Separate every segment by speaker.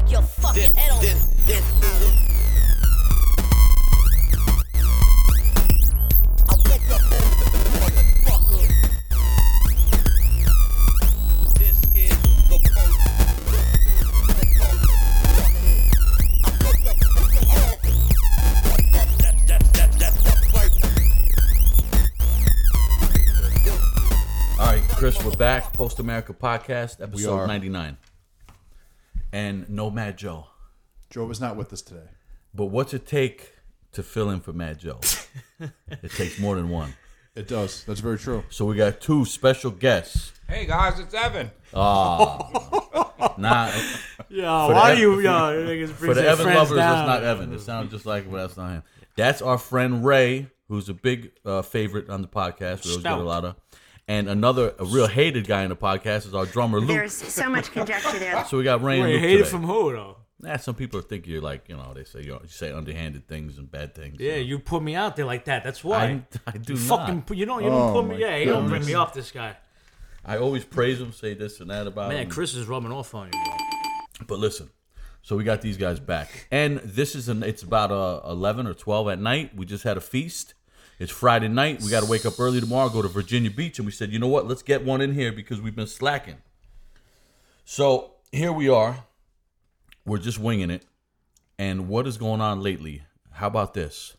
Speaker 1: fucking head off. I wake up on the motherfucker. This is the most.
Speaker 2: All right, Chris, we're back. Post America Podcast, episode
Speaker 3: are.
Speaker 2: 99. And Nomad Joe.
Speaker 3: Joe was not with us today.
Speaker 2: But what's it take to fill in for Mad Joe? it takes more than one.
Speaker 3: It does. That's very true.
Speaker 2: So we got two special guests.
Speaker 4: Hey guys, it's Evan.
Speaker 2: Nah,
Speaker 5: Yeah,
Speaker 2: the
Speaker 5: why
Speaker 2: Ev-
Speaker 5: do you? Yeah, niggas
Speaker 2: for
Speaker 5: brings
Speaker 2: the
Speaker 5: their
Speaker 2: Evan
Speaker 5: friends
Speaker 2: lovers,
Speaker 5: down.
Speaker 2: that's not Evan. It sounds just like, but that's not him. That's our friend Ray, who's a big uh, favorite on the podcast. We always get a
Speaker 5: Stout.
Speaker 2: lot of. And another, a real hated guy in the podcast is our drummer Luke.
Speaker 6: There's so much conjecture there.
Speaker 2: So we got Ray and
Speaker 5: Wait,
Speaker 2: Luke
Speaker 5: hate it
Speaker 2: today.
Speaker 5: from who though?
Speaker 2: Nah, some people think you're like, you know, they say you, you say underhanded things and bad things.
Speaker 5: Yeah, you put me out there like that. That's why.
Speaker 2: I, I do
Speaker 5: you
Speaker 2: not.
Speaker 5: fucking. put- You don't. You don't
Speaker 3: Oh,
Speaker 5: put me.
Speaker 3: my
Speaker 5: Yeah, you don't bring me
Speaker 3: goodness.
Speaker 5: up. This guy.
Speaker 2: I always praise him, say this and that about
Speaker 5: Man,
Speaker 2: him.
Speaker 5: Chris is rubbing off on you.
Speaker 2: But listen, so we got these guys back, and this is an. It's about uh, eleven or twelve at night. We just had a feast. It's Friday night. We got to wake up early tomorrow. Go to Virginia Beach, and we said, you know what? Let's get one in here because we've been slacking. So here we are. We're just winging it. And what is going on lately? How about this?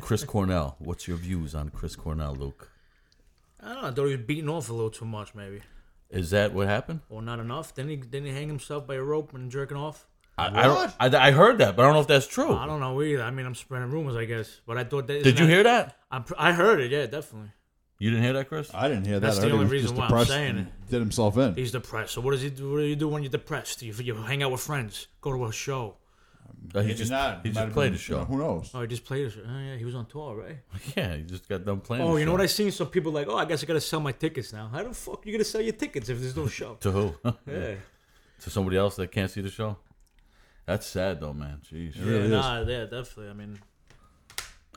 Speaker 2: Chris Cornell. What's your views on Chris Cornell, Luke?
Speaker 5: I don't know. I thought he was beating off a little too much, maybe,
Speaker 2: Is that what happened?
Speaker 5: or not enough. Then he then he hang himself by a rope and jerking off.
Speaker 2: I, I don't. I, I heard that, but I don't know if that's true.
Speaker 5: I don't know either. I mean, I'm spreading rumors, I guess. But I thought that.
Speaker 2: Oh. Did you hear that?
Speaker 5: I'm, pr- I heard it. Yeah, definitely.
Speaker 2: You didn't hear that, Chris?
Speaker 3: I didn't hear that.
Speaker 5: That's
Speaker 3: I
Speaker 5: the
Speaker 3: heard he
Speaker 5: only
Speaker 3: was
Speaker 5: reason
Speaker 3: just
Speaker 5: why I'm
Speaker 3: depressed
Speaker 5: saying
Speaker 3: and
Speaker 5: it.
Speaker 3: Did himself in.
Speaker 5: He's depressed. So what does he do? What do you do when you're depressed? You, you hang out with friends, go to a show.
Speaker 2: Uh, he
Speaker 3: Maybe
Speaker 2: just
Speaker 3: not.
Speaker 2: he
Speaker 3: Might
Speaker 2: just
Speaker 3: have
Speaker 2: played
Speaker 3: been-
Speaker 2: a
Speaker 3: you
Speaker 2: show.
Speaker 3: know, who knows?
Speaker 5: Oh, he just played. A show. Oh, yeah, he was on tour, right?
Speaker 2: Yeah, he just got done playing.
Speaker 5: Oh,
Speaker 2: the
Speaker 5: you know
Speaker 2: show.
Speaker 5: what I seen? Some people like, oh, I guess I gotta sell my tickets now. How the fuck you gonna sell your tickets if there's no show?
Speaker 2: To who?
Speaker 5: yeah,
Speaker 2: to somebody else that can't see the show. That's sad though, man. Jeez.
Speaker 5: yeah,
Speaker 3: really is.
Speaker 5: nah, yeah, definitely. I mean,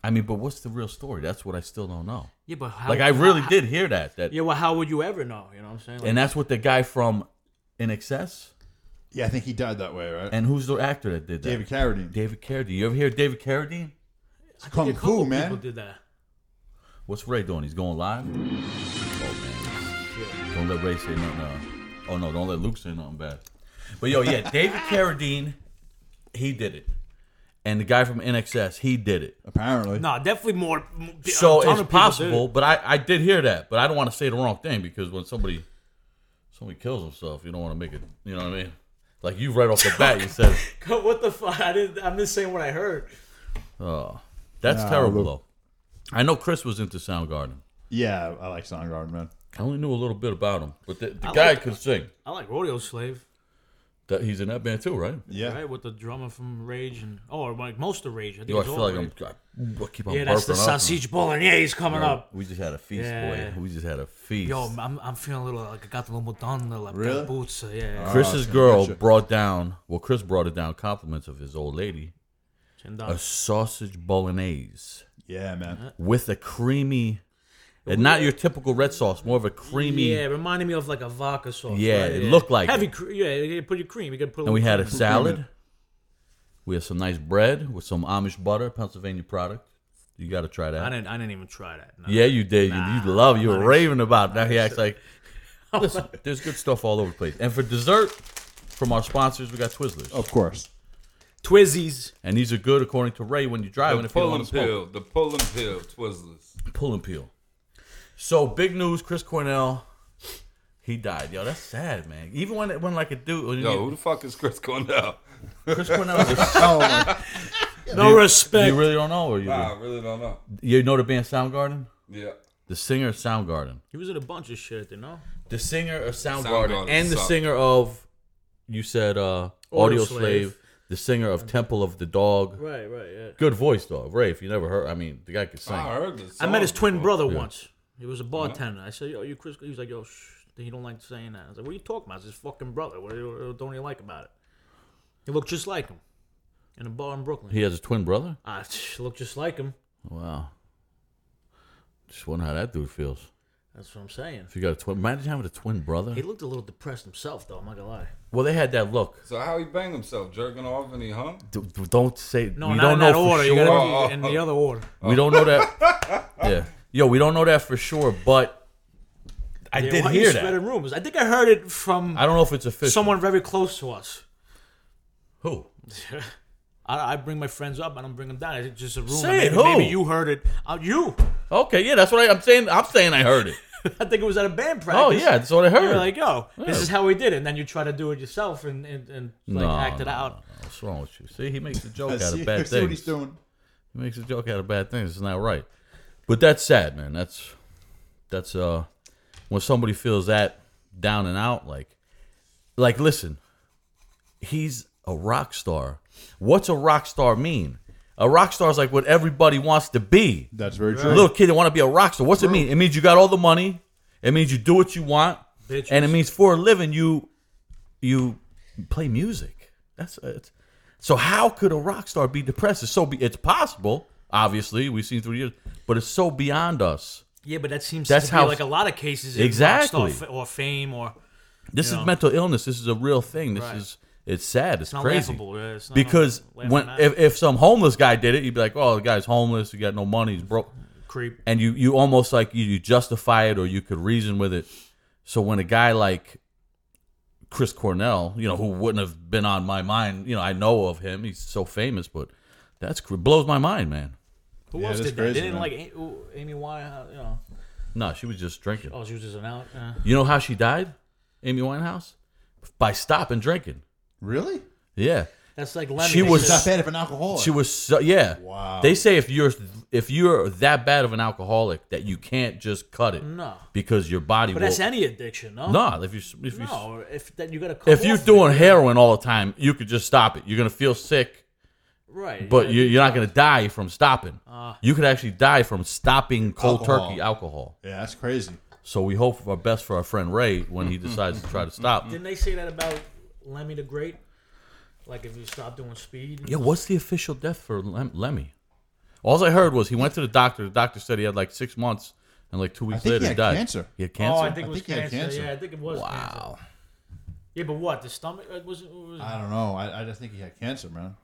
Speaker 2: I mean, but what's the real story? That's what I still don't know.
Speaker 5: yeah, but how,
Speaker 2: Like I really did hear that. That
Speaker 5: Oh, Yeah, well, how would you ever know? You know what I'm saying? Like,
Speaker 2: and that's what the guy from In Excess
Speaker 3: Yeah, I think he died that way,
Speaker 5: uh,
Speaker 3: right?
Speaker 2: and who's the actor that did that?
Speaker 3: David Carradine.
Speaker 2: David Carradine. You ever hear of David Carradine?
Speaker 5: I think
Speaker 3: Kung
Speaker 5: a couple
Speaker 3: Fu,
Speaker 5: People
Speaker 3: man.
Speaker 5: did that.
Speaker 2: What's Ray doing? He's going live. Oh man. Don't let Ray say nothing. Uh, oh no, don't let Luke say nothing bad. But yo, yeah, David Carradine, he did it, and the guy from NXS, he did it.
Speaker 3: Apparently.
Speaker 5: No, definitely more. m- a
Speaker 2: So
Speaker 5: ton of
Speaker 2: it's
Speaker 5: people did
Speaker 2: possible,
Speaker 5: it.
Speaker 2: but I, I did hear that, but I don't want to say the wrong thing because when somebody somebody kills himself, you don't want to make it. You know what I mean? Like you right off the bat, you said,
Speaker 5: God, what the fuck? I didn't. I'm just saying what I heard.
Speaker 2: "Oh, that's
Speaker 3: Nah,
Speaker 2: terrible."
Speaker 3: look.
Speaker 2: Though I know Chris was into Soundgarden.
Speaker 3: Yeah, I like Soundgarden, man.
Speaker 2: I only knew a little bit about him, but the, the
Speaker 5: I
Speaker 2: guy
Speaker 5: like-
Speaker 2: could sing.
Speaker 5: I like Rodeo Slave,
Speaker 2: That he's in that band too, right?
Speaker 3: Yeah.
Speaker 5: right? With the drummer from Rage and oh, or like most of Rage. I think
Speaker 2: Yo, I
Speaker 5: it's
Speaker 2: feel
Speaker 5: all
Speaker 2: like I'm.
Speaker 5: Rage.
Speaker 2: I, I keep on
Speaker 5: Yeah, that's the
Speaker 2: burping up, man.
Speaker 5: sausage ball, and yeah, he's coming up.
Speaker 2: We just had a feast,
Speaker 5: Yeah.
Speaker 2: boy. We just had a feast.
Speaker 5: Yo, I'm, I'm feeling a little like I got a little Madonna, like
Speaker 3: Really?
Speaker 5: got boots. uh, Yeah, yeah.
Speaker 2: Chris's
Speaker 3: gotcha,
Speaker 2: girl
Speaker 3: gotcha.
Speaker 2: brought down. Well, Chris brought it down. Compliments of his old lady.
Speaker 5: And,
Speaker 2: A
Speaker 5: uh,
Speaker 2: sausage bolognese.
Speaker 3: Yeah, man.
Speaker 2: with a creamy, and not your typical red sauce, more of a creamy.
Speaker 5: Yeah, it reminded me of like a vodka sauce.
Speaker 2: Yeah,
Speaker 5: right?
Speaker 2: it looked like
Speaker 5: heavy.
Speaker 2: it.
Speaker 5: Cre- yeah, you put your cream. You got put.
Speaker 2: And we had a
Speaker 5: cream.
Speaker 2: salad. We had some nice bread with some Amish butter, Pennsylvania product. You got to try
Speaker 5: I
Speaker 2: that.
Speaker 5: didn't. I didn't even try that. No.
Speaker 2: Yeah, you did.
Speaker 5: Nah,
Speaker 2: you, you love. You
Speaker 5: I'm
Speaker 2: were
Speaker 5: not
Speaker 2: raving about. it. Now he acts like. Listen, there's good stuff all over the place. And for dessert, from our sponsors, we got Twizzlers,
Speaker 3: Of course.
Speaker 5: Twizzies.
Speaker 2: and these are good according to Ray when you drive.
Speaker 4: The
Speaker 2: and if you don't
Speaker 4: pull
Speaker 2: want
Speaker 4: and
Speaker 2: to smoke.
Speaker 4: peel, the pull and peel Twizzlers.
Speaker 2: pull and peel. So big news: Chris Cornell, he died. Yo, that's sad, man. Even when when like a dude, when
Speaker 4: Yo,
Speaker 2: you-
Speaker 4: who the fuck is Chris Cornell?
Speaker 2: Chris Cornell is a
Speaker 3: Oh, my-
Speaker 5: No respect.
Speaker 2: You really don't know, or you
Speaker 4: Nah, I really don't know.
Speaker 2: do? you know the band Soundgarden?
Speaker 4: Yeah.
Speaker 2: The singer of Soundgarden,
Speaker 5: he was in a bunch of shit, you know.
Speaker 2: the singer of Soundgarden,
Speaker 4: Soundgarden
Speaker 2: and the
Speaker 4: sucked.
Speaker 2: singer of you said uh, Audio
Speaker 5: Audio
Speaker 2: Slave.
Speaker 5: Slave.
Speaker 2: the singer of Temple of the Dog.
Speaker 5: Right, right, yeah.
Speaker 2: Good voce though, Ray. If you never heard, I mean, the guy could sing.
Speaker 4: I heard this.
Speaker 5: I met his twin brother
Speaker 2: Yeah.
Speaker 5: once. He was a bartender. I said, "Yo, you Chris?" He was like, "Yo, shh, he don't like saying that." I was like, "What are you talking about? It's his fucking brother. What do you- what don't you like about it?" He looked just like him in a bar in Brooklyn.
Speaker 2: He has a twin brother.
Speaker 5: I looked just like him.
Speaker 2: Wow. Just wonder how that dude feels.
Speaker 5: That's what I'm saying.
Speaker 2: If you got a twin, imagine having a twin brother.
Speaker 5: He looked a little depressed himself, though. I'm not gonna lie.
Speaker 2: Well, they had that look.
Speaker 4: So how he banged himself, jerking off and he hung?
Speaker 2: D- d- don't say.
Speaker 5: No,
Speaker 2: we
Speaker 5: not
Speaker 2: don't
Speaker 5: in
Speaker 2: know
Speaker 5: that
Speaker 2: for
Speaker 5: order.
Speaker 2: Sure.
Speaker 5: You gotta
Speaker 4: sure.
Speaker 5: be in the other order.
Speaker 2: We don't know that. yeah. Yo, we don't know that for sure, but I
Speaker 5: Yeah,
Speaker 2: did
Speaker 5: why are you
Speaker 2: hear that.
Speaker 5: Spreading rumors. I think I heard it from
Speaker 2: I don't know if it's official.
Speaker 5: someone very close to us.
Speaker 2: who?
Speaker 5: I, I bring my friends up. I don't bring them down. It's just a rumor.
Speaker 2: Say it,
Speaker 5: maybe, maybe
Speaker 2: who?
Speaker 5: you heard it. Uh, you.
Speaker 2: Okay, yeah, that's what I, I'm saying. I'm saying I heard it.
Speaker 5: I think it was at a band practice.
Speaker 2: Oh yeah, that's what I
Speaker 5: You're
Speaker 2: heard.
Speaker 5: like, yo, this
Speaker 2: Yeah.
Speaker 5: is how we did it. And then you try to do it yourself and, and, and like
Speaker 2: No,
Speaker 5: act it
Speaker 2: no,
Speaker 5: out.
Speaker 2: What's wrong with you? See, he makes a joke
Speaker 3: I
Speaker 2: out
Speaker 3: see,
Speaker 2: of bad
Speaker 3: see what he's
Speaker 2: things. He
Speaker 3: doing.
Speaker 2: makes a joke out of bad things. It's not right. But that's sad, man. That's that's uh when somebody feels that down and out, like like listen, he's a rock star. What's a rock star mean? A rock star is like what everybody wants to be.
Speaker 3: That's very
Speaker 2: A
Speaker 3: true.
Speaker 2: little kid that want to be a rock star. What's it mean? It means you got all the money. It means you do what you want,
Speaker 5: Bitches.
Speaker 2: and it means for a living you you play music. That's it. So how could a rock star be depressed? It's so be, it's possible. Obviously, we've seen through the years, but it's so beyond us.
Speaker 5: Yeah, but that seems
Speaker 2: That's
Speaker 5: to
Speaker 2: how-
Speaker 5: be like a lot of cases. in rock
Speaker 2: Exactly.
Speaker 5: star fa- or fame or
Speaker 2: This
Speaker 5: Yeah.
Speaker 2: is mental illness. This is a real thing. This
Speaker 5: Right.
Speaker 2: is it's sad. It's,
Speaker 5: it's not
Speaker 2: crazy.
Speaker 5: laughable. Yeah, it's not
Speaker 2: Because
Speaker 5: laughing
Speaker 2: when
Speaker 5: matter.
Speaker 2: if, if some homeless guy did it, you'd be like, "Oh, the guy's homeless. He got no money. He's broke."
Speaker 5: creep.
Speaker 2: and you you almost like you, you justify it or you could reason with it. So when a guy like Chris Cornell, you know, who wouldn't have been on my mind, you know, I know of him. He's so famous, but that's cr- blows my mind, man.
Speaker 5: Who
Speaker 3: Yeah,
Speaker 5: else
Speaker 3: that's
Speaker 5: did that?
Speaker 3: crazy,
Speaker 5: they didn't
Speaker 3: man.
Speaker 5: like A- ooh, Amy Winehouse. You know,
Speaker 2: No, she was just drinking.
Speaker 5: oh, she was just an out. Uh,
Speaker 2: You know how she died, Amy Winehouse, by stopping drinking.
Speaker 3: Really?
Speaker 2: Yeah,
Speaker 5: that's like Lemmy.
Speaker 2: She
Speaker 5: They
Speaker 2: was-
Speaker 3: It's
Speaker 5: just-
Speaker 3: not bad if an alcoholic.
Speaker 2: she was. So, yeah.
Speaker 3: Wow.
Speaker 2: They say if you're if you're that bad of an alcoholic that you can't just cut it
Speaker 5: No.
Speaker 2: because your body.
Speaker 5: But
Speaker 2: will,
Speaker 5: that's any addiction, no?
Speaker 2: no. If you if you
Speaker 5: No, if then you got to.
Speaker 2: if you're doing heroin all the time, you could just stop it. You're gonna feel sick,
Speaker 5: right,
Speaker 2: but
Speaker 5: yeah. Uh.
Speaker 2: you, you're not gonna die from stopping. you could actually die from stopping cold
Speaker 3: Alcohol.
Speaker 2: turkey alcohol.
Speaker 3: yeah, that's crazy.
Speaker 2: So we hope our best for our friend Ray when he decides to try to stop.
Speaker 5: Didn't they say that about Lemmy the Great? Like if you stop doing speed,
Speaker 2: Yeah, what's the official death for Lem- Lemmy? All I heard was he went to the doctor. The doctor said he had like six months, and like two weeks
Speaker 3: think he
Speaker 2: later
Speaker 3: had
Speaker 2: died.
Speaker 3: cancer.
Speaker 2: He had
Speaker 5: Oh,
Speaker 2: cancer.
Speaker 5: I think it
Speaker 3: I
Speaker 5: was
Speaker 3: think he had
Speaker 5: cancer.
Speaker 3: cancer.
Speaker 5: Yeah, I think it was cancer.
Speaker 2: wow.
Speaker 5: Yeah, but what? The stomach uh, was. it- was
Speaker 3: I don't know. I, I just think he had cancer, man.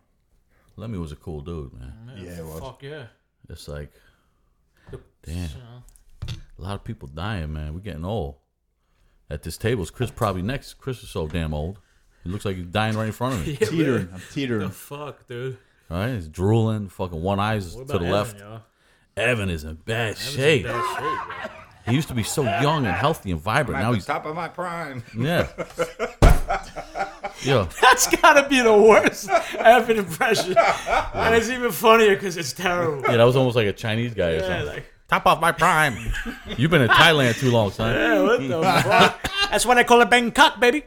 Speaker 2: Lemmy was a cool dude, man.
Speaker 3: Yeah, it was.
Speaker 5: fuck yeah.
Speaker 2: It's like
Speaker 5: The-
Speaker 2: Damn.
Speaker 5: you know.
Speaker 2: a lot of people dying, man. We're getting old. At this table, is Chris probably next? Chris is so damn old. He looks like he's dying right in front of me.
Speaker 5: Yeah,
Speaker 3: Teetering. I'm
Speaker 5: The
Speaker 3: teetering.
Speaker 5: fuck, dude.
Speaker 2: Right? He's drooling. Fucking one eye's to
Speaker 5: What
Speaker 2: the
Speaker 5: about Evan,
Speaker 2: left.
Speaker 5: yo?
Speaker 2: Evan is in bad shape.
Speaker 5: Evan's in bad shape,
Speaker 2: He used to be so young and healthy and vibrant.
Speaker 4: At
Speaker 2: Now
Speaker 4: the
Speaker 2: he's
Speaker 4: top of my prime.
Speaker 2: yeah. Yo,
Speaker 5: yo. That's gotta be the worst Evan impression, and it's even funnier because it's terrible.
Speaker 2: yeah, that was almost like a Chinese guy or
Speaker 5: Yeah,
Speaker 2: something.
Speaker 5: like,
Speaker 2: Top off my prime. You've been in Thailand too long, son.
Speaker 5: yeah, what the fuck? That's why they call it Bangkok, baby.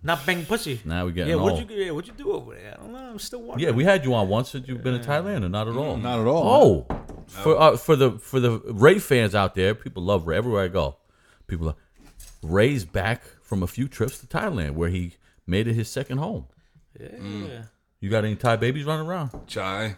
Speaker 5: Not bang pussy.
Speaker 2: Now we're getting
Speaker 5: Yeah,
Speaker 2: old.
Speaker 5: what'd you yeah, what'd you do over there? I don't know. I'm still watching.
Speaker 2: yeah, we had you on once. Had you been in Thailand or not at all?
Speaker 5: Mm-hmm.
Speaker 3: Not at all.
Speaker 2: Oh, for uh, for the for the Ray fans out there, people love Ray everywhere I go. People love Ray's back from a few trips to Thailand where he made it his second home.
Speaker 5: yeah.
Speaker 2: You got any Thai babies running around?
Speaker 4: Chai.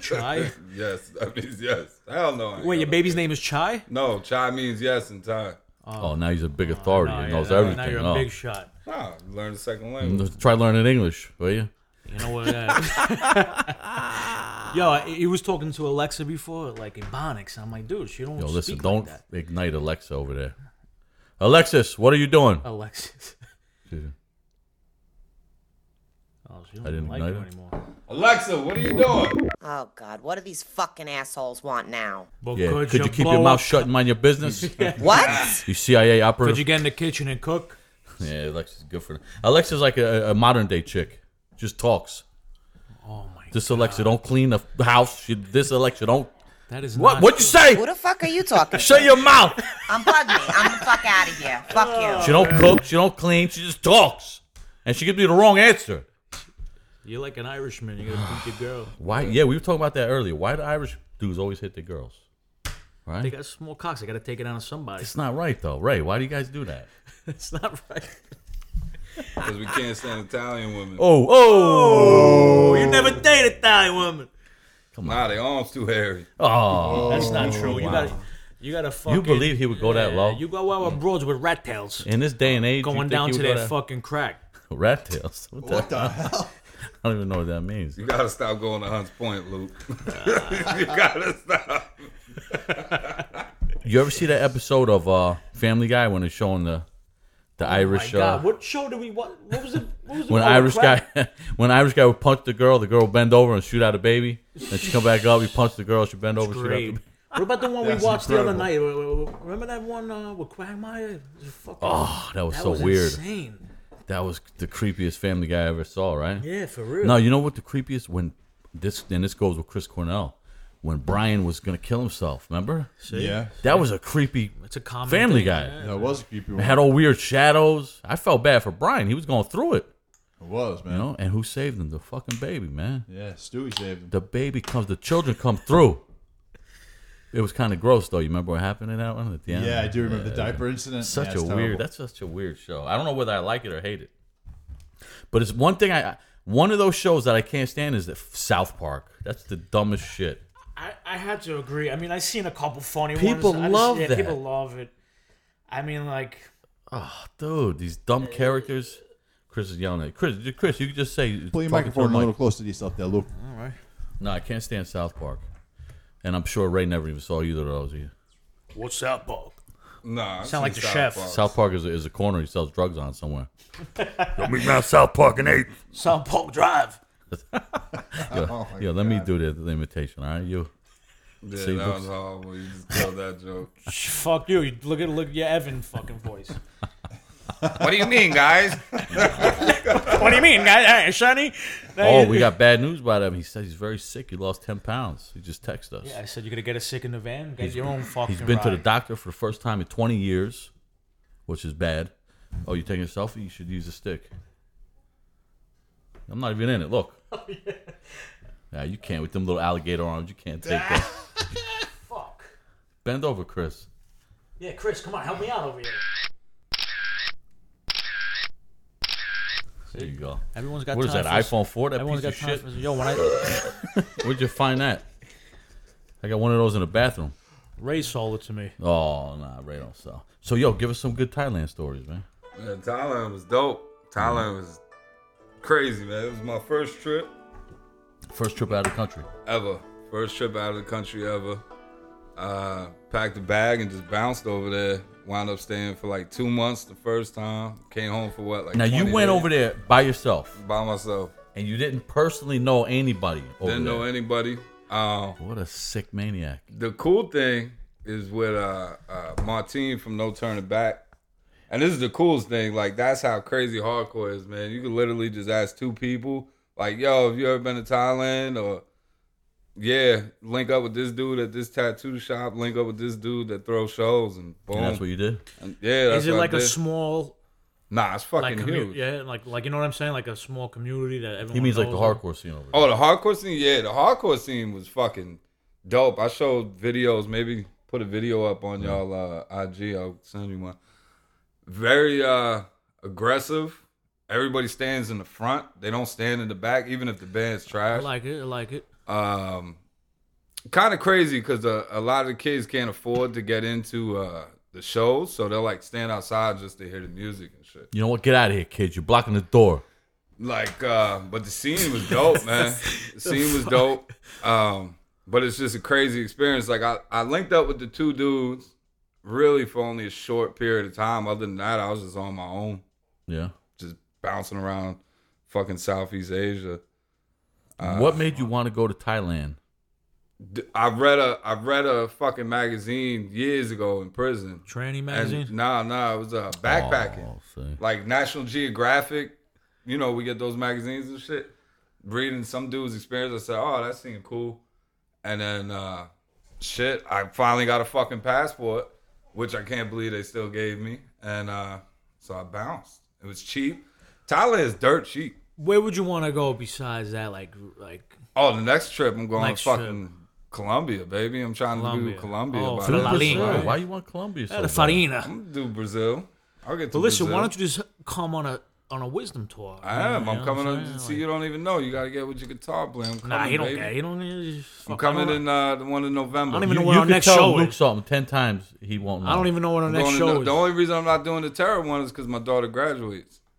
Speaker 5: Chai.
Speaker 4: Yes, that means yes. Hell no. I ain't
Speaker 5: Wait,
Speaker 4: got
Speaker 5: your
Speaker 4: no-
Speaker 5: baby's name is Chai?
Speaker 4: No, chai means yes in Thai.
Speaker 2: Oh, now he's a big authority and knows
Speaker 5: yeah,
Speaker 2: everything.
Speaker 5: Now you're a
Speaker 2: Oh.
Speaker 5: big shot.
Speaker 4: Ah, learn the second language.
Speaker 2: Try learning English, will you?
Speaker 5: You know what? Uh, yo, I- he was talking to Alexa before, like Ebonics. I'm like, dude, she don't.
Speaker 2: Yo,
Speaker 5: speak
Speaker 2: listen,
Speaker 5: like
Speaker 2: don't
Speaker 5: that.
Speaker 2: ignite Alexa over there. Alexis, what are you doing?
Speaker 5: Alexis. Oh, she don't
Speaker 2: I didn't
Speaker 5: like
Speaker 2: ignite
Speaker 5: you
Speaker 2: her.
Speaker 5: anymore.
Speaker 4: Alexa, what are you doing?
Speaker 1: Oh God, what do these fucking assholes want now?
Speaker 5: But
Speaker 2: Yeah, could, you keep
Speaker 5: blow
Speaker 2: your mouth
Speaker 5: up?
Speaker 2: shut and mind your business?
Speaker 1: What?
Speaker 2: You CIA
Speaker 5: Could
Speaker 2: operative.
Speaker 5: you get in the kitchen and cook?
Speaker 2: Yeah, Alexa's good for that. Alexa's like a, a modern day chick. Just talks.
Speaker 5: Oh my,
Speaker 2: This Alexa don't clean the house. She, this Alexa don't.
Speaker 5: that is
Speaker 2: What?
Speaker 5: Not
Speaker 2: What'd you say?
Speaker 1: Who the fuck are you talking?
Speaker 2: Shut your mouth.
Speaker 1: I'm bugging me. I'm the fuck out of here. Fuck
Speaker 2: She
Speaker 1: you.
Speaker 2: don't cook. She don't clean. She just talks, and she gives me the wrong answer.
Speaker 5: You're like an Irishman. You gotta beat your girl.
Speaker 2: Why? Yeah, we were talking about that earlier. Why do Irish dudes always hit the girls?
Speaker 5: They got small cocks. They gotta take it out on somebody.
Speaker 2: It's not right though, Ray. Why do you guys do that?
Speaker 5: It's not right.
Speaker 4: Because we can't stand Italian women.
Speaker 2: Oh, oh,
Speaker 5: You never date a Thai woman.
Speaker 4: Nah, they arms too hairy.
Speaker 2: oh.
Speaker 5: That's not true. You gotta. You gotta fucking.
Speaker 2: believe he would go that
Speaker 5: Yeah,
Speaker 2: low?
Speaker 5: You go out with broads with rat tails
Speaker 2: In this day and age, you
Speaker 5: going
Speaker 2: think
Speaker 5: down
Speaker 2: he
Speaker 5: to
Speaker 2: would go
Speaker 5: their fucking crack.
Speaker 2: rat tails. What the-
Speaker 3: What the hell?
Speaker 2: I don't even know what that means.
Speaker 4: You gotta stop going to Hunt's Point, Luke. you gotta stop.
Speaker 2: You ever see that episode of uh, Family Guy when they're showing the the Irish?
Speaker 5: Oh My God,
Speaker 2: uh,
Speaker 5: what show did we? What, what was it? What was the
Speaker 2: when
Speaker 5: one with
Speaker 2: Irish
Speaker 5: crack?
Speaker 2: guy, when Irish guy would punch the girl, the girl would bend over and shoot out a baby. Then she come back up, he punched the girl, she bend over, shoot out the
Speaker 5: Great.
Speaker 2: baby.
Speaker 5: What about the one we
Speaker 3: That's
Speaker 5: watched the other night?
Speaker 3: incredible.
Speaker 5: Wait, wait, wait, Remember that one uh, with Quagmire? Fucking,
Speaker 2: Oh, that was
Speaker 5: that
Speaker 2: so
Speaker 5: was
Speaker 2: weird.
Speaker 5: Insane.
Speaker 2: That was the creepiest Family Guy I ever saw, right?
Speaker 5: Yeah, for real.
Speaker 2: No, you know what the creepiest when this and this goes with Chris Cornell when Brian was gonna kill himself. Remember?
Speaker 3: Yeah.
Speaker 2: That was a creepy.
Speaker 5: it's a common
Speaker 2: Family
Speaker 5: thing,
Speaker 2: Guy.
Speaker 5: yeah.
Speaker 3: That was a creepy one.
Speaker 2: It had all weird shadows. I felt bad for Brian. He was going through it,
Speaker 3: It was,
Speaker 2: you
Speaker 3: man.
Speaker 2: know. And who saved him? The fucking baby, man.
Speaker 3: Yeah, Stewie saved him.
Speaker 2: The baby comes. The children come through. It was kind of gross, though. You remember what happened in that one at the end?
Speaker 3: Yeah, I do remember the diaper incident.
Speaker 2: Such
Speaker 3: Yeah,
Speaker 2: a
Speaker 3: it's
Speaker 2: weird.
Speaker 3: terrible.
Speaker 2: That's such a weird show. I don't know whether I like it or hate it. But it's one thing I. One of those shows that I can't stand is that South Park. That's the dumbest shit.
Speaker 5: I, I had to agree. I mean, I've seen a couple funny
Speaker 2: People
Speaker 5: ones. I just-
Speaker 2: love
Speaker 5: yeah,
Speaker 2: that.
Speaker 5: People love it. I mean, like,
Speaker 2: Dude, these dumb characters. Chris is yelling at Chris. Chris, you could just say.
Speaker 3: Pull
Speaker 2: fucking
Speaker 3: your
Speaker 2: turn
Speaker 3: microphone a
Speaker 2: mic.
Speaker 3: little closer to yourself there, Luke.
Speaker 2: No, I can't stand South Park. And I'm sure Ray never even saw either of those. Either.
Speaker 5: what's that, Bob?
Speaker 4: Nah. I've
Speaker 5: Sound like
Speaker 4: seen
Speaker 5: the
Speaker 4: South
Speaker 5: chef.
Speaker 4: Park.
Speaker 2: South Park is a, is a corner he sells drugs on somewhere.
Speaker 5: South Park Drive.
Speaker 3: Oh
Speaker 2: Yeah, yeah let me do the, the imitation, all right? You.
Speaker 4: Yeah,
Speaker 2: See,
Speaker 4: that
Speaker 2: Luke's-
Speaker 4: was horrible. You just killed that joke.
Speaker 5: Shh, Fuck you. You Look at look at your Evan fucking voice.
Speaker 4: what do you mean, guys?
Speaker 5: what do you mean, guy? Hey, Shiny?
Speaker 2: Oh, we got bad news about him. He says he's very sick. He lost 10 pounds. He just texted us.
Speaker 5: Yeah, I said you're gonna get us sick in the van. Get your own fucking.
Speaker 2: He's been to the
Speaker 5: ride.
Speaker 2: doctor for the first time in 20 years, which is bad. Oh, you taking a selfie? You should use a stick. I'm not even in it. Look. yeah. you can't with them little alligator arms. You can't take that.
Speaker 5: Fuck.
Speaker 2: Bend over, Chris.
Speaker 5: Yeah, Chris, come on, help me out over here.
Speaker 2: There you go.
Speaker 5: Everyone's got.
Speaker 2: What is
Speaker 5: time
Speaker 2: that?
Speaker 5: for s-
Speaker 2: iPhone 4? That
Speaker 5: Everyone's got
Speaker 2: piece
Speaker 5: time
Speaker 2: of shit?
Speaker 5: for s- yo. When I
Speaker 2: Where'd you find that? I got one of those in the bathroom.
Speaker 5: Ray sold it to me.
Speaker 2: Oh, nah, Ray don't sell. So, yo, give us some good Thailand stories, man.
Speaker 4: Yeah, Thailand was dope. Thailand was crazy, man. It was my first trip
Speaker 2: First trip out of the country.
Speaker 4: ever. First trip out of the country ever. Uh, packed a bag and just bounced over there. Wound up staying for like two months the first time. Came home for what? Like
Speaker 2: Now, you
Speaker 4: 20
Speaker 2: went
Speaker 4: days?
Speaker 2: over there by yourself,
Speaker 4: by myself.
Speaker 2: and you didn't personally know anybody over
Speaker 4: Didn't know
Speaker 2: there.
Speaker 4: anybody. Um,
Speaker 2: what a sick maniac.
Speaker 4: the cool thing is with uh, uh Martine from No Turning Back. And this is the coolest thing. Like that's how crazy hardcore is, man. You can literally just ask two people, like, "Yo, have you ever been to Thailand?" Or, "Yeah, link up with this dude at this tattoo shop. Link up with this dude that throws shows." And boom,
Speaker 2: And that's what you did?
Speaker 4: And yeah. That's
Speaker 5: Is it
Speaker 4: what I
Speaker 5: like a
Speaker 4: did.
Speaker 5: small
Speaker 4: nah? It's
Speaker 5: like
Speaker 4: fucking
Speaker 5: commu-
Speaker 4: huge.
Speaker 5: yeah, like like you know what I'm saying? Like a small community that everyone.
Speaker 2: He means like the
Speaker 5: knows of?
Speaker 2: hardcore scene over there.
Speaker 4: Oh, the hardcore scene. Yeah, the hardcore scene was fucking dope. I showed videos. Maybe put a video up on y'all uh, IG. I'll send you one. Very uh, aggressive. Everybody stands in the front. They don't stand in the back, even if the band's
Speaker 5: I
Speaker 4: trash.
Speaker 5: like it. I like it.
Speaker 4: Um, kind of crazy because a, a lot of the kids can't afford to get into uh, the shows, so they'll like stand outside just to hear the music and shit.
Speaker 2: You know what? Get out of here, kids. You're blocking the door.
Speaker 4: Like, uh, but the scene was dope, man. The scene was dope. Um, but it's just a crazy experience. Like, I, I linked up with the two dudes really for only a short period of time. Other than that, I was just on my own,
Speaker 2: Yeah.
Speaker 4: just bouncing around fucking Southeast Asia.
Speaker 2: Uh, what made you want to go to Thailand?
Speaker 4: D- I read a I read a fucking magazine years ago in prison.
Speaker 5: Tranny
Speaker 4: And
Speaker 5: magazine.
Speaker 4: nah, nah, it was uh, backpacking.
Speaker 2: Oh, see.
Speaker 4: like National Geographic, you know, we get those magazines and shit. Reading some dude's experience, I said, "Oh, that seemed cool," and then uh, shit, I finally got a fucking passport, which I can't believe they still gave me, and uh, so I bounced. It was cheap. Thailand is dirt cheap.
Speaker 5: Where would you want to go besides that? Like like
Speaker 4: Oh, the next trip I'm going
Speaker 5: Next
Speaker 4: to fucking Colombia, baby. I'm trying to
Speaker 5: Colombia.
Speaker 4: do Colombia.
Speaker 5: Oh,
Speaker 4: by
Speaker 5: for
Speaker 4: the
Speaker 5: the La
Speaker 4: time.
Speaker 5: Liga.
Speaker 2: Brazil.
Speaker 5: right?
Speaker 2: Why you want Colombia? So
Speaker 5: the
Speaker 2: bad?
Speaker 5: Farina.
Speaker 4: I'm gonna do Brazil. I'll get to
Speaker 5: But listen,
Speaker 4: Brazil.
Speaker 5: why don't you just come on a on a wisdom tour.
Speaker 4: I am. I'm coming
Speaker 5: on.
Speaker 4: on. See, you don't even know. You gotta get with your guitar player. I'm coming,
Speaker 5: Nah, he don't
Speaker 4: baby.
Speaker 5: care. He don't. he's
Speaker 4: I'm
Speaker 5: fucking
Speaker 4: coming
Speaker 5: around.
Speaker 4: in uh, the one in November.
Speaker 5: I don't even
Speaker 2: You,
Speaker 5: know
Speaker 2: you
Speaker 5: what our
Speaker 2: could
Speaker 5: next
Speaker 2: tell
Speaker 5: show
Speaker 2: Luke
Speaker 5: is.
Speaker 2: something ten times. He won't know.
Speaker 5: I don't even know what our
Speaker 4: I'm
Speaker 5: next
Speaker 4: going
Speaker 5: show
Speaker 4: to,
Speaker 5: is.
Speaker 4: The only reason I'm not doing the terror one is because my daughter graduates.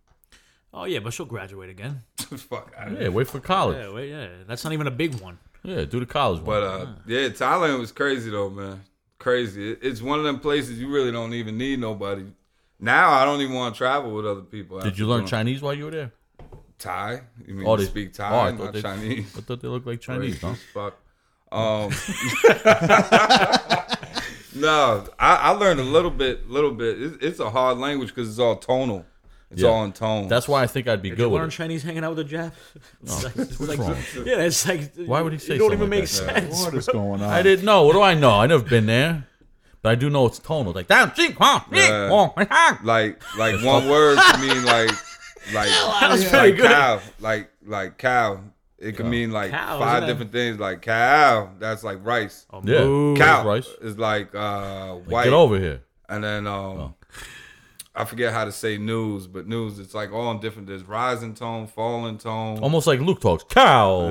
Speaker 5: Oh yeah, but she'll graduate again.
Speaker 4: Fuck. I-
Speaker 2: Yeah, wait for college.
Speaker 5: Yeah, wait, yeah. That's not even a big one.
Speaker 2: Yeah, do the college one.
Speaker 4: But uh, yeah, Thailand was crazy though, man. Crazy. It- It's one of them places you really don't even need nobody. Now I don't even want to travel with other people.
Speaker 2: Did
Speaker 4: after
Speaker 2: you learn
Speaker 4: doing-
Speaker 2: Chinese while you were there?
Speaker 4: Thai? You mean
Speaker 2: Oh,
Speaker 4: you
Speaker 2: they-
Speaker 4: speak
Speaker 2: oh, I
Speaker 4: Thai,
Speaker 2: thought
Speaker 4: not
Speaker 2: they-
Speaker 4: Chinese?
Speaker 2: I thought they looked like Chinese. Huh?
Speaker 4: Racist Fuck. Um, no, I, I learned a little bit, little bit. It's, it's a hard language because it's all tonal. It's
Speaker 2: Yeah.
Speaker 4: all in tone.
Speaker 2: That's why I think I'd be
Speaker 5: Did
Speaker 2: good
Speaker 5: you
Speaker 2: with
Speaker 5: learn
Speaker 2: it.
Speaker 5: Chinese hanging out with a Jap? It's like, it's
Speaker 2: What's
Speaker 5: like-
Speaker 2: wrong?
Speaker 5: yeah, it's like.
Speaker 2: Why would he say
Speaker 5: It don't
Speaker 2: something
Speaker 5: even
Speaker 2: like
Speaker 5: make
Speaker 2: that?
Speaker 5: sense.
Speaker 3: What is going on?
Speaker 2: I didn't know. What do I know? I never been there, but I do know it's tonal. Like down, cheek, huh?
Speaker 4: Yeah. like like one word can mean like like like ah.
Speaker 5: pretty good.
Speaker 4: cow like like cow. It can mean like
Speaker 5: Cow,
Speaker 4: five
Speaker 5: yeah.
Speaker 4: different things. Like cow, that's like rice.
Speaker 2: Yeah.
Speaker 5: Ooh.
Speaker 4: cow
Speaker 2: Oh, rice.
Speaker 4: is like uh, white.
Speaker 2: Like, get over Oh. here.
Speaker 4: And then um, I forget how to say news, but news it's like all in different. There's rising tone, falling tone.
Speaker 2: Almost like Luke talks. Cow,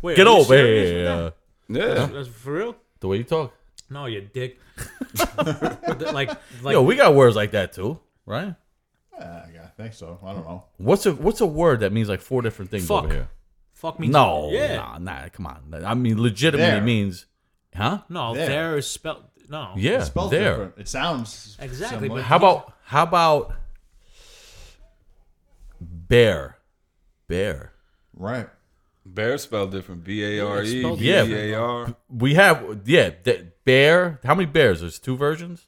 Speaker 5: Wait,
Speaker 2: get
Speaker 5: are you
Speaker 2: over
Speaker 5: serious with that?
Speaker 2: here.
Speaker 4: yeah.
Speaker 5: That's for real?
Speaker 2: The way you talk.
Speaker 5: No, you dick. like, like
Speaker 2: Yo, we got words like that too, right?
Speaker 3: Ah, yeah, I think so. I don't know.
Speaker 2: What's a what's a word that means like four different things
Speaker 5: Fuck.
Speaker 2: over here?
Speaker 5: fuck me.
Speaker 2: No,
Speaker 5: yeah,
Speaker 2: nah, nah, come on. I mean, legitimately
Speaker 3: There.
Speaker 2: means, huh?
Speaker 5: no,
Speaker 3: There.
Speaker 5: there is spelled no.
Speaker 2: Yeah,
Speaker 3: It spells
Speaker 2: there.
Speaker 3: different. It sounds
Speaker 5: Exactly,
Speaker 3: similar.
Speaker 5: but-
Speaker 2: How about how about bear, bear?
Speaker 3: right.
Speaker 4: Bear spelled different. B A R
Speaker 5: it's
Speaker 4: E.
Speaker 5: spelled
Speaker 4: B
Speaker 2: different.
Speaker 4: A R.
Speaker 2: We have yeah, that bear. How many bears? There's two versions,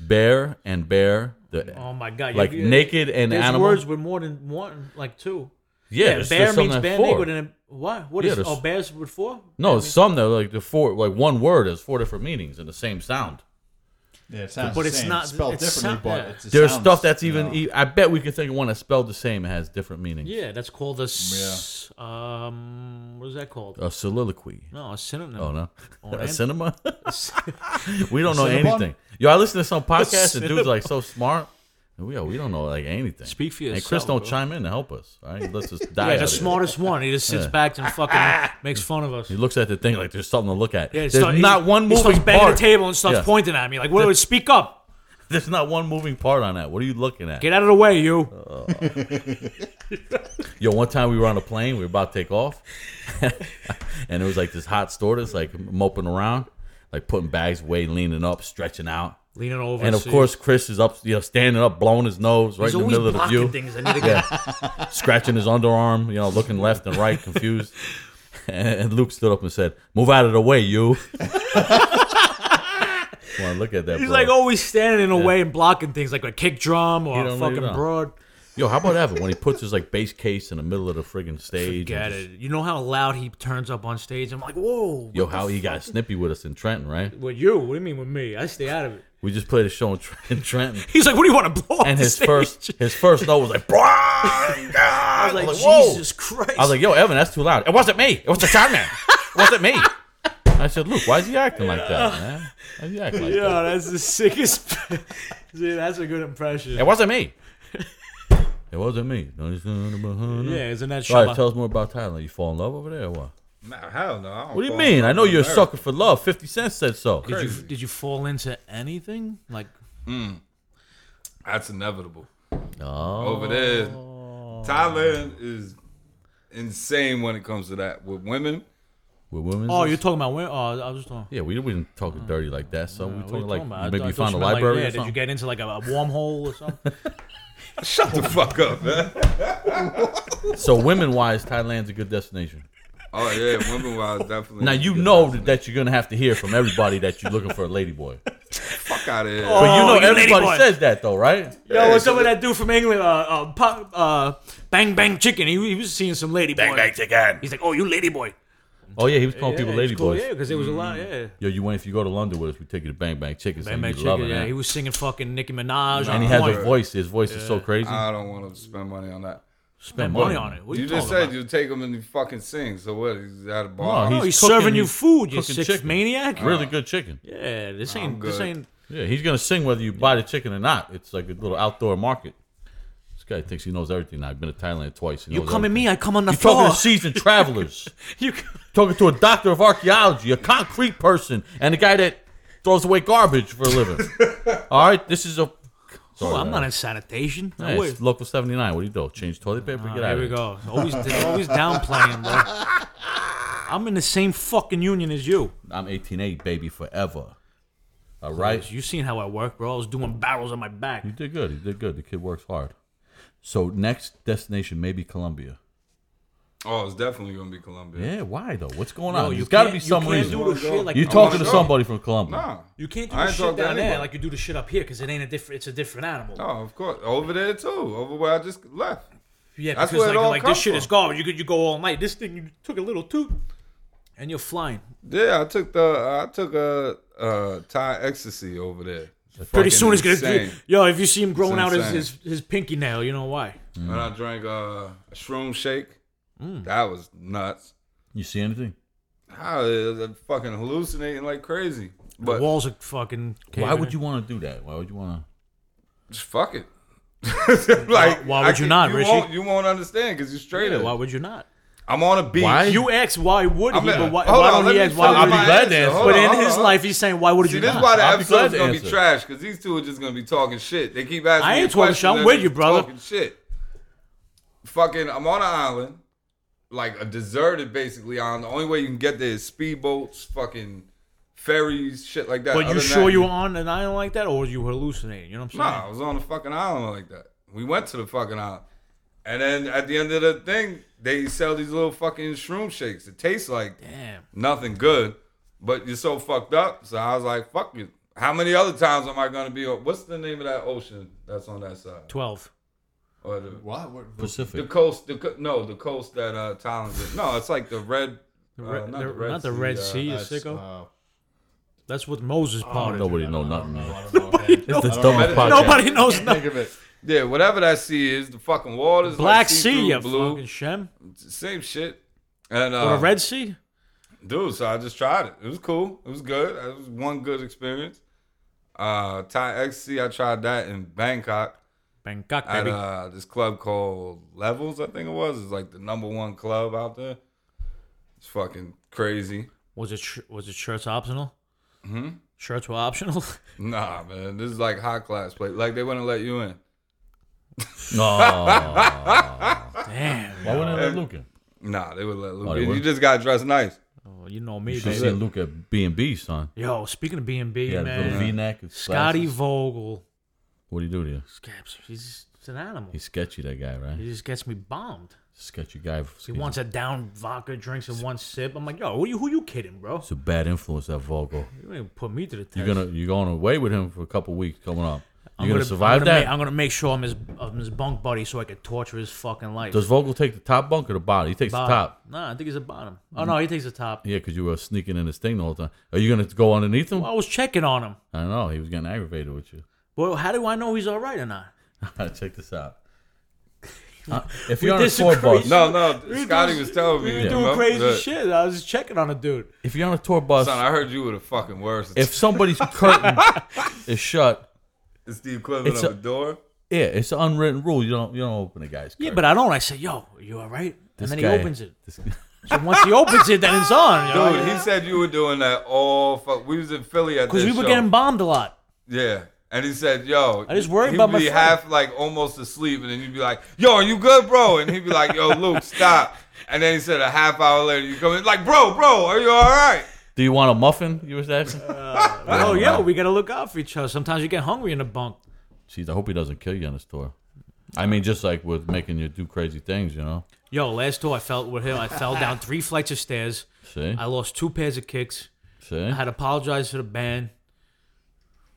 Speaker 2: bear and bear. The,
Speaker 5: Oh my god, you-
Speaker 2: like
Speaker 5: you-
Speaker 2: naked and
Speaker 5: There's
Speaker 2: animal.
Speaker 5: words with more than one, like two.
Speaker 2: yeah,
Speaker 5: Yeah,
Speaker 2: there's-
Speaker 5: bear
Speaker 2: there's some
Speaker 5: means
Speaker 2: that
Speaker 5: bear
Speaker 2: four.
Speaker 5: naked and a- what? What
Speaker 2: Yeah,
Speaker 5: is
Speaker 2: there's-
Speaker 5: oh bears with four?
Speaker 2: No, some that are like the four, like one word has four different meanings and the same sound.
Speaker 3: Yeah, it sounds.
Speaker 5: But
Speaker 3: the
Speaker 5: it's
Speaker 3: same.
Speaker 5: not-
Speaker 3: It's spelled
Speaker 5: it's
Speaker 3: differently,
Speaker 5: so-
Speaker 3: but
Speaker 5: yeah.
Speaker 3: it's, it
Speaker 2: There's
Speaker 3: sounds,
Speaker 2: stuff that's even.
Speaker 3: you
Speaker 2: e
Speaker 3: know,
Speaker 2: I I bet we could think of one that's spelled the same and has different meanings.
Speaker 5: Yeah, that's called a s- um. What is that called?
Speaker 2: A soliloquy.
Speaker 5: no, a synonym.
Speaker 2: Oh no,
Speaker 5: Oh,
Speaker 2: a
Speaker 5: and-
Speaker 2: cinema. we don't know
Speaker 3: Cinnabon?
Speaker 2: anything. Yo, I listen to some podcasts and dudes
Speaker 5: Cinnabon.
Speaker 2: like so smart. and We, we don't know like anything.
Speaker 5: Speak for
Speaker 2: And Chris
Speaker 5: yourself,
Speaker 2: don't
Speaker 5: bro.
Speaker 2: chime in to help us. All right, let's just die.
Speaker 5: Yeah,
Speaker 2: out
Speaker 5: the
Speaker 2: of here.
Speaker 5: smartest one. He just sits back and fucking makes fun of us.
Speaker 2: He looks at the thing like there's something to look at.
Speaker 5: Yeah, he
Speaker 2: there's
Speaker 5: start- he-
Speaker 2: not one
Speaker 5: He starts
Speaker 2: moving
Speaker 5: banging
Speaker 2: part.
Speaker 5: the table and starts
Speaker 2: Yeah.
Speaker 5: pointing at me like, "What? Speak up!
Speaker 2: There's not one moving part on that. What are you looking at?
Speaker 5: Get out of the way,
Speaker 2: Oh.
Speaker 5: you!"
Speaker 2: Yo, one time we were on a plane, we were about to take off, and it was like this hot store that's like moping around, like putting bags away, leaning up, stretching out.
Speaker 5: Leaning over.
Speaker 2: And of
Speaker 5: see.
Speaker 2: course, Chris is up, you know, standing up, blowing his nose right
Speaker 5: he's
Speaker 2: in the
Speaker 5: always
Speaker 2: middle of the
Speaker 5: blocking
Speaker 2: view,
Speaker 5: things. I need to get
Speaker 2: scratching his underarm, you know, looking left and right, confused. And Luke stood up and said, "Move out of the way, you." Come on, look at that.
Speaker 5: He's
Speaker 2: bro.
Speaker 5: like "Oh." always standing in the way and blocking things, like a kick drum or
Speaker 2: He
Speaker 5: a
Speaker 2: don't leave it
Speaker 5: fucking
Speaker 2: on.
Speaker 5: broad.
Speaker 2: Yo, how about ever when he puts his like bass case in the middle of the friggin' stage? and
Speaker 5: Get
Speaker 2: just-
Speaker 5: it? You know how loud he turns up on stage? I'm like, whoa.
Speaker 2: Yo, how he got snippy with us in Trenton, right?
Speaker 5: With you? What do you mean with me? I stay out of it.
Speaker 2: We just played a show in, Tr- in Trenton,
Speaker 5: He's like, what do you want to blow up?
Speaker 2: and
Speaker 5: the
Speaker 2: his
Speaker 5: stage?
Speaker 2: first his first note was like, "Bro."
Speaker 5: I was like,
Speaker 2: whoa.
Speaker 5: Jesus Christ.
Speaker 2: I was like, "Yo, Evan, that's too loud." It wasn't me. It was the sound man. It wasn't me. I said, "Luke, why is he acting like that, man? Why is he acting like that?
Speaker 5: yo, that's the sickest. See, that's a good impression.
Speaker 2: It wasn't me. It wasn't me." Don't you see the behind it?
Speaker 5: Yeah, isn't that
Speaker 2: All
Speaker 5: shit?
Speaker 2: right, tell us more about Thailand. You fall in love over there or what?
Speaker 4: Nah, hell no. I don't
Speaker 2: What do you
Speaker 4: fall
Speaker 2: mean?
Speaker 4: in
Speaker 2: I know
Speaker 4: love with
Speaker 2: you're a
Speaker 4: America.
Speaker 2: sucker for love. 50 Cent said so.
Speaker 5: Did you,
Speaker 4: crazy.
Speaker 5: did you fall into anything? Like,
Speaker 4: That's inevitable.
Speaker 2: Oh.
Speaker 4: Over there,
Speaker 5: Oh.
Speaker 4: Thailand is insane when it comes to that with women.
Speaker 2: With women?
Speaker 5: oh, you're talking about where? Oh, I was just talking.
Speaker 2: Yeah, we didn't talk dirty like that. So we
Speaker 5: What
Speaker 2: talking
Speaker 5: are you
Speaker 2: like
Speaker 5: talking about? I
Speaker 2: maybe
Speaker 5: thought-
Speaker 2: Oh. you
Speaker 5: I thought
Speaker 2: found a
Speaker 5: meant like,
Speaker 2: library
Speaker 5: yeah,
Speaker 2: or
Speaker 5: did you
Speaker 2: something.
Speaker 5: get into like a, a wormhole or something?
Speaker 4: Shut the fuck up, man.
Speaker 2: So women wise, Thailand's a good destination.
Speaker 4: Oh yeah, women wise definitely.
Speaker 2: Now you know that you're gonna have to hear from everybody that you're looking for a lady boy.
Speaker 4: fuck out of here.
Speaker 2: But you
Speaker 5: Oh,
Speaker 2: know
Speaker 5: you
Speaker 2: everybody
Speaker 5: ladyboy.
Speaker 2: says that though, right?
Speaker 5: Yo, what's up with that dude from England? Uh, uh, pop, uh Bang Bang Chicken. He, he was seeing some lady boy.
Speaker 2: chicken.
Speaker 5: He's like, oh, you lady boy.
Speaker 2: Oh yeah, he was calling people lady boys.
Speaker 5: Yeah, because there was a
Speaker 4: Mm.
Speaker 5: lot. Yeah,
Speaker 2: Yo, you went if you go to London with us, we take you to Bang Bang Chicken.
Speaker 5: Bang Bang
Speaker 2: you love
Speaker 5: Chicken.
Speaker 2: it,
Speaker 5: Yeah,
Speaker 2: man.
Speaker 5: he was singing fucking Nicki Minaj.
Speaker 2: and he has a voice. His voice is so crazy.
Speaker 4: I don't want to spend money on that.
Speaker 5: Spend
Speaker 2: money
Speaker 5: money
Speaker 2: on
Speaker 5: on it. What
Speaker 4: You,
Speaker 5: you,
Speaker 4: just
Speaker 5: talking
Speaker 4: said
Speaker 5: about?
Speaker 4: you take them and you fucking sing. So what? He's at a bar.
Speaker 2: No,
Speaker 5: Oh, he's,
Speaker 2: He's cooking,
Speaker 5: serving you
Speaker 2: he's
Speaker 5: food. You
Speaker 2: cooking
Speaker 5: sick
Speaker 2: chicken.
Speaker 5: maniac.
Speaker 2: really Oh, good chicken.
Speaker 5: Uh, Yeah, this ain't. This
Speaker 4: good.
Speaker 5: ain't.
Speaker 2: Yeah, he's gonna sing whether you buy the chicken or not. It's like a little outdoor market. This guy thinks he knows everything. Now. I've been to Thailand twice. He
Speaker 5: You
Speaker 2: knows
Speaker 5: come at
Speaker 2: everything.
Speaker 5: me, I come on the
Speaker 2: You're talking
Speaker 5: floor.
Speaker 2: to seasoned travelers.
Speaker 5: you
Speaker 2: talking to a doctor of archaeology, a concrete person, and a guy that throws away garbage for a living. All right, this is a. Sorry,
Speaker 5: Oh, I'm
Speaker 2: man.
Speaker 5: not in sanitation. No
Speaker 2: Hey,
Speaker 5: way.
Speaker 2: it's local 79. What do you do? Change toilet paper?
Speaker 5: Oh,
Speaker 2: Get out
Speaker 5: here
Speaker 2: of
Speaker 5: we
Speaker 2: here.
Speaker 5: go. Always, they're always downplaying, bro. I'm in the same fucking union as you.
Speaker 2: I'm 18.8, baby, forever. All right?
Speaker 5: You seen how I work, bro? I was doing barrels on my back.
Speaker 2: You did good. You did good. The kid works hard. So, next destination, maybe Colombia.
Speaker 4: Oh, it's definitely gonna be Colombia.
Speaker 2: Yeah, why though? What's going
Speaker 5: Yo,
Speaker 2: on?
Speaker 5: you
Speaker 2: There's got to
Speaker 5: can't-
Speaker 2: be
Speaker 5: you
Speaker 2: some
Speaker 5: can't
Speaker 2: reason.
Speaker 5: do the shit like-
Speaker 2: You're
Speaker 5: I
Speaker 2: talking to
Speaker 4: wanna go.
Speaker 2: somebody from Colombia.
Speaker 4: Nah.
Speaker 5: You can't do
Speaker 4: I
Speaker 5: the
Speaker 4: ain't
Speaker 5: shit
Speaker 4: talking to
Speaker 5: down there
Speaker 4: anybody.
Speaker 5: like you do the shit up here because it ain't a different. It's a different animal.
Speaker 4: Oh, of course. Over there too. Over where I just left.
Speaker 5: yeah,
Speaker 4: that's
Speaker 5: because
Speaker 4: where it
Speaker 5: like,
Speaker 4: all
Speaker 5: like this
Speaker 4: come
Speaker 5: shit
Speaker 4: from.
Speaker 5: is garbage. You could you go all night. This thing you took a little toot, and you're flying.
Speaker 4: Yeah, I took the I took a uh Thai ecstasy over there.
Speaker 5: Pretty soon it's
Speaker 4: it's
Speaker 5: gonna.
Speaker 4: insane.
Speaker 5: Yo, if you see him growing out his,
Speaker 4: insane.
Speaker 5: his his pinky nail, you know why?
Speaker 4: And
Speaker 5: Mm.
Speaker 4: I drank uh, a shroom shake. That was nuts.
Speaker 2: You see anything?
Speaker 4: I was uh, fucking hallucinating like crazy.
Speaker 5: the
Speaker 4: But
Speaker 5: walls are fucking.
Speaker 2: Why would you want to do that? Why would you want to?
Speaker 4: just fuck it. like
Speaker 5: why would
Speaker 4: I
Speaker 5: you
Speaker 4: can't-
Speaker 5: not,
Speaker 4: you
Speaker 5: Richie?
Speaker 4: Won't, you won't understand because you're straight.
Speaker 5: Yeah, why
Speaker 4: up.
Speaker 5: would you not?
Speaker 4: I'm on a beach.
Speaker 2: Why?
Speaker 5: You asked why would he,
Speaker 4: I'm
Speaker 5: but why,
Speaker 4: hold
Speaker 5: why
Speaker 4: on,
Speaker 5: don't
Speaker 4: let
Speaker 5: he
Speaker 4: me
Speaker 5: ask why
Speaker 4: finish
Speaker 5: would
Speaker 4: my
Speaker 5: he?
Speaker 2: glad to
Speaker 4: answer.
Speaker 2: answer.
Speaker 4: Hold
Speaker 5: But
Speaker 4: on,
Speaker 5: in
Speaker 4: hold
Speaker 5: his
Speaker 4: on.
Speaker 5: life, he's saying why would
Speaker 4: See,
Speaker 5: you
Speaker 4: this is
Speaker 5: not?
Speaker 4: why the
Speaker 2: I'll be glad
Speaker 4: episode's
Speaker 2: to
Speaker 4: gonna be
Speaker 2: answer.
Speaker 4: trash because these two are just gonna be talking shit. They keep asking.
Speaker 5: I
Speaker 4: me
Speaker 5: ain't talking shit. I'm
Speaker 4: questions and
Speaker 5: with
Speaker 4: they
Speaker 5: you,
Speaker 4: keep
Speaker 5: brother.
Speaker 4: Talking shit. Fucking, I'm on an island, like a deserted basically island. The only way you can get there is speedboats, fucking ferries, shit like that.
Speaker 5: But
Speaker 4: Other
Speaker 5: you
Speaker 4: than
Speaker 5: sure
Speaker 4: that,
Speaker 5: you were on an island like that, or was you hallucinating? You know what I'm
Speaker 4: No,
Speaker 5: saying?
Speaker 4: I was on a fucking island like that. We went to the fucking island. And then at the end of the thing, they sell these little fucking shroom shakes. It tastes like
Speaker 5: Damn.
Speaker 4: nothing good, but you're so fucked up. So I was like, fuck you. How many other times am I going to be on? What's the name of that ocean that's on that side?
Speaker 5: Twelve.
Speaker 4: Or the,
Speaker 2: e-
Speaker 3: What? what
Speaker 4: the
Speaker 2: Pacific.
Speaker 4: coast, the, co- no, the coast that uh, Thailand's in. No, it's like the red. Uh, The uh,
Speaker 5: Red- the- not the Red Sea, you sicko.
Speaker 3: oh,
Speaker 5: That's what Moses parted.
Speaker 2: Nobody know nothing. man.
Speaker 3: Nobody
Speaker 2: It's the dumbest podcast.
Speaker 5: Nobody knows
Speaker 3: Think
Speaker 5: nothing.
Speaker 3: of it.
Speaker 4: yeah, whatever that sea is, the fucking waters.
Speaker 5: Black
Speaker 4: like
Speaker 5: Sea, you
Speaker 4: see-through blue.
Speaker 5: fucking shem.
Speaker 4: Same shit. And
Speaker 5: Or
Speaker 4: uh,
Speaker 5: the Red Sea?
Speaker 4: dude. So I just tried it. It was cool. It was good. It was one good experience. Uh, Thai XC, I tried that in Bangkok
Speaker 5: Bangkok,
Speaker 4: at
Speaker 5: baby.
Speaker 4: uh, this club called Levels. I think it was. It's like the number one club out there. It's fucking crazy.
Speaker 5: was it sh- was it shirts optional? Mm-hmm.
Speaker 4: Hmm?
Speaker 5: Shirts were optional.
Speaker 4: Nah, man, this is like high class place. Like they wouldn't let you in.
Speaker 2: No.
Speaker 5: Damn.
Speaker 2: Why wouldn't they let Luca?
Speaker 4: Nah, they would let Luke
Speaker 2: Oh, they
Speaker 4: in. You
Speaker 2: would?
Speaker 4: just got dressed nice.
Speaker 5: Oh, you know me,
Speaker 2: Should
Speaker 5: baby.
Speaker 2: see Luca B and B, son.
Speaker 5: Yo, speaking of B and B,
Speaker 2: Yeah, little
Speaker 5: man,
Speaker 2: V-neck. and
Speaker 5: Scotty
Speaker 2: glasses.
Speaker 5: Vogel.
Speaker 2: What do you do to you?
Speaker 5: Scabs, he's, he's an animal.
Speaker 2: He's sketchy, that guy, right?
Speaker 5: he just gets me bombed.
Speaker 2: Sketchy guy.
Speaker 5: He wants a down vodka drinks in one sip. I'm like, yo, who you who you kidding, bro?
Speaker 2: It's a bad influence, that Vogel.
Speaker 5: You ain't put me to the test.
Speaker 2: You're gonna you're going away with him for a couple weeks coming up. You're
Speaker 5: I'm
Speaker 2: gonna,
Speaker 5: gonna-
Speaker 2: survive
Speaker 5: I'm gonna
Speaker 2: that.
Speaker 5: Make, I'm gonna make sure I'm his, I'm his bunk buddy so I can torture his fucking life.
Speaker 2: Does Vogel take the top bunk or the bottom? He takes
Speaker 5: Bottom.
Speaker 2: the top. Mm.
Speaker 5: Nah, I think he's a bottom. Oh no, he takes the top.
Speaker 2: Yeah, because you were sneaking in his thing the whole time. Are you gonna go underneath him?
Speaker 5: Well, I was checking on him.
Speaker 2: I know he was getting aggravated with you.
Speaker 5: Well, how do I know he's all right or not?
Speaker 2: Check this out. Uh, if you're on a
Speaker 5: disagree.
Speaker 2: tour bus,
Speaker 4: No, no,
Speaker 5: We were
Speaker 4: Scotty
Speaker 5: doing-
Speaker 4: was telling me.
Speaker 5: We were
Speaker 4: you
Speaker 5: doing
Speaker 4: know,
Speaker 5: crazy
Speaker 4: that-
Speaker 5: shit. I was just checking on a dude.
Speaker 2: if you're on a tour bus,
Speaker 4: Son, I heard you were the fucking worst.
Speaker 2: if somebody's curtain is shut,
Speaker 4: it's the equivalent
Speaker 2: It's
Speaker 4: of
Speaker 2: a-
Speaker 4: a door.
Speaker 2: yeah, it's an unwritten rule. You don't you don't open a guy's curtain.
Speaker 5: Yeah, but I don't. I say, yo, you all right?
Speaker 2: This
Speaker 5: and then
Speaker 2: guy-
Speaker 5: he opens it.
Speaker 2: this-
Speaker 5: So once he opens it, then it's on. you know?
Speaker 4: Dude, he said you were doing that all fuck. We was in Philly at
Speaker 5: Because
Speaker 4: this
Speaker 5: we were
Speaker 4: show.
Speaker 5: getting bombed a lot.
Speaker 4: Yeah. And he said, "Yo,
Speaker 5: I just worried
Speaker 4: he'd
Speaker 5: about my
Speaker 4: be
Speaker 5: friend.
Speaker 4: half like almost asleep, and then you'd be like, "Yo, are you good, bro?" And he'd be like, "Yo, Luke, stop." And then he said, a half hour later, you come in like, "Bro, bro, are you all right?"
Speaker 2: Do you want a muffin? You was asking.
Speaker 5: Oh, yo, we got to look out for each other. Sometimes you get hungry in the bunk.
Speaker 2: Jeez, I hope he doesn't kill you on this tour. I mean, just like with making you do crazy things, you know.
Speaker 5: Yo, last tour I felt with him, I fell down three flights of stairs.
Speaker 2: See,
Speaker 5: I lost two pairs of kicks.
Speaker 2: see.
Speaker 5: I had to apologize to the band.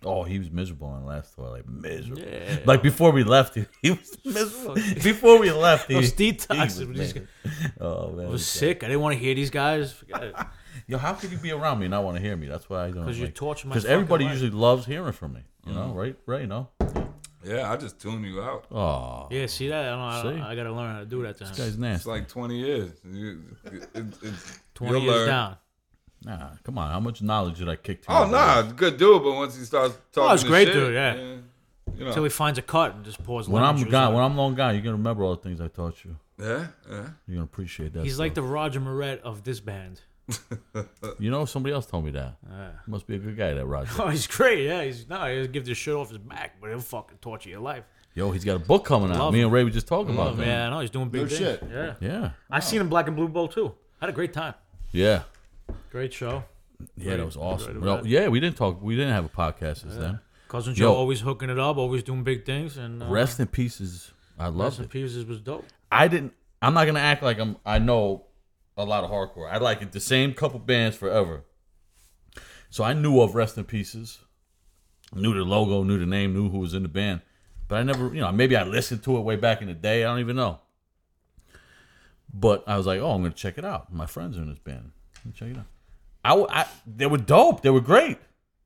Speaker 2: Oh, he was miserable on the last tour, like miserable. Like before we left, he, he was miserable. before we left, he,
Speaker 5: I was
Speaker 2: he
Speaker 5: detoxing. with
Speaker 2: was,
Speaker 5: these guys.
Speaker 2: mad. oh man,
Speaker 5: I was sick. I didn't want to hear these guys. Forget it.
Speaker 2: Yo, how could you be around me and not want to hear me? That's why I don't.
Speaker 5: 'Cause you torture my
Speaker 2: Because
Speaker 5: fucking
Speaker 2: everybody
Speaker 5: life. Mm-hmm.
Speaker 2: usually loves hearing from me. You know, right? Right? No.
Speaker 4: Yeah, I just tuned you out.
Speaker 2: Oh,
Speaker 5: Yeah, see that? I, don't, I,
Speaker 2: See?
Speaker 5: don't, I gotta learn how to do that to
Speaker 2: this
Speaker 5: him.
Speaker 2: guy's
Speaker 4: It's
Speaker 2: nasty.
Speaker 4: like twenty years. You, it, it's,
Speaker 5: 20
Speaker 4: you'll
Speaker 5: years
Speaker 4: learn.
Speaker 5: down.
Speaker 2: Nah, come on. How much knowledge did I kick? to
Speaker 4: Oh
Speaker 2: you?
Speaker 4: nah, good dude. But once he starts talking,
Speaker 5: Oh, it's
Speaker 4: to
Speaker 5: great
Speaker 4: shit,
Speaker 5: dude, yeah.
Speaker 4: you
Speaker 5: Until
Speaker 4: know.
Speaker 5: he finds a cut and just pours.
Speaker 2: When
Speaker 5: lemon
Speaker 2: I'm
Speaker 5: juice
Speaker 2: gone,
Speaker 5: on it.
Speaker 2: when I'm long gone, you're gonna remember all the things I taught you.
Speaker 4: Yeah, yeah.
Speaker 2: You're gonna appreciate that.
Speaker 5: he's
Speaker 2: stuff.
Speaker 5: like the Roger Moret of this band.
Speaker 2: you know, somebody else told me that. Must be a good guy, that Roger.
Speaker 5: Oh, he's great. Yeah, he's no, he'll give this shit off his back, but he'll fucking torture your life.
Speaker 2: Yo, he's got a book coming out.
Speaker 5: Love
Speaker 2: Me
Speaker 5: him.
Speaker 2: and Ray were just talking about that.
Speaker 5: yeah, I know he's doing big
Speaker 3: No
Speaker 5: things.
Speaker 3: shit.
Speaker 5: Yeah,
Speaker 2: Yeah,
Speaker 5: I seen him Black and Blue Bowl too. Had a great time.
Speaker 2: yeah,
Speaker 5: Great show.
Speaker 2: yeah. That was awesome.
Speaker 5: right.
Speaker 2: Well, yeah, we didn't talk. We didn't have a podcast since then.
Speaker 5: Cousin
Speaker 2: Yo.
Speaker 5: Joe always hooking it up, always doing big things. And uh,
Speaker 2: Rest in pieces. I
Speaker 5: Rest
Speaker 2: loved
Speaker 5: in
Speaker 2: it.
Speaker 5: Pieces was dope.
Speaker 2: I didn't. I'm not gonna act like I'm. I know a lot of hardcore. I like it the same couple bands forever. So I knew of Rest in Pieces, knew the logo, knew the name, knew who was in the band, but I never, you know, maybe I listened to it way back in the day. I don't even know. But I was like, oh, I'm gonna check it out. My friends are in this band. Let me check it out. I, w- I- they were dope. They were great.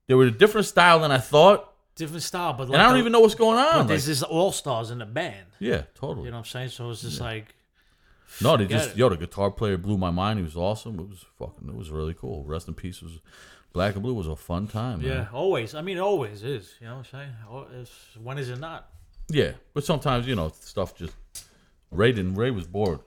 Speaker 2: They were a different style than I thought,
Speaker 5: Different style, but like
Speaker 2: and I don't even know what's going on. Like,
Speaker 5: There's this all stars in the band.
Speaker 2: yeah, totally.
Speaker 5: You know what I'm saying? So it's just like
Speaker 2: No, they
Speaker 5: Forget
Speaker 2: just
Speaker 5: it.
Speaker 2: yo, the guitar player blew my mind. He was awesome. It was fucking. It was really cool. Rest in peace. Was Black and Blue was a fun time.
Speaker 5: Yeah,
Speaker 2: Man.
Speaker 5: always. I mean, it always is. You know what I'm saying? Al- it's- When is it not?
Speaker 2: Yeah, but sometimes you know stuff just. Ray didn't. Ray was bored.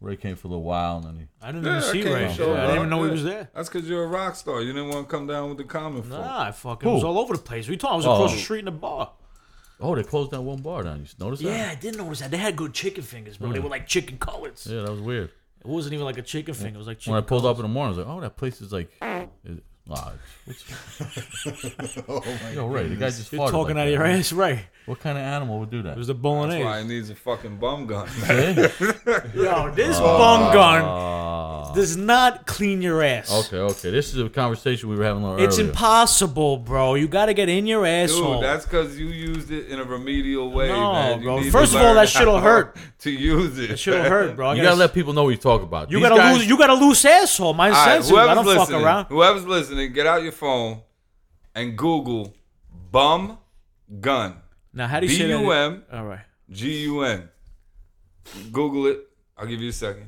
Speaker 2: Ray came for a little while and then he.
Speaker 5: I didn't
Speaker 4: Yeah,
Speaker 5: even
Speaker 4: I
Speaker 5: see
Speaker 4: came
Speaker 5: Ray.
Speaker 4: to show
Speaker 5: I didn't
Speaker 4: up.
Speaker 5: even know he
Speaker 4: Yeah.
Speaker 5: was there.
Speaker 4: That's because you're a rock star. You didn't want to come down with the common folk.
Speaker 5: Nah, I fucking was
Speaker 2: Who?
Speaker 5: all over the place. We talking? I was across
Speaker 2: Oh.
Speaker 5: the street in a bar.
Speaker 2: Oh, they closed that one bar down. You notice
Speaker 5: Yeah,
Speaker 2: that?
Speaker 5: I did notice that. They had good chicken fingers, bro. They were like chicken collards.
Speaker 2: Mm. Yeah, that was weird.
Speaker 5: It wasn't even like a chicken finger. It was like chicken
Speaker 2: When I pulled up
Speaker 5: collards.
Speaker 2: in the morning, I was like, "Oh, that place is like." It, ah, it's- what's, yo, Ray, the guy just
Speaker 5: You're
Speaker 2: farted
Speaker 5: talking
Speaker 2: like
Speaker 5: out of
Speaker 2: that.
Speaker 5: your ass, right?
Speaker 2: What kind of animal would do that?
Speaker 5: It was the
Speaker 4: That's why
Speaker 5: bolognese.
Speaker 4: he needs a fucking bum gun.
Speaker 5: Yo, this
Speaker 2: Oh.
Speaker 5: bum gun does not clean your ass.
Speaker 2: Ah, okay, okay. This is a conversation we were having a little
Speaker 5: It's
Speaker 2: earlier.
Speaker 5: impossible, bro. You got to get in your asshole.
Speaker 4: Dude, that's because you used it in a remedial way,
Speaker 5: No,
Speaker 4: man. You
Speaker 5: bro.
Speaker 4: need to
Speaker 5: First of all,
Speaker 4: learn
Speaker 5: that shit'll
Speaker 4: how
Speaker 5: hurt.
Speaker 4: To use it.
Speaker 5: that shit'll hurt, bro. I
Speaker 2: You
Speaker 5: gotta
Speaker 2: gotta let people know what you talk about.
Speaker 5: You
Speaker 2: These
Speaker 5: got a
Speaker 2: guys-
Speaker 5: loose. You got a loose asshole. Mine's
Speaker 4: All right,
Speaker 5: sensitive. I don't fuck
Speaker 4: listening,
Speaker 5: around.
Speaker 4: whoever's listening, get out your phone and Google bum gun.
Speaker 5: Now, how do you say that?
Speaker 4: B-U-M,
Speaker 5: All right.
Speaker 4: G-U-N. Google it. I'll give you a second.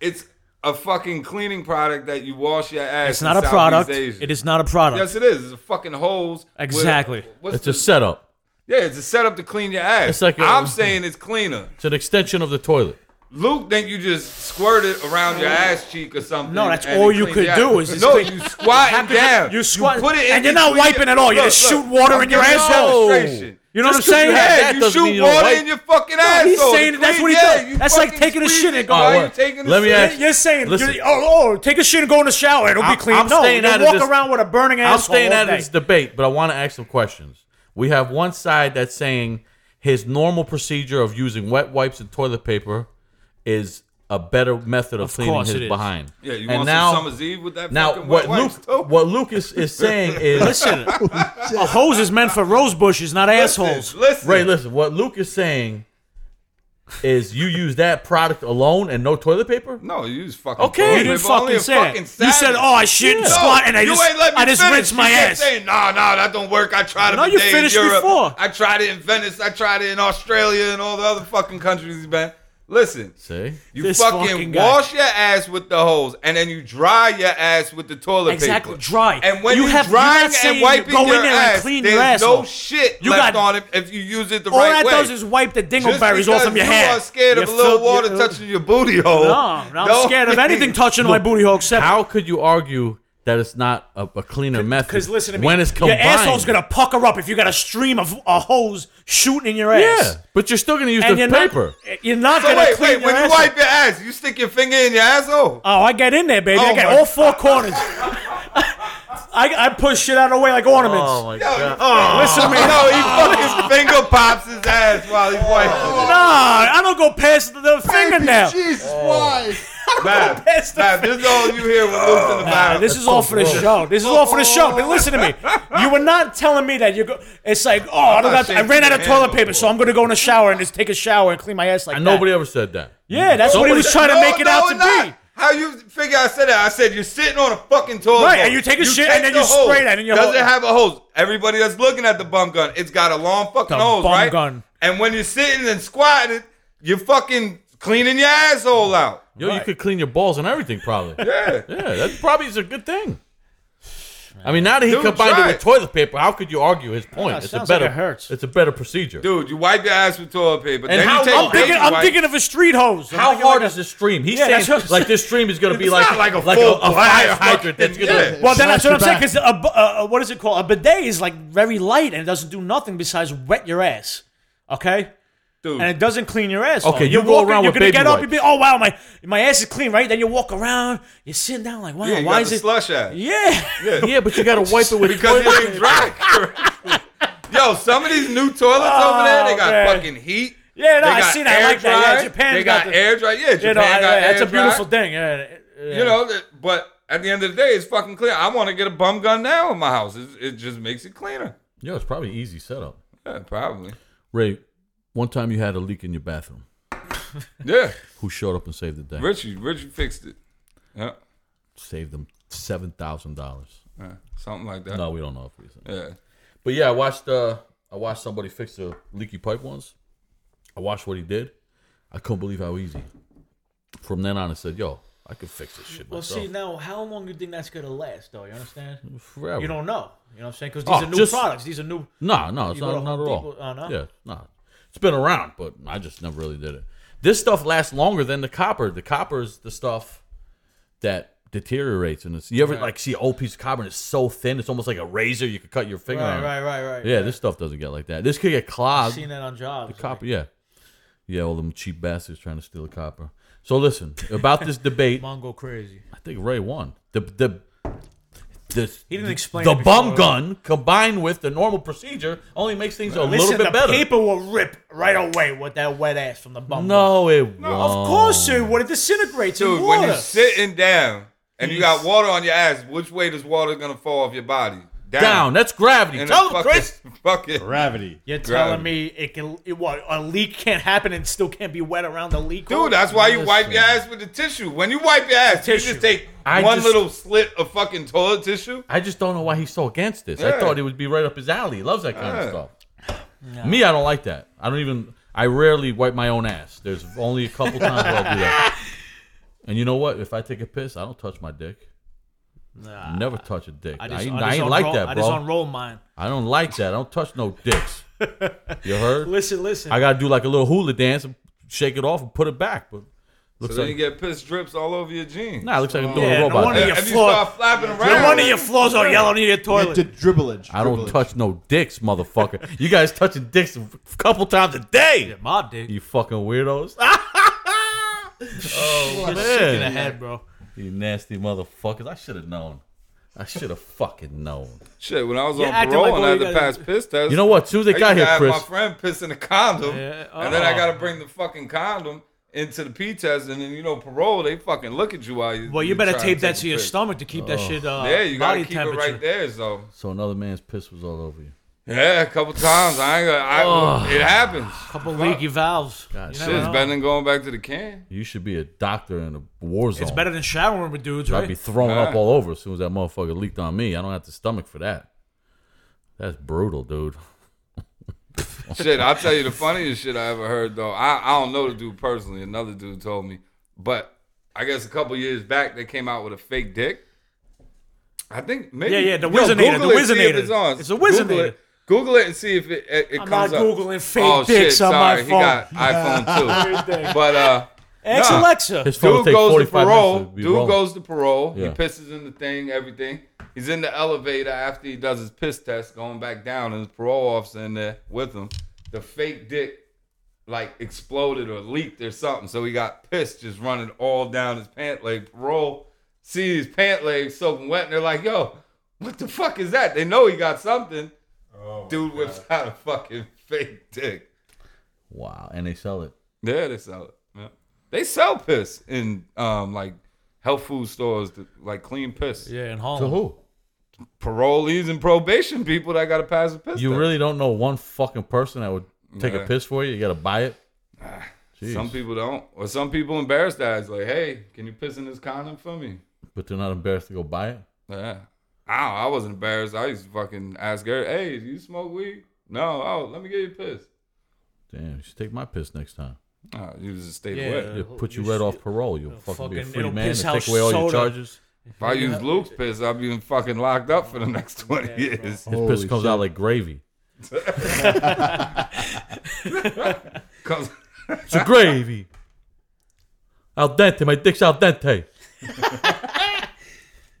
Speaker 4: It's a fucking cleaning product that you wash your ass.
Speaker 5: It's
Speaker 4: in
Speaker 5: not a
Speaker 4: Southeast
Speaker 5: product.
Speaker 4: Asia.
Speaker 5: It is not a product.
Speaker 4: Yes, it is. It's a fucking hose. with-
Speaker 5: Exactly.
Speaker 4: what's
Speaker 2: It's
Speaker 4: the-
Speaker 2: a setup.
Speaker 4: yeah, it's a setup to clean your ass.
Speaker 2: It's like a-
Speaker 4: I'm saying it's cleaner.
Speaker 2: It's an extension of the toilet.
Speaker 4: Luke think you just squirt it around your ass cheek or something.
Speaker 5: No, that's
Speaker 4: and
Speaker 5: all
Speaker 4: it
Speaker 5: you
Speaker 4: cleans
Speaker 5: could
Speaker 4: your
Speaker 5: do
Speaker 4: ass.
Speaker 5: is just
Speaker 4: no,
Speaker 5: clean-
Speaker 4: you squat
Speaker 5: Have to-
Speaker 4: down.
Speaker 5: you squat-
Speaker 4: put it in
Speaker 5: and you're not
Speaker 4: between
Speaker 5: wiping
Speaker 4: your-
Speaker 5: at all. You just shoot water in your
Speaker 4: giving you
Speaker 5: asshole.
Speaker 4: illustration.
Speaker 5: You know
Speaker 4: Just 'cause
Speaker 5: what I'm saying?
Speaker 4: You,
Speaker 5: That-
Speaker 4: had,
Speaker 2: that
Speaker 4: you
Speaker 2: doesn't mean
Speaker 4: shoot
Speaker 2: you don't
Speaker 4: water
Speaker 2: wipe.
Speaker 4: in your fucking
Speaker 5: No,
Speaker 4: asshole.
Speaker 5: he's saying
Speaker 4: to
Speaker 5: that's
Speaker 4: clean-
Speaker 5: what he
Speaker 4: yeah,
Speaker 5: does.
Speaker 4: you
Speaker 5: That's like
Speaker 4: fucking
Speaker 5: taking a
Speaker 4: squeeze
Speaker 5: shit
Speaker 4: it.
Speaker 5: and go-
Speaker 4: Why
Speaker 2: Oh,
Speaker 4: are you
Speaker 2: what?
Speaker 4: taking a
Speaker 2: Let me
Speaker 4: shit?
Speaker 2: ask-
Speaker 5: You're saying,
Speaker 2: Listen.
Speaker 5: you're- oh, oh, take a shit and go in the shower. It'll be
Speaker 2: I'm-
Speaker 5: clean.
Speaker 2: I'm
Speaker 5: no,
Speaker 2: staying
Speaker 5: you
Speaker 2: out of
Speaker 5: walk
Speaker 2: this-
Speaker 5: around with a burning
Speaker 2: I'm
Speaker 5: asshole.
Speaker 2: staying
Speaker 5: all
Speaker 2: out
Speaker 5: day.
Speaker 2: of this debate, but I want to ask some questions. We have one side that's saying his normal procedure of using wet wipes and toilet paper is a better method of,
Speaker 5: Of
Speaker 2: cleaning
Speaker 5: course
Speaker 2: his
Speaker 5: it is.
Speaker 2: behind.
Speaker 4: Yeah, you
Speaker 2: and
Speaker 4: want
Speaker 2: now,
Speaker 4: some Summer's Eve with that
Speaker 2: now
Speaker 4: fucking
Speaker 2: what
Speaker 4: wet wipes,
Speaker 2: Luke
Speaker 4: too?
Speaker 2: what Lucas is saying is
Speaker 5: Listen,
Speaker 2: Oh,
Speaker 5: a hose is meant for rose bushes, not assholes.
Speaker 4: Listen.
Speaker 2: Ray, listen, what Luke is saying is you use that product alone and no toilet paper?
Speaker 4: No, you just fucking.
Speaker 2: Okay.
Speaker 4: told
Speaker 5: You
Speaker 4: me,
Speaker 5: didn't
Speaker 4: but only
Speaker 5: fucking
Speaker 4: a
Speaker 5: say
Speaker 4: fucking
Speaker 5: it. You said,
Speaker 4: savage.
Speaker 5: "Oh, I shit and
Speaker 4: No,
Speaker 5: squat, and I
Speaker 4: you
Speaker 5: just,
Speaker 4: ain't let me
Speaker 5: I just
Speaker 4: finish.
Speaker 5: rinse my
Speaker 4: You kept
Speaker 5: ass."
Speaker 4: Saying, no, no, that don't work. I tried it.
Speaker 5: No,
Speaker 4: every
Speaker 5: you
Speaker 4: day in
Speaker 5: finished
Speaker 4: Europe.
Speaker 5: before.
Speaker 4: I tried it in Venice. I tried it in Australia and all the other fucking countries he's been. Listen,
Speaker 2: See?
Speaker 4: you
Speaker 5: This
Speaker 4: fucking,
Speaker 5: fucking guy.
Speaker 4: wash your ass with the hose, and then you dry your ass with the toilet
Speaker 5: Exactly,
Speaker 4: paper.
Speaker 5: dry.
Speaker 4: And when
Speaker 5: You
Speaker 4: you
Speaker 5: have- you're not
Speaker 4: drying
Speaker 5: saying
Speaker 4: and
Speaker 5: you
Speaker 4: wiping
Speaker 5: go in
Speaker 4: your
Speaker 5: there and
Speaker 4: ass,
Speaker 5: clean your
Speaker 4: there's
Speaker 5: asshole.
Speaker 4: no shit
Speaker 5: You
Speaker 4: left
Speaker 5: got-
Speaker 4: on it if you use it the
Speaker 5: All
Speaker 4: right
Speaker 5: that
Speaker 4: way.
Speaker 5: does is wipe the
Speaker 4: Just
Speaker 5: dingleberries
Speaker 4: because
Speaker 5: off from your
Speaker 4: you
Speaker 5: hair.
Speaker 4: are scared of
Speaker 5: You
Speaker 4: a little
Speaker 5: filth-
Speaker 4: water
Speaker 5: you-
Speaker 4: touching your booty hole.
Speaker 5: No, no, I'm
Speaker 4: Don't
Speaker 5: scared of anything touching my booty hole except
Speaker 2: How could you argue that it's not a, a cleaner method?
Speaker 5: Because listen to me,
Speaker 2: when it's combined,
Speaker 5: your asshole's gonna pucker up if you got a stream of a hose shooting in your
Speaker 2: Yeah,
Speaker 5: ass.
Speaker 2: but you're still gonna use
Speaker 5: and
Speaker 2: the
Speaker 5: you're
Speaker 2: paper.
Speaker 5: not, you're not
Speaker 4: So
Speaker 5: gonna
Speaker 4: wait,
Speaker 5: clean
Speaker 4: wait.
Speaker 5: your
Speaker 4: When you
Speaker 5: ass
Speaker 4: wipe
Speaker 5: up.
Speaker 4: your ass, you stick your finger in your asshole.
Speaker 5: Oh, I get in there, baby. I
Speaker 4: Oh
Speaker 5: get
Speaker 4: my-
Speaker 5: all four corners. I, I push shit out of the way like ornaments.
Speaker 2: Oh, my
Speaker 4: Yo,
Speaker 5: Listen to me.
Speaker 4: No, he fucking finger pops his ass while he's wiping.
Speaker 5: Nah, I don't go past the fingernail.
Speaker 3: Jesus,
Speaker 2: Oh.
Speaker 3: why?
Speaker 4: it. Bab,
Speaker 5: That's the-
Speaker 4: Bab, this is all you hear with Luke in the
Speaker 5: Nah,
Speaker 4: back.
Speaker 5: this is all for the show. This is all for the show. But listen to me. You were not telling me that you go. It's like, oh, I, don't
Speaker 4: not
Speaker 5: got, I
Speaker 4: shaking
Speaker 5: ran out of
Speaker 4: your
Speaker 5: toilet
Speaker 4: hand
Speaker 5: paper, so I'm going to go in the shower and just take a shower and clean my ass like
Speaker 2: And
Speaker 5: that.
Speaker 2: nobody ever said that.
Speaker 5: Yeah, that's what he was trying to make it out to be.
Speaker 4: How you figure I said that? I said you're sitting on a fucking toilet.
Speaker 5: Right, and
Speaker 4: bowl.
Speaker 5: you take a shit and then
Speaker 4: the
Speaker 5: you spray
Speaker 4: hose.
Speaker 5: that in your
Speaker 4: Does
Speaker 5: hole.
Speaker 4: it have a hose? Everybody that's looking at the bum gun, it's got a long fucking
Speaker 5: The
Speaker 4: hose,
Speaker 5: bum
Speaker 4: right?
Speaker 5: gun.
Speaker 4: And when you're sitting and squatting, you're fucking cleaning your asshole out.
Speaker 2: Yo, you could clean your balls and everything, probably.
Speaker 4: Yeah.
Speaker 2: yeah, that probably is a good thing.
Speaker 6: I mean, now that he
Speaker 4: Dude,
Speaker 6: combined it
Speaker 4: try
Speaker 6: with
Speaker 4: it.
Speaker 6: toilet paper, how could you argue
Speaker 2: Ah,
Speaker 6: his point?
Speaker 5: Yeah,
Speaker 6: it's a
Speaker 5: sounds
Speaker 6: better
Speaker 5: like it hurts.
Speaker 2: It's a better procedure.
Speaker 4: Dude, you wipe your ass with toilet paper.
Speaker 2: And
Speaker 4: then
Speaker 2: how-
Speaker 4: you take
Speaker 2: I'm
Speaker 5: I'm thinking,
Speaker 4: baby
Speaker 5: I'm
Speaker 4: wipes.
Speaker 5: thinking of a street hose. I'm
Speaker 2: How
Speaker 5: thinking
Speaker 2: hard
Speaker 5: like a-
Speaker 2: is this stream? He's
Speaker 5: Yeah, that's
Speaker 2: saying
Speaker 5: what I'm
Speaker 2: like this stream is going to be like
Speaker 4: not like a
Speaker 2: a,
Speaker 4: full
Speaker 2: a fire
Speaker 4: fire
Speaker 2: hydrant that's
Speaker 4: fucking-
Speaker 2: going to
Speaker 4: yeah.
Speaker 5: Well, then that's what I'm saying.
Speaker 2: Flash
Speaker 5: Because a, bu- uh, uh, what is it called? A bidet is like very light and it doesn't do nothing besides wet your ass. Okay.
Speaker 4: Dude.
Speaker 5: And it doesn't clean your ass.
Speaker 2: Okay,
Speaker 5: off.
Speaker 2: you
Speaker 5: You're
Speaker 2: go
Speaker 5: walking-
Speaker 2: around
Speaker 5: You're
Speaker 2: with
Speaker 5: gonna
Speaker 2: baby
Speaker 5: get up.
Speaker 2: wipes.
Speaker 5: You be, oh wow, my my ass is clean, right? Then you walk around. You're sitting down like, wow,
Speaker 4: Yeah, you
Speaker 5: why
Speaker 4: got
Speaker 5: is
Speaker 4: the
Speaker 5: it?
Speaker 4: slush ass.
Speaker 5: Yeah.
Speaker 6: Yeah, but you got to wipe it with
Speaker 4: Because
Speaker 6: toilet
Speaker 4: it ain't dry. Yo, some of these new toilets over there, they got
Speaker 5: Oh, man.
Speaker 4: fucking heat.
Speaker 5: Yeah, no,
Speaker 4: they
Speaker 5: I
Speaker 4: got
Speaker 5: seen that. I
Speaker 4: air
Speaker 5: like that. Yeah,
Speaker 4: dry.
Speaker 5: Japan's
Speaker 4: They
Speaker 5: got
Speaker 4: got,
Speaker 5: the-
Speaker 4: air dry. Yeah, Japan
Speaker 5: You know, I-
Speaker 4: got air
Speaker 5: that's a
Speaker 4: dry.
Speaker 5: beautiful thing. Yeah. yeah.
Speaker 4: You know, that- but at the end of the day, it's fucking clean. I want to get a bum gun now in my house. It, it just makes it cleaner.
Speaker 2: Yeah, it's probably easy setup.
Speaker 4: Yeah, probably.
Speaker 2: Ray, one time you had a leak in your bathroom.
Speaker 4: Yeah,
Speaker 2: Who showed up and saved the day?
Speaker 4: Richie, Richie fixed it. Yeah,
Speaker 2: Saved them seven thousand dollars.
Speaker 4: yeah, something like that.
Speaker 2: No, we don't know if we.
Speaker 4: Yeah.
Speaker 2: But yeah, I watched. Uh, I watched somebody fix the leaky pipe once. I watched what he did. I couldn't believe how easy. From then on, I said, "Yo, I could fix this shit
Speaker 5: Well,
Speaker 2: myself."
Speaker 5: see now, how long do you think that's gonna last, though? You understand?
Speaker 2: Forever.
Speaker 5: You don't know. You know what I'm saying? Because these
Speaker 2: Oh,
Speaker 5: are new
Speaker 2: just-
Speaker 5: products. These are new.
Speaker 2: No, no, it's
Speaker 5: You go
Speaker 2: not,
Speaker 5: to
Speaker 2: not
Speaker 5: Home
Speaker 2: at all.
Speaker 5: Depot- oh, no?
Speaker 2: Yeah, no. It's been around, but I just never really did it. This stuff lasts longer than the copper. The copper is the stuff that deteriorates, and it's you ever like see an old piece of copper and it's so thin, it's almost like a razor. You could cut your finger
Speaker 5: Right,
Speaker 2: on. it.
Speaker 5: right, right, right.
Speaker 2: Yeah, this stuff doesn't get like that. This could get
Speaker 5: I've
Speaker 2: clogged.
Speaker 5: seen that on jobs. like-
Speaker 2: Copper, yeah, yeah. All them cheap bastards trying to steal the copper. So listen about this debate.
Speaker 5: Mom go crazy.
Speaker 2: I think Ray won. The the the
Speaker 5: He didn't explain
Speaker 2: the
Speaker 5: it before.
Speaker 2: bum gun combined with the normal procedure only makes things a little
Speaker 5: Listen,
Speaker 2: bit
Speaker 5: the
Speaker 2: better.
Speaker 5: paper will rip right away with that wet ass from the bum. gun.
Speaker 2: No, it won't.
Speaker 5: Of course it would. It disintegrates
Speaker 4: Dude,
Speaker 5: in
Speaker 4: when
Speaker 5: water.
Speaker 4: you're sitting down and you got water on your ass, which way does water gonna fall off your body? Down.
Speaker 2: Down. That's gravity.
Speaker 4: And
Speaker 2: Tell
Speaker 4: it
Speaker 2: him,
Speaker 4: fucking-
Speaker 2: Chris.
Speaker 4: Fucking,
Speaker 3: Gravity.
Speaker 5: You're
Speaker 4: Gravity.
Speaker 5: telling me it can it, what a leak can't happen and still can't be wet around the leak. hole?
Speaker 4: Dude, that's why you wipe your ass with the tissue. When you wipe your ass, you
Speaker 5: Tissue.
Speaker 4: just take
Speaker 2: I
Speaker 4: one
Speaker 2: just-
Speaker 4: little slit of fucking toilet tissue.
Speaker 2: I just don't know why he's so against this. I
Speaker 4: Yeah.
Speaker 2: thought it would be right up his alley. He loves that kind of
Speaker 4: Yeah.
Speaker 2: stuff. Me, I don't like that. I don't even. I rarely wipe my own ass. There's only a couple times where I'll do that. And you know what? If I take a piss, I don't touch my dick.
Speaker 5: Nah.
Speaker 2: Never touch a dick. I,
Speaker 5: I, just,
Speaker 2: ain't,
Speaker 5: I,
Speaker 2: I
Speaker 5: just
Speaker 2: ain't
Speaker 5: unroll-
Speaker 2: like that, bro.
Speaker 5: I just unroll mine.
Speaker 2: I don't like that. I don't touch no dicks. you heard?
Speaker 5: Listen, listen.
Speaker 2: I gotta do like a little hula dance and shake it off and put it back. But
Speaker 4: So
Speaker 2: looks
Speaker 4: then
Speaker 2: like
Speaker 4: you get piss drips all over your jeans.
Speaker 2: nah, it looks like I'm doing
Speaker 5: Yeah,
Speaker 2: a
Speaker 5: no
Speaker 2: robot.
Speaker 5: wonder
Speaker 2: dance.
Speaker 5: your
Speaker 4: if you
Speaker 5: floor-
Speaker 4: start flapping around,
Speaker 5: no wonder your floors are yellow near your toilet.
Speaker 3: Did dribblage.
Speaker 2: I don't
Speaker 3: dribblage.
Speaker 2: touch no dicks, motherfucker. you guys touching dicks a f- couple times a day.
Speaker 5: My dick.
Speaker 2: You fucking weirdos. oh
Speaker 5: in the
Speaker 2: man,
Speaker 5: head, bro.
Speaker 2: you nasty motherfuckers. I should have known. I should have fucking known.
Speaker 4: Shit, when I was
Speaker 5: You're
Speaker 4: on
Speaker 5: acting
Speaker 4: parole
Speaker 5: like
Speaker 4: and
Speaker 5: all
Speaker 4: I had
Speaker 5: you
Speaker 4: to
Speaker 5: gotta-
Speaker 4: pass piss test,
Speaker 2: You know what? As soon as they
Speaker 4: I
Speaker 2: got
Speaker 4: used to
Speaker 2: here,
Speaker 4: have
Speaker 2: Chris.
Speaker 4: my friend piss in a condom,
Speaker 5: Yeah,
Speaker 4: and then I
Speaker 5: oh.
Speaker 4: gotta bring the fucking condom into the pee test, and then you know parole, they fucking look at you while you.
Speaker 5: Well, you
Speaker 4: you
Speaker 5: better
Speaker 4: trying
Speaker 5: tape
Speaker 4: take
Speaker 5: that
Speaker 4: a
Speaker 5: to your
Speaker 4: piss.
Speaker 5: stomach to keep that shit uh,
Speaker 4: Yeah, you gotta
Speaker 5: body
Speaker 4: keep it
Speaker 5: temperature.
Speaker 4: right there. So
Speaker 2: So another man's piss was all over you.
Speaker 4: yeah, a couple times I ain't. gonna- I, It happens.
Speaker 5: Couple leaky valves. You never
Speaker 4: Shit, it's
Speaker 5: know.
Speaker 4: better than going back to the can.
Speaker 2: You should be a doctor in a war zone.
Speaker 5: It's better than showering with dudes,
Speaker 2: I'd
Speaker 5: right?
Speaker 2: be throwing up all over as soon as that motherfucker leaked on me. I don't have the stomach for that. That's brutal, dude.
Speaker 4: shit, I'll tell you the funniest shit I ever heard though. I, I don't know the dude personally. Another dude told me, but I guess a couple years back they came out with a fake dick. I think maybe
Speaker 5: Yeah, yeah, the
Speaker 4: Yo,
Speaker 5: Wizinator,
Speaker 4: Google
Speaker 5: the
Speaker 4: it, see if
Speaker 5: Wizinator.
Speaker 4: It's, on.
Speaker 5: It's a
Speaker 4: Google
Speaker 5: Wizinator.
Speaker 4: it, Google it and see if it it, it
Speaker 5: I'm
Speaker 4: comes
Speaker 5: not
Speaker 4: up.
Speaker 5: Googling fake
Speaker 4: oh,
Speaker 5: dicks
Speaker 4: shit,
Speaker 5: on my
Speaker 4: sorry, He got iPhone too. but uh,
Speaker 5: Ask
Speaker 4: nah.
Speaker 5: Alexa.
Speaker 2: His phone will
Speaker 4: Dude
Speaker 2: take
Speaker 4: goes to
Speaker 2: 45 minutes
Speaker 4: parole.
Speaker 2: to be
Speaker 4: Dude
Speaker 2: rolling.
Speaker 4: goes to parole.
Speaker 2: Yeah.
Speaker 4: He pisses in the thing, everything. He's in the elevator after he does his piss test, going back down, and his parole officer in there with him. The fake dick like exploded or leaked or something, so he got pissed just running all down his pant leg. Parole see his pant leg soaking wet, and they're like, "Yo, what the fuck is that?" They know he got something. Dude whips out a fucking fake dick.
Speaker 2: Wow. And they sell it.
Speaker 4: Yeah, they sell it. Yeah. They sell piss in um like health food stores, that, like clean piss.
Speaker 5: Yeah, in Holland.
Speaker 2: To who?
Speaker 4: Parolees and probation people that got to pass a piss.
Speaker 2: You
Speaker 4: test.
Speaker 2: really don't know one fucking person that would take a
Speaker 4: Nah.
Speaker 2: piss for you? You got to buy it? Jeez.
Speaker 4: Some people don't, or some people embarrassed that it's like, hey, can you piss in this condom for me?
Speaker 2: But they're not embarrassed to go buy it?
Speaker 4: Yeah. I, I wasn't embarrassed. I used to fucking ask her, hey, do you smoke weed? No. Oh, let me get you piss.
Speaker 2: Damn, you should take my piss next time.
Speaker 4: Oh, you just stayed
Speaker 5: Yeah.
Speaker 4: away.
Speaker 2: It'll put you
Speaker 5: you
Speaker 2: right
Speaker 5: should-
Speaker 2: off parole. You'll fucking, be a
Speaker 5: fucking-
Speaker 2: free
Speaker 5: it'll
Speaker 2: man and
Speaker 5: piss out
Speaker 2: take away all your
Speaker 5: soda.
Speaker 2: charges.
Speaker 4: If I use Luke's piss, I'll be fucking locked up for the next 20 years.
Speaker 2: His piss comes out like gravy.
Speaker 4: Cause
Speaker 2: It's a gravy. Al dente. My dick's al dente.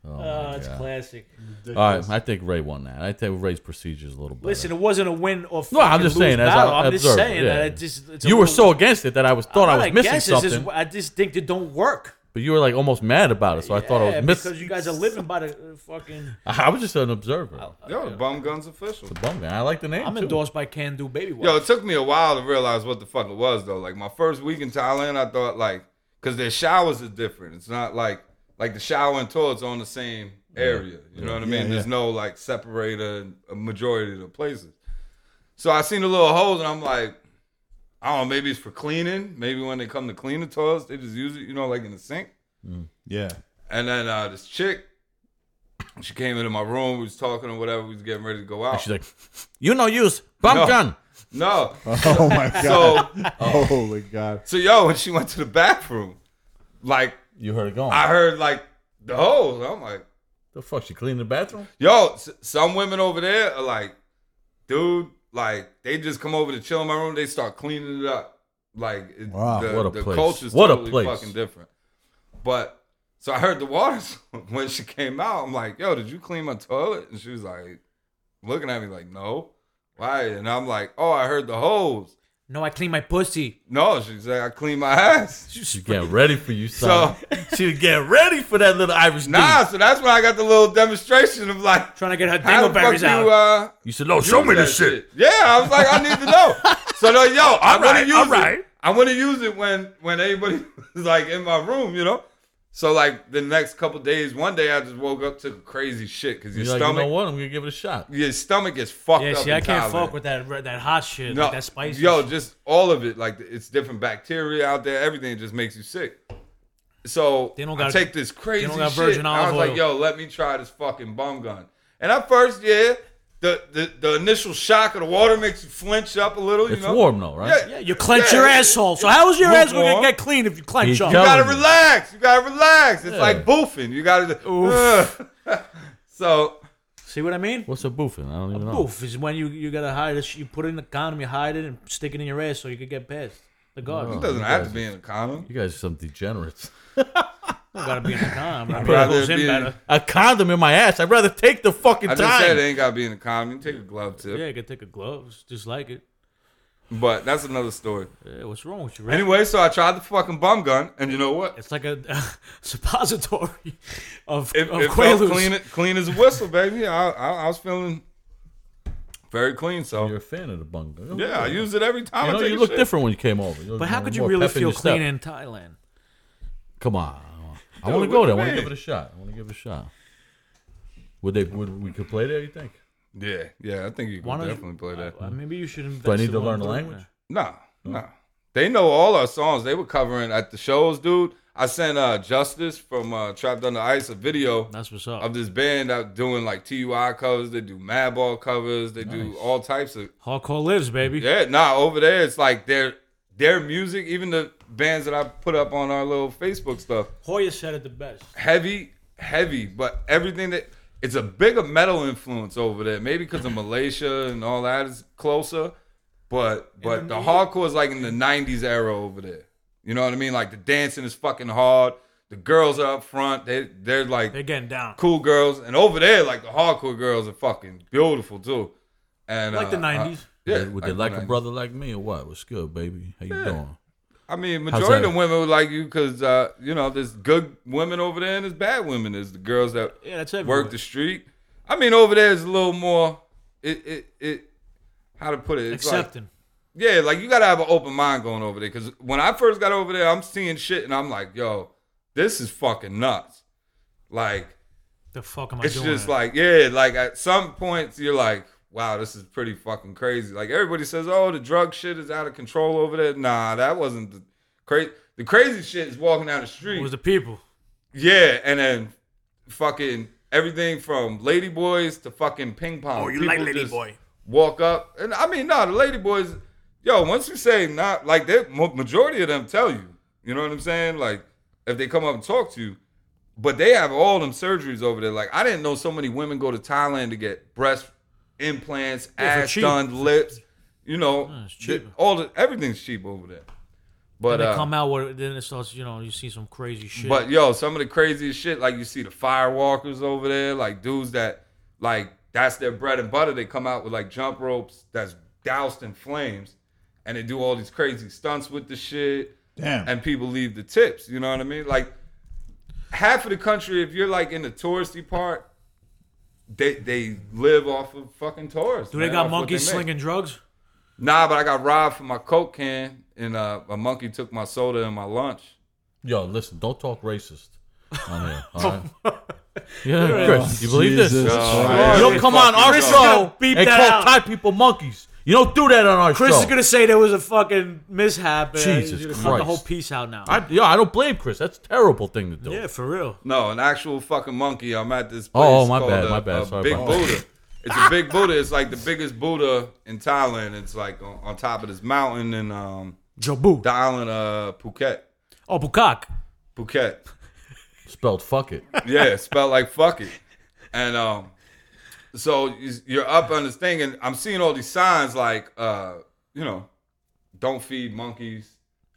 Speaker 5: Oh, it's classic.
Speaker 2: All right, I think Ray won that. I think Ray's procedures a little bit.
Speaker 5: Listen, it wasn't a win or
Speaker 2: No, I'm just saying, as I
Speaker 5: Battle. I'm just
Speaker 2: observed,
Speaker 5: saying
Speaker 2: yeah.
Speaker 5: that it just it's a
Speaker 2: you were
Speaker 5: little-
Speaker 2: so against it that I was thought I
Speaker 5: Well,
Speaker 2: was missing
Speaker 5: guess it's
Speaker 2: something,
Speaker 5: just- I just think it don't work.
Speaker 2: but you were like almost mad about it, so I thought I
Speaker 5: Yeah,
Speaker 2: was missing.
Speaker 5: because you guys are living by the uh, fucking.
Speaker 2: I was just an observer.
Speaker 4: yo, Bum Guns official.
Speaker 2: Bum guy. I like the name.
Speaker 5: I'm
Speaker 2: too.
Speaker 5: endorsed by Can Do Baby Wipe.
Speaker 4: Yo, it took me a while to realize what the fuck it was though. Like my first week in Thailand, I thought like because their showers are different. It's not like like the shower and toilets on the same area. You know what I mean? There's no like separator in a majority of the places. So I seen the little holes and I'm like, I don't know, maybe it's for cleaning. Maybe when they come to clean the toilets, they just use it, you know, like in the sink.
Speaker 3: Yeah.
Speaker 4: And then uh, this chick, she came into my room, we was talking or whatever, we was getting ready to go out.
Speaker 2: She's like, you no use bum
Speaker 4: No.
Speaker 2: gun.
Speaker 4: no.
Speaker 3: Oh my god.
Speaker 4: So
Speaker 3: Holy god.
Speaker 4: So yo, when she went to the bathroom, like
Speaker 2: You heard it going.
Speaker 4: I heard like the holes. I'm like,
Speaker 2: the fuck? She cleaned the bathroom.
Speaker 4: yo, s- some women over there are like, dude, like they just come over to chill in my room. They start cleaning it up. Like it-
Speaker 3: Wow.
Speaker 4: the,
Speaker 2: What a
Speaker 4: the
Speaker 2: place.
Speaker 4: culture's
Speaker 2: What a
Speaker 4: totally
Speaker 2: place.
Speaker 4: fucking different. But so I heard the water when she came out. I'm like, yo, did you clean my toilet? And she was like, looking at me like, no, why? And I'm like, oh, I heard the holes.
Speaker 5: No, I clean my pussy.
Speaker 4: No, she said I cleaned my ass.
Speaker 2: She's getting ready for you,
Speaker 4: So
Speaker 2: son. she was getting ready for that little Irish
Speaker 4: Nah,
Speaker 2: dude.
Speaker 4: so that's when I got the little demonstration of like
Speaker 5: Trying to get her
Speaker 4: how the fuck
Speaker 5: dingleberries
Speaker 4: you
Speaker 5: out.
Speaker 4: uh
Speaker 2: You said, no, show me
Speaker 4: that
Speaker 2: this shit.
Speaker 4: Yeah, I was like, I need to know. So no, yo, I'm
Speaker 2: right,
Speaker 4: gonna use
Speaker 2: all
Speaker 4: it.
Speaker 2: right.
Speaker 4: I'm gonna use it when when everybody was like in my room, you know. So like the next couple days, one day I just woke up to crazy shit because your
Speaker 2: You're like, you
Speaker 4: stomach,
Speaker 2: know what? I'm gonna give it a shot.
Speaker 4: your stomach is fucked
Speaker 5: yeah,
Speaker 4: up.
Speaker 5: see,
Speaker 4: in
Speaker 5: I can't
Speaker 4: Thailand.
Speaker 5: fuck with that that hot shit, like that spicy.
Speaker 4: Yo,
Speaker 5: shit.
Speaker 4: just all of it. Like it's different bacteria out there. Everything just makes you sick. So
Speaker 5: They don't
Speaker 4: I
Speaker 5: got-
Speaker 4: take this crazy
Speaker 5: don't got
Speaker 4: shit.
Speaker 5: virgin
Speaker 4: and I was
Speaker 5: olive
Speaker 4: like,
Speaker 5: oil.
Speaker 4: yo, let me try this fucking bum gun. And at first, yeah, the, the, the initial shock of the water makes you flinch up a little. You
Speaker 2: It's
Speaker 4: know,
Speaker 2: warm though, right?
Speaker 4: Yeah,
Speaker 5: yeah, you clench
Speaker 4: yeah,
Speaker 5: your
Speaker 4: it's-
Speaker 5: asshole. So how is your
Speaker 4: it's
Speaker 5: ass gonna
Speaker 4: warm.
Speaker 5: get clean if you clench
Speaker 2: You
Speaker 5: up?
Speaker 4: You
Speaker 2: got-
Speaker 4: gotta
Speaker 2: Telling you.
Speaker 4: relax. You gotta relax. It's
Speaker 2: Yeah.
Speaker 4: like boofing. You gotta. Ugh. so
Speaker 5: See what I mean?
Speaker 2: What's a boofing? I don't even know.
Speaker 5: Oof is when you you gotta hide it. You put it in the condom, you hide it, and stick it in your ass so you could get past the guards.
Speaker 4: it doesn't have to be in a condom.
Speaker 2: You guys are some degenerates.
Speaker 5: You gotta be in the condom. I mean, it
Speaker 4: rather
Speaker 5: goes in
Speaker 4: be-
Speaker 5: better.
Speaker 2: A condom in my ass. I'd rather take the fucking
Speaker 4: I just
Speaker 2: time.
Speaker 4: said it ain't gotta be in a condom. You can take a glove tip.
Speaker 5: Yeah, you could take a gloves just like it.
Speaker 4: But that's another story.
Speaker 5: Yeah, what's wrong with you? Ray?
Speaker 4: Anyway, so I tried the fucking bum gun, and you know what?
Speaker 5: It's like a suppository of,
Speaker 4: it,
Speaker 5: of
Speaker 4: it felt
Speaker 5: Quaaludes.
Speaker 4: clean, clean as a whistle, baby. I, I, I was feeling very clean, so
Speaker 2: You're a fan of the bunga.
Speaker 4: yeah, I use it every time.
Speaker 2: You know,
Speaker 4: I take
Speaker 2: you
Speaker 4: a
Speaker 2: look
Speaker 4: shit.
Speaker 2: different when you came over. You're-
Speaker 5: But how
Speaker 2: you're
Speaker 5: could you
Speaker 2: more
Speaker 5: really
Speaker 2: pep in
Speaker 5: feel
Speaker 2: your step.
Speaker 5: clean in Thailand?
Speaker 2: Come on. I want to
Speaker 4: what
Speaker 2: go
Speaker 4: you
Speaker 2: there. I want to
Speaker 4: mean?
Speaker 2: give it a shot. I want to give it a shot. Would they? Would we could play there? You think?
Speaker 4: Yeah, yeah, I think you
Speaker 5: Why
Speaker 4: can
Speaker 5: don't you-
Speaker 4: definitely play that.
Speaker 5: Uh, maybe you should invest.
Speaker 2: need
Speaker 5: in
Speaker 2: to
Speaker 5: one
Speaker 2: learn the
Speaker 5: doing
Speaker 2: language?
Speaker 5: that.
Speaker 4: Nah, nah. They know all our songs. They were covering at the shows, dude. I sent uh, Justice from uh, Trapped Under Ice a video
Speaker 5: That's what's up.
Speaker 4: of this band out doing like TUI covers. They do Madball covers. They do all types of
Speaker 5: Hardcore lives, baby.
Speaker 4: Yeah, nah, over there it's like their their music, even the bands that I put up on our little Facebook stuff,
Speaker 5: Hoya said it the best.
Speaker 4: heavy, heavy, but everything that it's a bigger metal influence over there. Maybe because of Malaysia and all that is closer, but but the hardcore is like in the '90s era over there. You know what I mean? Like the dancing is fucking hard. The girls are up front. They they're like
Speaker 5: They're getting down.
Speaker 4: cool girls, and over there like the hardcore girls are fucking beautiful too. And
Speaker 5: Like the
Speaker 4: uh,
Speaker 5: 90s.
Speaker 4: uh, yeah,
Speaker 2: Would they like a
Speaker 4: 90s.
Speaker 2: brother like me or what? What's good, baby? How you doing?
Speaker 4: I mean,
Speaker 2: How's
Speaker 4: majority
Speaker 2: that?
Speaker 4: of women would like you because uh, you know there's good women over there and there's bad women. There's the girls that
Speaker 5: Yeah, that's everywhere.
Speaker 4: work the street. I mean, over there is a little more. It it it. How to put it? It's
Speaker 5: Accepting.
Speaker 4: Like, yeah, like you gotta have an open mind going over there. Because when I first got over there, I'm seeing shit and I'm like, yo, this is fucking nuts. Like
Speaker 5: the fuck am I
Speaker 4: it's
Speaker 5: doing?
Speaker 4: just
Speaker 5: here?
Speaker 4: like yeah, like at some points you're like, wow, this is pretty fucking crazy. Like everybody says, oh, the drug shit is out of control over there. Nah, that wasn't the crazy. The crazy shit is walking down the
Speaker 5: it
Speaker 4: street.
Speaker 5: was the people.
Speaker 4: yeah, and then fucking everything from lady boys to fucking ping pong. Oh,
Speaker 5: you like lady boy.
Speaker 4: Walk up, and I mean, nah, the lady boys. Yo, once you say not like they, mo- majority of them tell you. You know what I'm saying? Like if they come up and talk to you, But they have all them surgeries over there. Like I didn't know so many women go to Thailand to get breast implants,
Speaker 5: for
Speaker 4: ass
Speaker 5: cheap.
Speaker 4: done, lips. You know,
Speaker 5: it's
Speaker 4: th-
Speaker 5: cheap.
Speaker 4: all the, everything's cheap over there. But
Speaker 5: They
Speaker 4: uh,
Speaker 5: come out with then it starts. You know, you see some crazy shit.
Speaker 4: but yo, some of the craziest shit, like you see the firewalkers over there, like dudes that like that's their bread and butter. They come out with like jump ropes that's doused in flames, and they do all these crazy stunts with the shit.
Speaker 3: Damn.
Speaker 4: And people leave the tips. You know what I mean? Like half of the country, if you're like in the touristy part, they they live off of fucking tourists.
Speaker 5: do they
Speaker 4: man,
Speaker 5: got
Speaker 4: off what
Speaker 5: monkeys
Speaker 4: make.
Speaker 5: slinging drugs?
Speaker 4: Nah, but I got robbed for my coke can, and uh, a monkey took my soda and my lunch.
Speaker 2: Yo, listen, don't talk racist on here. All right?
Speaker 6: Yeah, Chris, you believe
Speaker 3: Jesus
Speaker 6: this?
Speaker 3: Christ.
Speaker 2: you don't come on our
Speaker 5: Chris is
Speaker 2: show
Speaker 5: gonna beep
Speaker 2: and
Speaker 5: that
Speaker 2: call
Speaker 5: out.
Speaker 2: Thai people monkeys. You don't do that on our
Speaker 5: Chris
Speaker 2: show.
Speaker 5: is gonna say there was a fucking mishap. And
Speaker 2: Jesus
Speaker 5: he's gonna cut the
Speaker 2: Christ.
Speaker 5: whole piece out now.
Speaker 2: I, yo, I don't blame Chris. That's a terrible thing to do.
Speaker 5: yeah, for real.
Speaker 4: No, an actual fucking monkey. I'm at this place.
Speaker 2: Oh, oh, my
Speaker 4: called
Speaker 2: bad,
Speaker 4: a-
Speaker 2: my bad.
Speaker 4: a
Speaker 2: Sorry
Speaker 4: big
Speaker 2: about that.
Speaker 4: Buddha. It's a big Buddha. It's like the biggest Buddha in Thailand. It's like on, on top of this mountain in um,
Speaker 5: Jobu.
Speaker 4: the island uh, Phuket.
Speaker 5: Oh, Bukak.
Speaker 4: Phuket.
Speaker 2: Spelled fuck it.
Speaker 4: Yeah, spelled like fuck it. And um, so you- you're up on this thing, and I'm seeing all these signs like, uh, you know, don't feed monkeys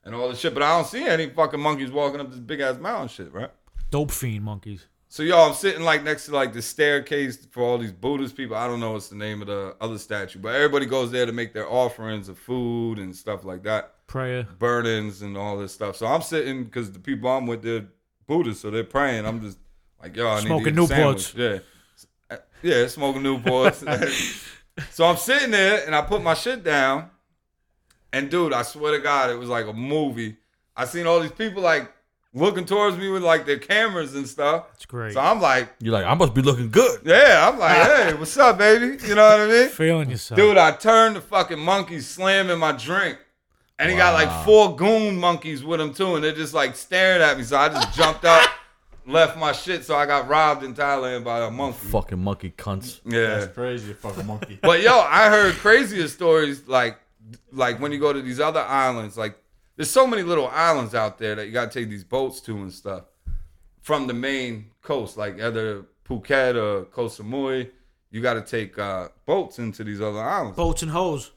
Speaker 4: and all this shit. But I don't see any fucking monkeys walking up this big ass mountain shit, right?
Speaker 5: Dope fiend monkeys.
Speaker 4: So y'all, I'm sitting like next to like the staircase for all these Buddhist people. I don't know what's the name of the other statue, but everybody goes there to make their offerings of food and stuff like that,
Speaker 5: Prayer.
Speaker 4: burdens and all this stuff. So I'm sitting because the people I'm with they're Buddhists, so they're praying. I'm just like, yo, I need
Speaker 5: Smoking
Speaker 4: to eat a
Speaker 5: Newports.
Speaker 4: sandwich. Yeah, yeah, smoking Newports. so I'm sitting there and I put my shit down, and dude, I swear to God, it was like a movie. I seen all these people like looking towards me with like their cameras and stuff.
Speaker 5: It's great.
Speaker 4: So I'm like.
Speaker 2: You're like, I must be looking good.
Speaker 4: Yeah, I'm like, hey, what's up, baby? You know what I mean?
Speaker 5: Feeling yourself.
Speaker 4: Dude, I turned the fucking monkey slamming my drink. And he got like four goon monkeys with him too, and they're just like staring at me. So I just jumped up, left my shit, so I got robbed in Thailand by a monkey.
Speaker 2: Fucking monkey cunts.
Speaker 4: Yeah.
Speaker 3: crazy, you fucking monkey.
Speaker 4: But yo, I heard crazier stories like like when you go to these other islands, like there's so many little islands out there that you gotta take these boats to and stuff from the main coast, like either Phuket or Koh Samui. You gotta take uh, boats into these other islands.
Speaker 5: Boats and hoes.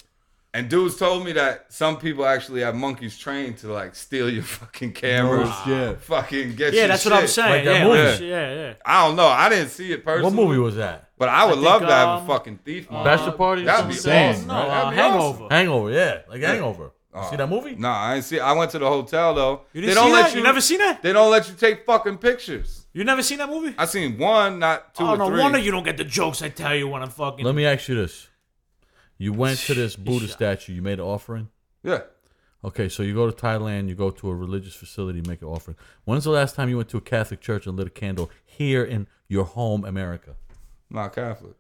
Speaker 4: And dudes told me that some people actually have monkeys trained to like steal your fucking cameras,
Speaker 3: Oh, shit.
Speaker 4: fucking get
Speaker 5: Yeah,
Speaker 4: your
Speaker 5: that's what I'm
Speaker 4: shit.
Speaker 5: saying.
Speaker 2: that
Speaker 5: yeah,
Speaker 2: movie.
Speaker 5: like, yeah, yeah.
Speaker 4: I don't know. I didn't see it personally.
Speaker 2: What movie was that?
Speaker 4: But I would
Speaker 5: I
Speaker 4: love
Speaker 5: think,
Speaker 4: to have a
Speaker 5: um,
Speaker 4: fucking thief monkey.
Speaker 2: Bachelor Party? or
Speaker 4: That'd be
Speaker 2: something?
Speaker 3: insane,
Speaker 4: awesome.
Speaker 5: No,
Speaker 4: right?
Speaker 5: uh,
Speaker 4: That'd be awesome. Uh,
Speaker 5: hangover.
Speaker 2: Hangover, yeah. Like Hangover. You see that movie?
Speaker 4: No, I ain't see. I went to the hotel though.
Speaker 5: You
Speaker 4: they
Speaker 5: didn't
Speaker 4: don't
Speaker 5: see
Speaker 4: let
Speaker 5: that?
Speaker 4: you.
Speaker 5: You never seen that?
Speaker 4: They don't let you take fucking pictures.
Speaker 5: You never seen that movie?
Speaker 4: I seen one, not two
Speaker 5: Oh,
Speaker 4: or
Speaker 5: no
Speaker 4: three.
Speaker 5: wonder you don't get the jokes I tell you when I'm fucking.
Speaker 2: Let me ask you this. You went to this Buddha statue, you made an offering.
Speaker 4: yeah,
Speaker 2: Okay, so you go to Thailand, you go to a religious facility, make an offering. When's the last time you went to a Catholic church and lit a candle here in your home, America?
Speaker 4: not Catholic.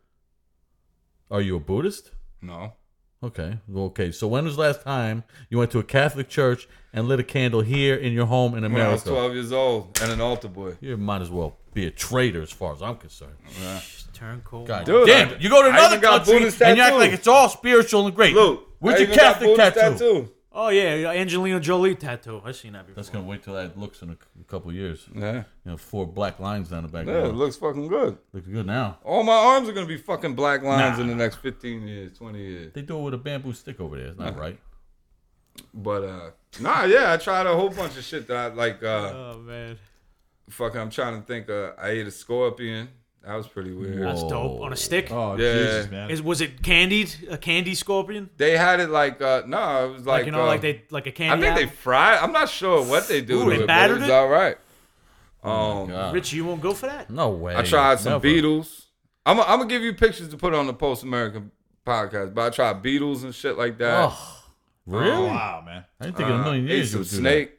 Speaker 2: Are you a Buddhist?
Speaker 4: No,
Speaker 2: Okay. Well, Okay. So when was the last time you went to a Catholic church and lit a candle here in your home in
Speaker 4: when I was
Speaker 2: America?
Speaker 4: twelve years old and an altar boy.
Speaker 2: You might as well be a traitor as far as I'm concerned.
Speaker 5: Turn cold.
Speaker 2: God
Speaker 4: Dude,
Speaker 2: damn.
Speaker 4: I-
Speaker 2: you go to
Speaker 4: I
Speaker 2: another
Speaker 4: even got
Speaker 2: country
Speaker 4: Buddhist
Speaker 2: and you act
Speaker 4: tattoos.
Speaker 2: like it's all spiritual and great.
Speaker 4: Look,
Speaker 2: Where's
Speaker 4: I
Speaker 2: your
Speaker 4: even got
Speaker 2: Catholic
Speaker 4: Buddhist
Speaker 2: tattoo?
Speaker 5: Oh yeah, yeah, Angelina Jolie tattoo. I seen that before.
Speaker 2: That's going to wait till that looks in a c- couple years. You
Speaker 4: Yeah,
Speaker 2: know, four black lines down the back.
Speaker 4: yeah,
Speaker 2: Yeah,
Speaker 4: it looks fucking good.
Speaker 2: Looks good now.
Speaker 4: All my arms are gonna be fucking black lines in the next fifteen years, twenty years.
Speaker 2: They do it with a bamboo stick over there. It's not right.
Speaker 4: But uh, nah, yeah, I tried a whole bunch of shit that I like. Uh,
Speaker 5: Oh man,
Speaker 4: fucking, I'm trying to think. Uh, I ate a scorpion. That was pretty weird.
Speaker 5: that's dope on a stick.
Speaker 3: Oh,
Speaker 4: Yeah.
Speaker 3: Jesus, man.
Speaker 5: Is was it candied? A candy scorpion?
Speaker 4: They had it like uh, no, it was like,
Speaker 5: Like, you know,
Speaker 4: uh,
Speaker 5: like they like a
Speaker 4: I
Speaker 5: candy.
Speaker 4: think they
Speaker 5: apple?
Speaker 4: fried. I'm not sure what they do.
Speaker 5: Ooh,
Speaker 4: to
Speaker 5: they
Speaker 4: it, but
Speaker 5: battered
Speaker 4: it's
Speaker 5: it?
Speaker 4: all right. Um,
Speaker 2: Oh God.
Speaker 5: Richie, you won't go for that?
Speaker 2: No way.
Speaker 4: I tried some
Speaker 2: Never.
Speaker 4: Beatles. I'm I'm gonna give you pictures to put on the Post American podcast, but I tried Beatles and shit like that.
Speaker 2: Ugh. really?
Speaker 3: Wow, man.
Speaker 2: I didn't think in Oh, a million
Speaker 4: I Oh, Uh, ate
Speaker 2: years you
Speaker 4: some
Speaker 2: would do
Speaker 4: snake.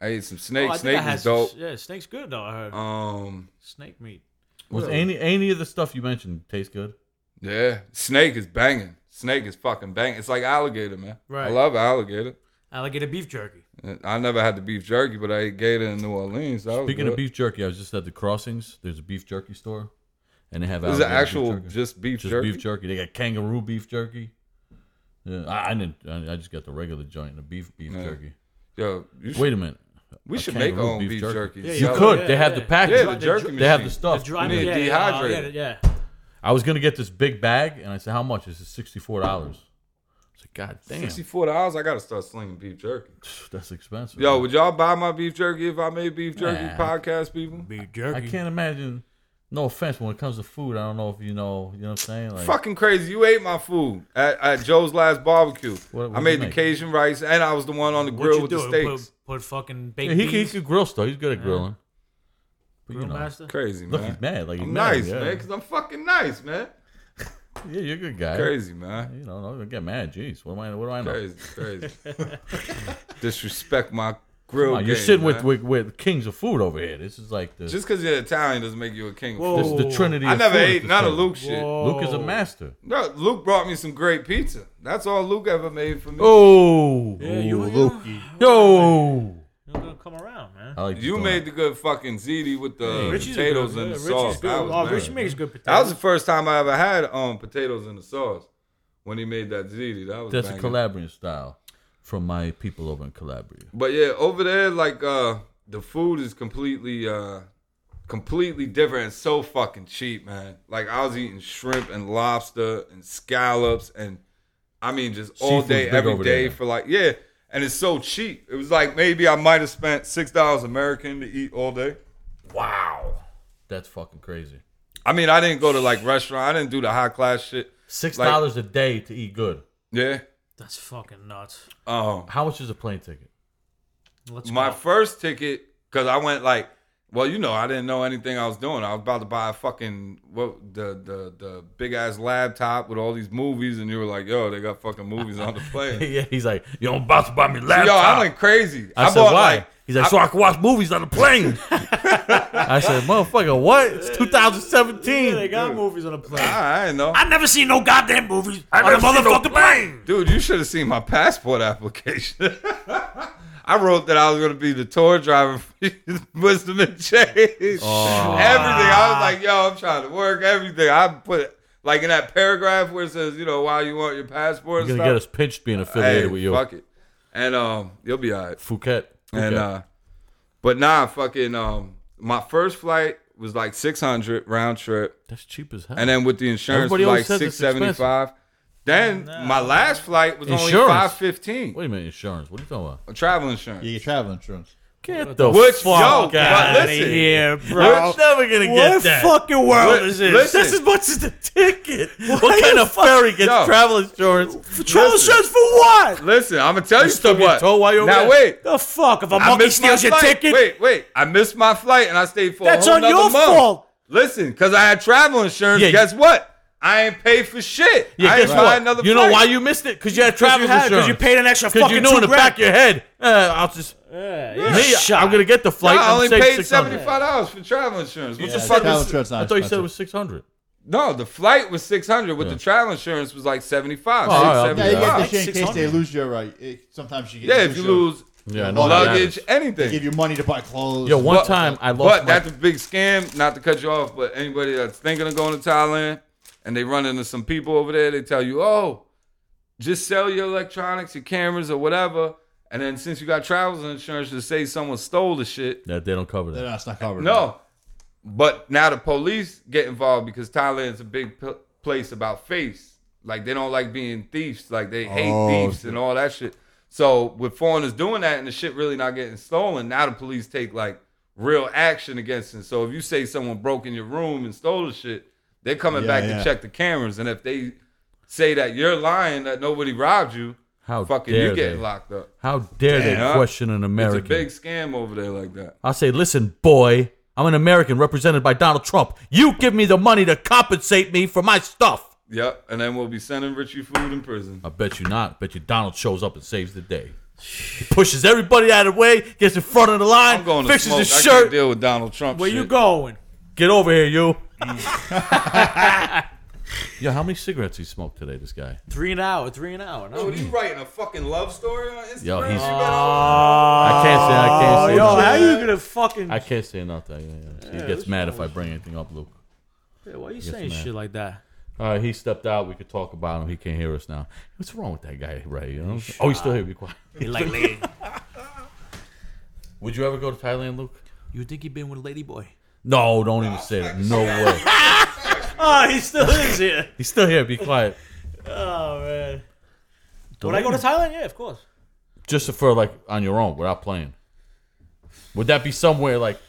Speaker 4: I ate some snake.
Speaker 5: Oh, I think
Speaker 4: snake
Speaker 5: I had
Speaker 4: was
Speaker 5: some-
Speaker 4: dope.
Speaker 5: yeah, snake's good though. I heard
Speaker 4: Um,
Speaker 5: snake meat.
Speaker 2: that. Was any any of the stuff you mentioned taste good?
Speaker 4: yeah, snake is banging. Snake is fucking banging. It's like alligator, man. I
Speaker 5: Right.
Speaker 4: love alligator.
Speaker 5: Alligator beef jerky.
Speaker 4: I never had the beef jerky, but I ate gator in New Orleans. That was
Speaker 2: Speaking
Speaker 4: good.
Speaker 2: of beef jerky, I was just at the Crossings. There's a beef jerky store, and they have
Speaker 4: Is it
Speaker 2: alligator beef
Speaker 4: actual
Speaker 2: jerky.
Speaker 4: just beef
Speaker 2: just
Speaker 4: jerky?
Speaker 2: beef jerky. They got kangaroo beef jerky. Yeah, I, I didn't. I, I just got the regular joint, the beef beef jerky.
Speaker 4: Yo, you should,
Speaker 2: Wait a minute.
Speaker 4: We should
Speaker 2: can't
Speaker 4: make our
Speaker 2: remove
Speaker 4: own
Speaker 2: beef
Speaker 4: beef
Speaker 2: jerky.
Speaker 4: jerky.
Speaker 5: Yeah,
Speaker 2: You
Speaker 4: Sell it.
Speaker 2: could.
Speaker 5: yeah,
Speaker 2: they have
Speaker 5: yeah.
Speaker 2: the package.
Speaker 4: Yeah, the jerky
Speaker 2: They have the
Speaker 4: machine.
Speaker 5: The
Speaker 2: stuff.
Speaker 5: dry,
Speaker 4: need
Speaker 5: yeah,
Speaker 4: to
Speaker 5: yeah,
Speaker 4: dehydrate
Speaker 5: yeah,
Speaker 4: it.
Speaker 5: yeah.
Speaker 2: I was gonna get this big bag, and I said, "How much?" This is sixty-four dollars. I said, "God damn,
Speaker 4: Sixty-four dollars. I gotta start slinging beef jerky.
Speaker 2: that's expensive."
Speaker 4: Yo, would y'all buy my beef jerky if I made beef jerky
Speaker 2: Nah.
Speaker 4: podcast people?
Speaker 5: Beef
Speaker 2: I
Speaker 5: jerky.
Speaker 2: can't imagine. No offense, when it comes to food, I don't know if you know. You know what I'm saying? Like,
Speaker 4: Fucking crazy! You ate my food at, at Joe's last barbecue.
Speaker 2: What-
Speaker 4: I
Speaker 2: what'd you
Speaker 4: made the
Speaker 2: make?
Speaker 4: Cajun rice, and I was the one on the grill with the steaks.
Speaker 5: Put, put fucking
Speaker 2: Yeah,
Speaker 5: baked
Speaker 2: he, can, he
Speaker 5: beans.
Speaker 2: could grill stuff. He's good at grilling. But you
Speaker 5: Grill
Speaker 2: know,
Speaker 5: master.
Speaker 4: Crazy
Speaker 2: look,
Speaker 4: man.
Speaker 2: he's mad. Like he's
Speaker 4: I'm
Speaker 2: mad,
Speaker 4: nice
Speaker 2: yeah.
Speaker 4: man, because I'm fucking nice man.
Speaker 2: Yeah, you're a good guy.
Speaker 4: Crazy man.
Speaker 2: You know, don't get mad. Jeez, what am I? What do I know?
Speaker 4: Crazy, crazy. Disrespect my grill.
Speaker 2: Wow, you're
Speaker 4: game,
Speaker 2: sitting with,
Speaker 4: man.
Speaker 2: with with kings of food over here. This is like the
Speaker 4: Just because you're Italian doesn't make you a king. of
Speaker 5: Whoa.
Speaker 2: this
Speaker 4: food.
Speaker 2: is the trinity.
Speaker 4: I
Speaker 2: of
Speaker 4: never
Speaker 2: food at
Speaker 4: ate
Speaker 2: this
Speaker 4: none of
Speaker 2: table.
Speaker 4: Luke's shit.
Speaker 2: Luke is a master.
Speaker 4: No, Luke brought me some great pizza. That's all Luke ever made for me.
Speaker 2: Oh,
Speaker 5: Yeah, you,
Speaker 3: Ooh,
Speaker 5: you know,
Speaker 3: Loki.
Speaker 2: yo!
Speaker 5: you're gonna come around, man.
Speaker 2: I like this
Speaker 4: You
Speaker 2: donut.
Speaker 4: made the good fucking ziti with the
Speaker 5: Richie's a
Speaker 4: potatoes
Speaker 5: good-
Speaker 4: and the
Speaker 5: yeah, Richie's
Speaker 4: sauce.
Speaker 5: Good.
Speaker 4: That was,
Speaker 5: oh,
Speaker 4: mad.
Speaker 5: Richie makes good potatoes.
Speaker 4: that was the first time I ever had um potatoes in the sauce when he made that ziti. That was
Speaker 2: That's a
Speaker 4: banging.
Speaker 2: Calabrian style from my people over in Calabria.
Speaker 4: But yeah, over there, like uh the food is completely uh completely different and so fucking cheap, man. Like I was eating shrimp and lobster and scallops and I mean just all
Speaker 2: Seafood's
Speaker 4: day,
Speaker 2: big
Speaker 4: every
Speaker 2: over
Speaker 4: day
Speaker 2: there.
Speaker 4: for like yeah. And it's so cheap. It was like maybe I might have spent six dollars American to eat all day. Wow.
Speaker 2: That's fucking crazy.
Speaker 4: I mean, I didn't go to like restaurant. I didn't do the high class shit.
Speaker 2: Six
Speaker 4: Like-
Speaker 2: dollars a day to eat good.
Speaker 4: Yeah.
Speaker 5: That's fucking nuts.
Speaker 4: Um,
Speaker 2: How much is a plane ticket?
Speaker 5: Let's
Speaker 4: my
Speaker 5: go.
Speaker 4: first ticket because I went like, well, you know, I didn't know anything I was doing. I was about to buy a fucking what the the the big ass laptop with all these movies, and you were like, yo, they got fucking movies on the plane.
Speaker 2: yeah, he's like, yo, I'm about to buy me a
Speaker 4: yo,
Speaker 2: laptop.
Speaker 4: I went crazy.
Speaker 2: I said,
Speaker 4: bought
Speaker 2: why?
Speaker 4: like
Speaker 2: he's like, so I can watch movies on the plane. I said, motherfucker, what? It's 2017.
Speaker 5: Yeah, they got movies on the plane.
Speaker 4: I, I didn't know.
Speaker 5: I never seen no goddamn movies on a
Speaker 2: never seen no
Speaker 5: motherfucking plane.
Speaker 4: Dude, you should have seen my passport application. I wrote that I was going to be the tour driver for Wisdom and Change. Everything. I was like, yo, I'm trying to work everything. I put, like, in that paragraph where it says, you know, why you want your passport and
Speaker 2: You're
Speaker 4: stuff.
Speaker 2: gonna get us pinched being affiliated
Speaker 4: hey,
Speaker 2: with you,
Speaker 4: fuck it. And um, you'll be all right.
Speaker 2: Phuket.
Speaker 4: And
Speaker 2: Phuket.
Speaker 4: uh, but nah, fucking um, my first flight was like 600 round trip.
Speaker 2: that's cheap as hell.
Speaker 4: And then with the insurance,
Speaker 2: Everybody always
Speaker 4: was
Speaker 2: says
Speaker 4: like six
Speaker 2: it's
Speaker 4: seventy five. Then my last flight was only
Speaker 2: Insurance?
Speaker 4: five fifteen.
Speaker 2: Wait a minute, insurance. What are you talking about?
Speaker 4: Travel insurance.
Speaker 3: Yeah, your travel insurance.
Speaker 2: Get the
Speaker 4: Which-
Speaker 2: fuck
Speaker 4: yo,
Speaker 2: out
Speaker 4: but
Speaker 2: of
Speaker 4: listen.
Speaker 2: here, bro.
Speaker 4: Which-
Speaker 2: never gonna get
Speaker 5: What
Speaker 2: that.
Speaker 5: fucking world is this?
Speaker 4: Listen.
Speaker 2: That's as much as the ticket. what
Speaker 5: you
Speaker 2: kind of ferry gets
Speaker 4: Yo.
Speaker 2: travel insurance?
Speaker 5: Travel
Speaker 4: Listen.
Speaker 5: insurance for what?
Speaker 4: Listen, I'm gonna tell you
Speaker 2: still
Speaker 4: something.
Speaker 2: getting
Speaker 4: what.
Speaker 2: towed while you're
Speaker 4: now
Speaker 2: away?
Speaker 4: wait,
Speaker 5: The fuck? If a
Speaker 4: I
Speaker 5: monkey
Speaker 4: missed my
Speaker 5: steals your
Speaker 4: flight.
Speaker 5: ticket,
Speaker 4: Wait, wait, I missed my flight and I stayed for
Speaker 5: that's
Speaker 4: a whole
Speaker 5: on
Speaker 4: nother
Speaker 5: your
Speaker 4: month.
Speaker 5: fault.
Speaker 4: Listen, because I had travel insurance.
Speaker 2: Yeah, you-
Speaker 4: guess what? I ain't paid for shit.
Speaker 2: Yeah,
Speaker 4: I
Speaker 2: guess
Speaker 4: ain't buy
Speaker 2: what?
Speaker 4: another.
Speaker 2: You know
Speaker 4: flight.
Speaker 2: why you missed it? Because you had travel
Speaker 5: Because
Speaker 2: insurance.
Speaker 5: you paid an extra
Speaker 2: Because
Speaker 5: fucking
Speaker 2: you knew
Speaker 5: two
Speaker 2: in the
Speaker 5: grand.
Speaker 2: back of your head, uh, I'll just
Speaker 5: Yeah,
Speaker 2: me.
Speaker 5: shot.
Speaker 2: I'm gonna get the flight.
Speaker 4: Nah, I
Speaker 2: I'm
Speaker 4: only
Speaker 2: saving
Speaker 4: paid
Speaker 2: 600.
Speaker 4: seventy five dollars for travel insurance. What the
Speaker 3: Yeah,
Speaker 4: fuck?
Speaker 3: travel
Speaker 4: Is,
Speaker 3: insurance. Not
Speaker 2: I thought you said it
Speaker 3: expensive.
Speaker 2: was 600.
Speaker 4: no, the flight was six hundred, but the travel insurance was like seventy five.
Speaker 2: Oh, all right, I'll do
Speaker 3: Yeah, you
Speaker 2: Yeah.
Speaker 3: get the
Speaker 5: Like
Speaker 3: shit in case they
Speaker 5: 600.
Speaker 3: lose your right. It, sometimes you get
Speaker 4: Yeah, if you
Speaker 3: your-
Speaker 4: lose
Speaker 2: Yeah, I know
Speaker 3: know how that
Speaker 4: luggage,
Speaker 3: they give
Speaker 4: anything.
Speaker 3: you money to buy clothes.
Speaker 2: Yo, one
Speaker 4: But-
Speaker 2: time I lost
Speaker 4: But
Speaker 2: my
Speaker 4: that's a big scam. Not to cut you off, but anybody that's thinking of going to Thailand and they run into some people over there, they tell you, "Oh, just sell your electronics, your cameras, or whatever." And then since you got travel insurance, to say someone stole the shit.
Speaker 2: Yeah, they don't cover
Speaker 3: No,
Speaker 2: that.
Speaker 3: it's not covered.
Speaker 4: No, but now the police get involved because Thailand's a big p- place about face. Like they don't like being thieves. Like they hate
Speaker 3: Oh,
Speaker 4: thieves and all that shit. So with foreigners doing that and the shit really not getting stolen, now the police take like real action against them. So if you say someone broke in your room and stole the shit, they're coming
Speaker 3: Yeah,
Speaker 4: back
Speaker 3: yeah.
Speaker 4: to check the cameras. And if they say that you're lying, that nobody robbed you,
Speaker 2: How
Speaker 4: fucking
Speaker 2: dare
Speaker 4: you getting
Speaker 2: they?
Speaker 4: locked up.
Speaker 2: How dare
Speaker 4: Damn.
Speaker 2: they question an American?
Speaker 4: It's a big scam over there like that.
Speaker 2: I'll say, listen, boy, I'm an American represented by Donald Trump. You give me the money to compensate me for my stuff.
Speaker 4: Yep. And then we'll be sending Richie food in prison.
Speaker 2: I bet you not. bet you Donald shows up and saves the day. He pushes everybody out of the way, gets in front of the line,
Speaker 4: I'm going to
Speaker 2: fixes
Speaker 4: smoke.
Speaker 2: his
Speaker 4: I can't
Speaker 2: shirt.
Speaker 4: deal with Donald Trump.
Speaker 5: Where
Speaker 4: shit.
Speaker 5: you going?
Speaker 2: Get over here, you. Yo, how many cigarettes he smoked today, this guy?
Speaker 5: Three an hour. Three an hour. No.
Speaker 4: Dude, you writing a fucking love story on Instagram?
Speaker 2: Yo, he's-
Speaker 4: You got
Speaker 2: I can't say I can't
Speaker 5: Oh,
Speaker 2: say
Speaker 5: Ah, yo,
Speaker 2: nothing.
Speaker 5: how you gonna fucking?
Speaker 2: I can't say nothing. Yeah, yeah. He gets mad if I bring anything up, Luke.
Speaker 5: Yeah, why you saying shit like that?
Speaker 2: All right, he stepped out. We could talk about him. He can't hear us now. What's wrong with that guy, Ray? You know? Oh, he's still here. Be quiet.
Speaker 5: He like,
Speaker 2: Would you ever go to Thailand, Luke?
Speaker 5: You think he been with Ladyboy?
Speaker 2: No, don't even say that. No way.
Speaker 5: Oh, he still is here.
Speaker 2: He's still here. Be quiet.
Speaker 5: Oh man. Would I go to Thailand? Yeah, of course.
Speaker 2: Just for like on your own without playing. Would that be somewhere like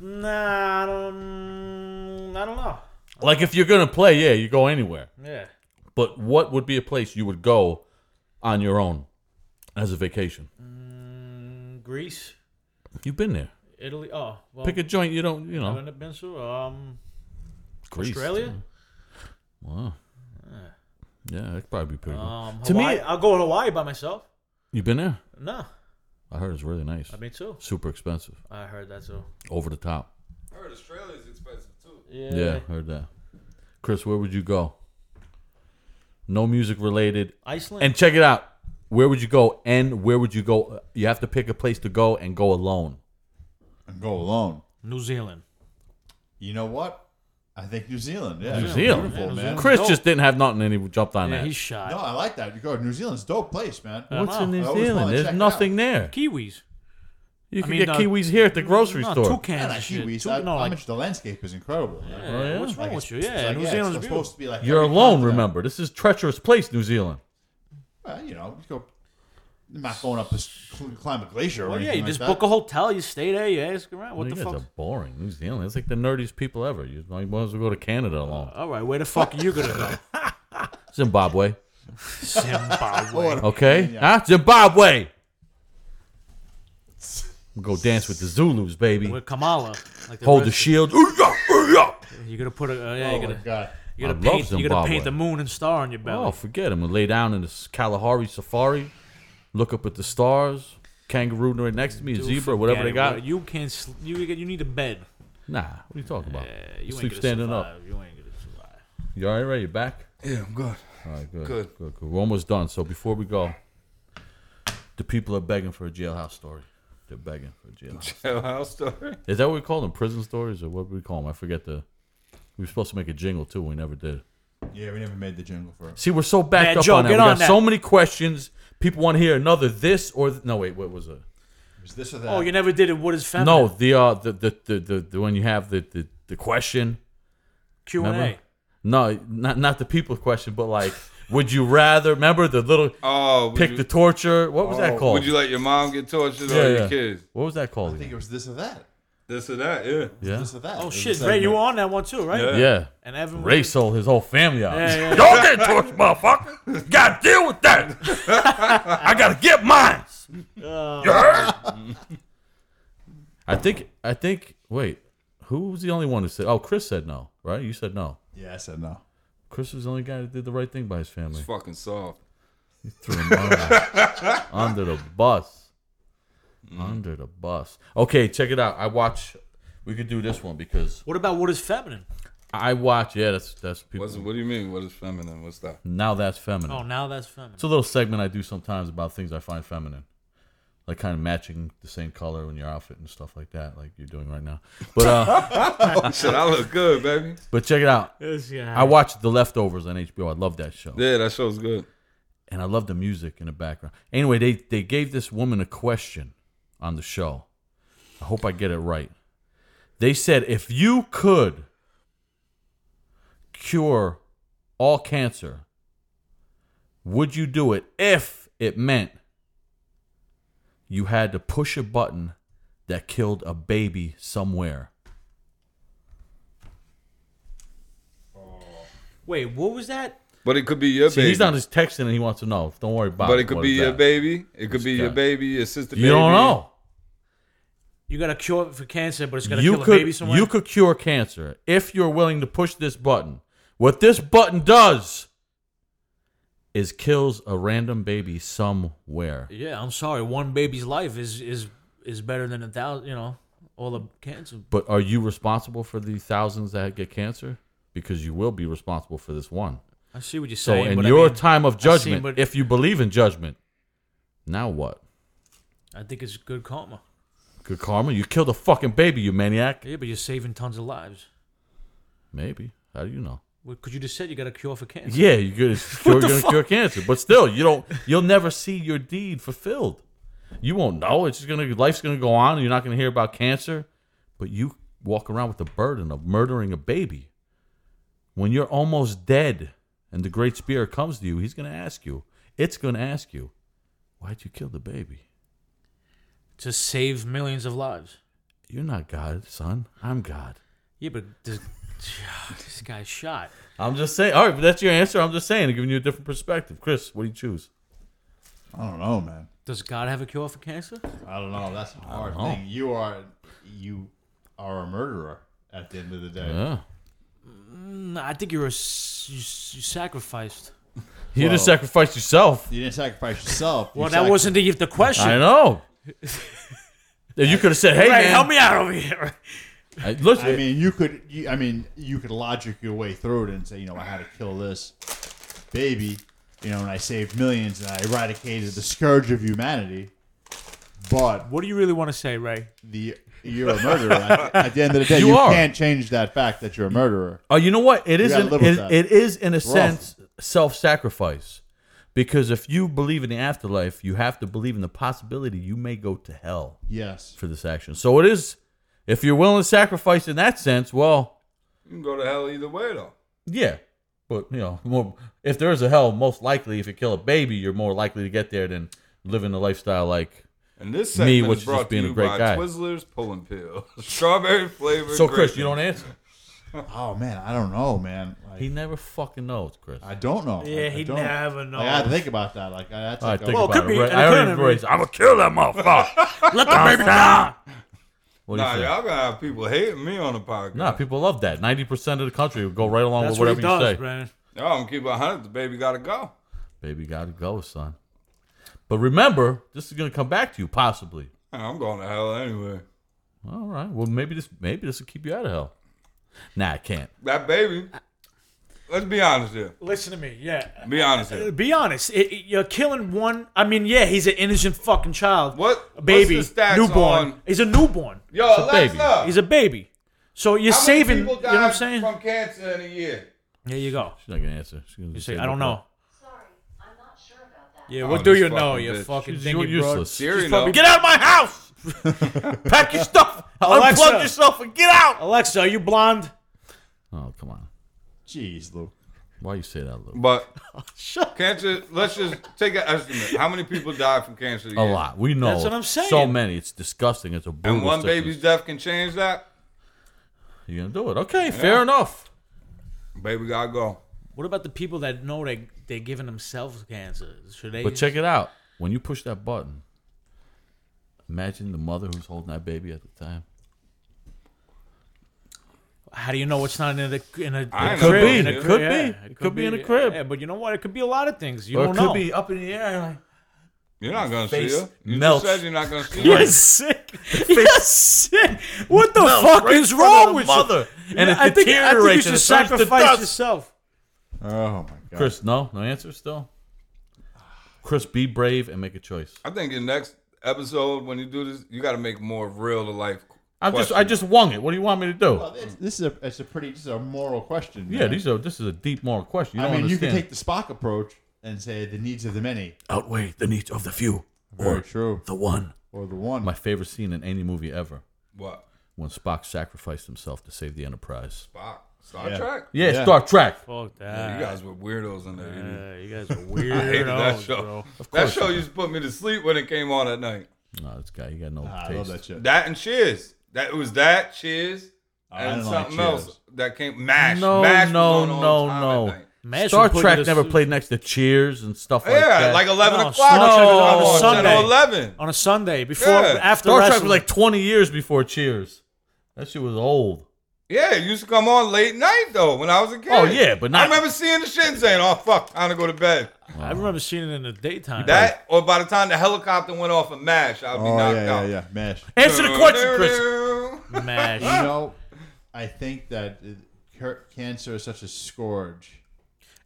Speaker 5: Nah, I don't. I don't know.
Speaker 2: like if you're gonna play? Yeah, you go anywhere.
Speaker 5: Yeah.
Speaker 2: But what would be a place you would go on your own as a vacation?
Speaker 5: Mm, Greece,
Speaker 2: You've been there.
Speaker 5: Italy. Oh, well,
Speaker 2: Pick a joint you don't. You know,
Speaker 5: haven't it been so? Um,
Speaker 2: Greece.
Speaker 5: Australia.
Speaker 2: Wow. Yeah, Oh. that'd probably be pretty. Cool.
Speaker 5: Um,
Speaker 2: To me-
Speaker 5: Hawaii. I'll go to Hawaii by myself.
Speaker 2: You've been there?
Speaker 5: No,
Speaker 2: I heard it's really nice.
Speaker 5: I mean too.
Speaker 2: Super expensive,
Speaker 5: I heard that too.
Speaker 2: over the top.
Speaker 4: I heard Australia's expensive too.
Speaker 5: Yeah.
Speaker 2: Yeah, heard that. Chris, where would you go? No music related.
Speaker 5: Iceland.
Speaker 2: And check it out. Where would you go? And where would you go? You have to pick a place to go and go alone.
Speaker 3: And go alone.
Speaker 5: New Zealand.
Speaker 3: You know what? I think New Zealand. Yeah,
Speaker 2: New Zealand.
Speaker 3: Beautiful,
Speaker 5: Yeah, New
Speaker 3: man.
Speaker 5: Zealand.
Speaker 2: Chris
Speaker 5: No.
Speaker 2: just didn't have nothing, and he jumped on
Speaker 5: Yeah,
Speaker 2: that.
Speaker 5: he's shy.
Speaker 3: No, I like that. You go to New Zealand's a dope place, man.
Speaker 2: What's in
Speaker 3: I
Speaker 2: New
Speaker 3: always
Speaker 2: Zealand?
Speaker 3: wanna check
Speaker 2: There's
Speaker 3: it
Speaker 2: nothing
Speaker 3: out.
Speaker 2: there.
Speaker 5: Kiwis.
Speaker 2: You can
Speaker 5: mean,
Speaker 2: get
Speaker 5: uh,
Speaker 2: kiwis here at the grocery
Speaker 5: no,
Speaker 2: store.
Speaker 5: Toucans.
Speaker 3: Yeah,
Speaker 5: and
Speaker 3: like
Speaker 5: shit.
Speaker 3: kiwis.
Speaker 5: Two-
Speaker 3: that-
Speaker 5: no,
Speaker 3: how
Speaker 5: like,
Speaker 3: much the landscape is incredible. man.
Speaker 5: yeah,
Speaker 2: Oh, yeah?
Speaker 5: What's wrong
Speaker 3: Like,
Speaker 5: with you?
Speaker 3: it's- it's
Speaker 5: Yeah,
Speaker 3: like,
Speaker 5: New
Speaker 3: it's
Speaker 5: Zealand's
Speaker 3: supposed
Speaker 5: beautiful.
Speaker 3: to be like
Speaker 2: You're
Speaker 3: every
Speaker 2: alone.
Speaker 3: continent.
Speaker 2: Remember, this is treacherous place, New Zealand.
Speaker 3: Well, you know, you go. I'm not going up to cl- climb a glacier or
Speaker 5: Well, yeah,
Speaker 3: anything
Speaker 5: you just
Speaker 3: like
Speaker 5: book
Speaker 3: that.
Speaker 5: a hotel, you stay there, you ask around. What
Speaker 2: you
Speaker 5: the
Speaker 2: guys
Speaker 5: fuck?
Speaker 2: are boring. New Zealand. It's like the nerdiest people ever. You might as well go to Canada alone.
Speaker 5: All right, where the fuck are you gonna go?
Speaker 2: Uh, Zimbabwe.
Speaker 5: Zimbabwe.
Speaker 2: Okay? Huh? Zimbabwe. Go dance with the Zulus, baby.
Speaker 5: With Kamala. Like
Speaker 2: Hold the
Speaker 5: rest-
Speaker 2: shield. Ooh-yah, ooh-yah.
Speaker 5: You're gonna put a. Uh, yeah,
Speaker 3: Oh
Speaker 5: you're
Speaker 3: my
Speaker 5: gonna.
Speaker 3: god!
Speaker 5: You're gonna
Speaker 2: I love
Speaker 5: paint. You're gonna
Speaker 2: Zimbabwe.
Speaker 5: paint the moon and star on your
Speaker 2: Oh,
Speaker 5: belly.
Speaker 2: forget him. Lay down in the Kalahari safari. Look up at the stars. Kangaroo right next to me,
Speaker 5: Dude,
Speaker 2: zebra,
Speaker 5: forget
Speaker 2: whatever
Speaker 5: it,
Speaker 2: they
Speaker 5: bro.
Speaker 2: got.
Speaker 5: You can't. Sl- you you need a bed.
Speaker 2: Nah, what are you talking about?
Speaker 5: Yeah,
Speaker 2: you
Speaker 5: you
Speaker 2: sleep
Speaker 5: ain't gonna
Speaker 2: standing up.
Speaker 5: survive. You ain't gonna survive.
Speaker 2: You all right, Ray? You back?
Speaker 4: Yeah, I'm good.
Speaker 2: All right, good.
Speaker 4: Good.
Speaker 2: Good, good. We're almost done. So before we go, the people are begging for a jailhouse story. They're begging for a jailhouse.
Speaker 4: Jailhouse story.
Speaker 2: Is that what we call them? Prison stories or what do we call them? I forget the. We were supposed to make a jingle too. We never did.
Speaker 3: Yeah, we never made the jingle for it.
Speaker 2: See, we're so backed
Speaker 5: Matt
Speaker 2: up
Speaker 5: Joe,
Speaker 2: on that.
Speaker 5: get
Speaker 2: We got
Speaker 5: on that.
Speaker 2: so many questions. People want to hear another this or th- no. Wait, what was it?
Speaker 3: Was this or that?
Speaker 5: Oh, you never did it. What is feminine?
Speaker 2: No, the uh, the the the, the, the when you have the, the the question.
Speaker 5: Q and
Speaker 2: Remember?
Speaker 5: A.
Speaker 2: No, not not the people question, but like, would you rather? Remember the little
Speaker 4: Oh, would
Speaker 2: pick
Speaker 4: you-
Speaker 2: the torture. What was that
Speaker 4: oh,
Speaker 2: called?
Speaker 4: Would you let your mom get tortured
Speaker 2: Yeah,
Speaker 4: or your
Speaker 2: yeah.
Speaker 4: kids?
Speaker 2: what was that called?
Speaker 3: I think
Speaker 2: again?
Speaker 3: it was this or that.
Speaker 4: This or that, yeah.
Speaker 2: Yeah.
Speaker 3: This or that.
Speaker 5: Oh shit, Ray, you were on that one too, right?
Speaker 4: Yeah.
Speaker 2: Yeah.
Speaker 5: And Evan
Speaker 2: Ray sold his whole family out.
Speaker 5: Yeah, yeah, yeah.
Speaker 2: Y'all get torched, motherfucker. Gotta deal with that. I gotta get mine.
Speaker 5: Uh.
Speaker 2: You heard? I think I think wait, who was the only one who said oh Chris said no, right? You said no.
Speaker 3: Yeah, I said no.
Speaker 2: Chris was the only guy that did the right thing by his family.
Speaker 4: It's fucking soft.
Speaker 2: Threw him under, under the bus. Under the bus. Okay, check it out. I watch we could do this one because
Speaker 5: What about what is feminine?
Speaker 2: I watch yeah, that's that's people
Speaker 4: What's, what do you mean? What is feminine? What's that?
Speaker 2: now that's feminine.
Speaker 5: Oh, now that's feminine.
Speaker 2: It's a little segment I do sometimes about things I find feminine, like kind of matching the same color in your outfit and stuff like that, like you're doing right now. But uh,
Speaker 4: Shit, I look good, baby.
Speaker 2: but check it out.
Speaker 5: Yes, yeah.
Speaker 2: I watched The Leftovers on HBO. I love that show,
Speaker 4: Yeah, that show's good.
Speaker 2: and I love the music in the background. Anyway, they they gave this woman a question on the show. I hope I get it right. They said if you could cure all cancer, would you do it if it meant you had to push a button that killed a baby somewhere?
Speaker 5: Wait, what was that?
Speaker 4: But it could be your
Speaker 2: See,
Speaker 4: baby.
Speaker 2: he's not just texting and he wants to know. Don't worry about it.
Speaker 4: but it could
Speaker 2: What
Speaker 4: be
Speaker 2: is
Speaker 4: your
Speaker 2: that?
Speaker 4: baby. It could be your
Speaker 2: guy.
Speaker 4: baby, your sister.
Speaker 2: You don't
Speaker 4: baby.
Speaker 2: know.
Speaker 5: You got a cure for cancer, but it's gonna
Speaker 2: you
Speaker 5: kill
Speaker 2: could
Speaker 5: a baby somewhere.
Speaker 2: you could cure cancer if you're willing to push this button. What this button does is kills a random baby somewhere.
Speaker 5: Yeah, I'm sorry. One baby's life is is is better than a thousand. You know, all the cancer.
Speaker 2: But are you responsible for the thousands that get cancer? Because you will be responsible for this one.
Speaker 5: I see what you're
Speaker 2: So
Speaker 5: saying.
Speaker 2: in
Speaker 5: but
Speaker 2: your
Speaker 5: I mean,
Speaker 2: time of
Speaker 5: seen
Speaker 2: judgment,
Speaker 5: what-
Speaker 2: if you believe in judgment, now what?
Speaker 5: I think it's good karma.
Speaker 2: Good karma, you killed a fucking baby, you maniac.
Speaker 5: Yeah, but you're saving tons of lives.
Speaker 2: Maybe. How do you know?
Speaker 5: Well, Could you just said you got a cure for cancer?
Speaker 2: Yeah, you could, you're
Speaker 5: the
Speaker 2: gonna
Speaker 5: fuck?
Speaker 2: cure cancer, but still, you don't. You'll never see your deed fulfilled. You won't know. It's just gonna life's gonna go on. And you're not gonna hear about cancer, but you walk around with the burden of murdering a baby. When you're almost dead, and the Great Spirit comes to you, he's gonna ask you. It's gonna ask you, why'd you kill the baby?
Speaker 5: to save millions of lives.
Speaker 2: You're not God, son. I'm God.
Speaker 5: Yeah, but this, this guy's shot.
Speaker 2: I'm just saying. All right, but that's your answer. I'm just saying, giving you a different perspective. Chris, what do you choose?
Speaker 3: I don't know, man.
Speaker 5: Does God have a cure for cancer?
Speaker 3: I don't know. That's a hard
Speaker 2: know.
Speaker 3: thing. You are you are a murderer at the end of the day.
Speaker 2: Yeah.
Speaker 5: No, I think you're a s- you, s- you sacrificed.
Speaker 2: You just
Speaker 3: Well-
Speaker 2: sacrificed yourself.
Speaker 3: You didn't sacrifice yourself. You
Speaker 5: Well, that
Speaker 3: sac-
Speaker 5: wasn't the, the question.
Speaker 2: I know. you could have said, "Hey,
Speaker 5: Right,
Speaker 2: man,
Speaker 5: help me out over here.
Speaker 2: I- listen,
Speaker 3: I mean, you could. You, I mean, you could logic your way through it and say, you know, I had to kill this baby, you know, and I saved millions and I eradicated the scourge of humanity. But
Speaker 5: What do you really want to say, Ray?
Speaker 3: the you're a murderer. at, at the end of the day,
Speaker 2: You
Speaker 3: you,
Speaker 2: are.
Speaker 3: can't change that fact that you're a murderer.
Speaker 2: oh, you know what? It is.
Speaker 3: gotta
Speaker 2: An,
Speaker 3: live with
Speaker 2: it,
Speaker 3: that.
Speaker 2: it is, in a sense, self-sacrifice, because if you believe in the afterlife, you have to believe in the possibility you may go to hell
Speaker 3: Yes.
Speaker 2: for this action. So it is. If you're willing to sacrifice in that sense, well,
Speaker 4: You can go to hell either way though.
Speaker 2: yeah. But you know, more, if there is a hell, most likely, if you kill a baby, you're more likely to get there than living a lifestyle like
Speaker 4: And this
Speaker 2: Me,
Speaker 4: segment
Speaker 2: which
Speaker 4: is
Speaker 2: is
Speaker 4: brought
Speaker 2: just being
Speaker 4: to
Speaker 2: a
Speaker 4: you
Speaker 2: great
Speaker 4: by
Speaker 2: guy.
Speaker 4: Twizzlers pulling pill, strawberry flavored.
Speaker 2: So, Chris, you don't answer.
Speaker 3: Oh man, I don't know, man. Like,
Speaker 2: He never fucking knows, Chris.
Speaker 3: I don't know.
Speaker 5: Yeah,
Speaker 3: I, I
Speaker 5: he
Speaker 3: don't.
Speaker 5: never
Speaker 3: Like, I had to
Speaker 5: knows.
Speaker 3: think about that. Like, I, that's
Speaker 2: All right,
Speaker 3: like,
Speaker 2: think
Speaker 5: Well,
Speaker 3: oh,
Speaker 5: it
Speaker 2: about
Speaker 5: could
Speaker 2: it.
Speaker 5: be-
Speaker 2: right?
Speaker 5: it
Speaker 2: I
Speaker 5: could
Speaker 2: already
Speaker 5: have
Speaker 2: raised.
Speaker 5: been.
Speaker 2: I'm gonna kill that motherfucker.
Speaker 5: Let the baby die.
Speaker 2: What do you
Speaker 4: Nah,
Speaker 2: think?
Speaker 4: y'all gonna have people hating me on the podcast.
Speaker 2: Nah, people love that. Ninety percent of the country will go right along
Speaker 5: That's
Speaker 2: with
Speaker 5: what
Speaker 2: whatever
Speaker 5: he does,
Speaker 2: you say.
Speaker 5: man.
Speaker 4: Y'all gonna keep it hundred. The baby gotta go.
Speaker 2: Baby, gotta go, son. But remember, this is gonna come back to you possibly.
Speaker 4: Man, I'm going to hell anyway.
Speaker 2: All right. Well, maybe this maybe this will keep you out of hell. Nah, it can't.
Speaker 4: That baby. Let's be honest here.
Speaker 5: Listen to me. Yeah.
Speaker 4: Be honest here.
Speaker 5: Be honest. It, it- you're killing one. I mean, yeah, he's an innocent fucking child.
Speaker 4: What-
Speaker 5: A baby.
Speaker 4: what's the stats
Speaker 5: newborn.
Speaker 4: on-
Speaker 5: He's a newborn.
Speaker 4: Yo,
Speaker 2: a
Speaker 4: Alexa,
Speaker 2: baby.
Speaker 4: How
Speaker 5: He's a baby. So
Speaker 4: many
Speaker 5: you're saving. You know
Speaker 4: people
Speaker 5: what I'm
Speaker 4: died
Speaker 5: saying?
Speaker 4: From cancer in a year.
Speaker 5: There you go.
Speaker 2: She's not gonna answer. She's gonna
Speaker 5: You
Speaker 2: just
Speaker 5: say,
Speaker 2: say
Speaker 5: I don't
Speaker 2: no.
Speaker 5: know.
Speaker 7: Sorry, I'm not sure about that.
Speaker 5: Yeah,
Speaker 4: Oh,
Speaker 5: what do
Speaker 4: this
Speaker 5: you know?
Speaker 4: fucking
Speaker 5: You
Speaker 4: bitch.
Speaker 5: fucking
Speaker 2: She's-
Speaker 5: dingy
Speaker 2: You're useless.
Speaker 4: Siri
Speaker 5: broad.
Speaker 4: knows.
Speaker 5: Get out of my house!
Speaker 2: Pack your stuff.
Speaker 5: Alexa.
Speaker 2: Unplug yourself and get out.
Speaker 5: Alexa, are you blonde?
Speaker 2: Oh come on.
Speaker 3: jeez, Luke.
Speaker 2: Why you say that, Lou?
Speaker 4: But cancer. Let's just take an estimate. How many people die from cancer? A,
Speaker 2: A
Speaker 4: year?
Speaker 2: lot. We know.
Speaker 5: That's what I'm
Speaker 2: So
Speaker 5: saying.
Speaker 2: many. It's disgusting. It's a brutal.
Speaker 4: And one
Speaker 2: sickness.
Speaker 4: baby's death can change that.
Speaker 2: You're gonna do it. Okay, fair enough.
Speaker 4: Baby gotta go.
Speaker 5: What about the people that know they they're giving themselves cancer? Should they?
Speaker 2: But check it out. When you push that button, imagine the mother who's holding that baby at the time.
Speaker 5: How do you know it's not in a in a? in
Speaker 4: I
Speaker 5: a
Speaker 4: ain't know.
Speaker 5: crib,
Speaker 4: Could be.
Speaker 5: in a
Speaker 4: It
Speaker 5: crib,
Speaker 2: could
Speaker 5: yeah,
Speaker 2: be. It could be in a crib.
Speaker 5: Yeah, but you know what? It could be a lot of things. You
Speaker 2: Or it
Speaker 5: don't
Speaker 2: could
Speaker 5: know.
Speaker 2: be up in the air. and Like,
Speaker 4: You're not gonna
Speaker 2: Face
Speaker 4: see her. You
Speaker 2: melts.
Speaker 4: just said you're not gonna see
Speaker 5: You're
Speaker 4: her.
Speaker 5: sick. You're sick. What the fuck
Speaker 2: right
Speaker 5: is
Speaker 2: in front of
Speaker 5: wrong
Speaker 2: the
Speaker 5: with
Speaker 2: mother.
Speaker 5: you?
Speaker 2: And it
Speaker 5: I think, I think you
Speaker 2: deteriorates
Speaker 5: should
Speaker 2: and it turns to
Speaker 5: sacrifice
Speaker 2: dust.
Speaker 5: yourself.
Speaker 3: Oh my god.
Speaker 2: Chris, no, no answer still. Chris, be brave and make a choice.
Speaker 4: I think in next episode when you do this, you got to make more real to life.
Speaker 2: I'm just, I just wung it. What do you want me to do?
Speaker 3: Well, it's, this is a it's a pretty this is a moral question.
Speaker 2: Yeah,
Speaker 3: man.
Speaker 2: these are. This is a deep moral question. You
Speaker 3: I
Speaker 2: don't
Speaker 3: mean, you
Speaker 2: understand.
Speaker 3: can take the Spock approach and say the needs of the many.
Speaker 2: outweigh the needs of the few
Speaker 3: Very true.
Speaker 2: the one.
Speaker 3: Or the one.
Speaker 2: My favorite scene in any movie ever
Speaker 4: what
Speaker 2: when Spock sacrificed himself to save the Enterprise.
Speaker 4: Spock Star
Speaker 3: Yeah.
Speaker 4: Trek.
Speaker 2: Yeah,
Speaker 3: Yeah.
Speaker 2: Star Trek.
Speaker 5: Fuck
Speaker 4: You
Speaker 5: that.
Speaker 4: guys were weirdos in there. dude.
Speaker 5: Uh, you guys are
Speaker 4: hated that
Speaker 5: weirdos,
Speaker 4: show.
Speaker 5: bro.
Speaker 4: That show used to put me to sleep when it came on at night.
Speaker 2: No, this guy, you got no
Speaker 3: Ah, I love
Speaker 2: taste.
Speaker 3: that shit.
Speaker 4: That and Cheers. That it was that Cheers
Speaker 3: I
Speaker 4: and
Speaker 3: don't like
Speaker 4: something
Speaker 3: Cheers.
Speaker 4: else that came Mash.
Speaker 2: No,
Speaker 4: Mash
Speaker 2: no,
Speaker 4: was on
Speaker 2: no,
Speaker 4: all the time
Speaker 2: no.
Speaker 4: at night.
Speaker 5: Mash
Speaker 2: Star
Speaker 5: would put you
Speaker 2: Trek
Speaker 5: to
Speaker 2: never
Speaker 5: sleep.
Speaker 2: played next to Cheers and stuff like that.
Speaker 4: Yeah, like eleven
Speaker 5: No,
Speaker 4: o'clock.
Speaker 5: Star
Speaker 4: on
Speaker 5: Trek was on
Speaker 4: Channel
Speaker 5: a Sunday. Oh.
Speaker 4: Eleven.
Speaker 5: on a Sunday before
Speaker 4: Yeah.
Speaker 5: after
Speaker 2: Star Trek
Speaker 5: wrestling.
Speaker 2: was like 20 years before Cheers. That shit was old.
Speaker 4: Yeah, it used to come on late night though when I was a kid.
Speaker 2: Oh, yeah, but
Speaker 4: I
Speaker 2: not-
Speaker 4: remember seeing the shit and saying, "Oh fuck, time to go to bed."
Speaker 5: I remember seeing it in the daytime.
Speaker 4: That or by the time the helicopter went off of Mash, I'd be
Speaker 3: Oh yeah,
Speaker 4: knocked
Speaker 3: yeah,
Speaker 4: out.
Speaker 3: yeah. Mash.
Speaker 2: Answer the question, Chris.
Speaker 3: You
Speaker 5: mash.
Speaker 3: know, I think that uh, ca- cancer is such a scourge.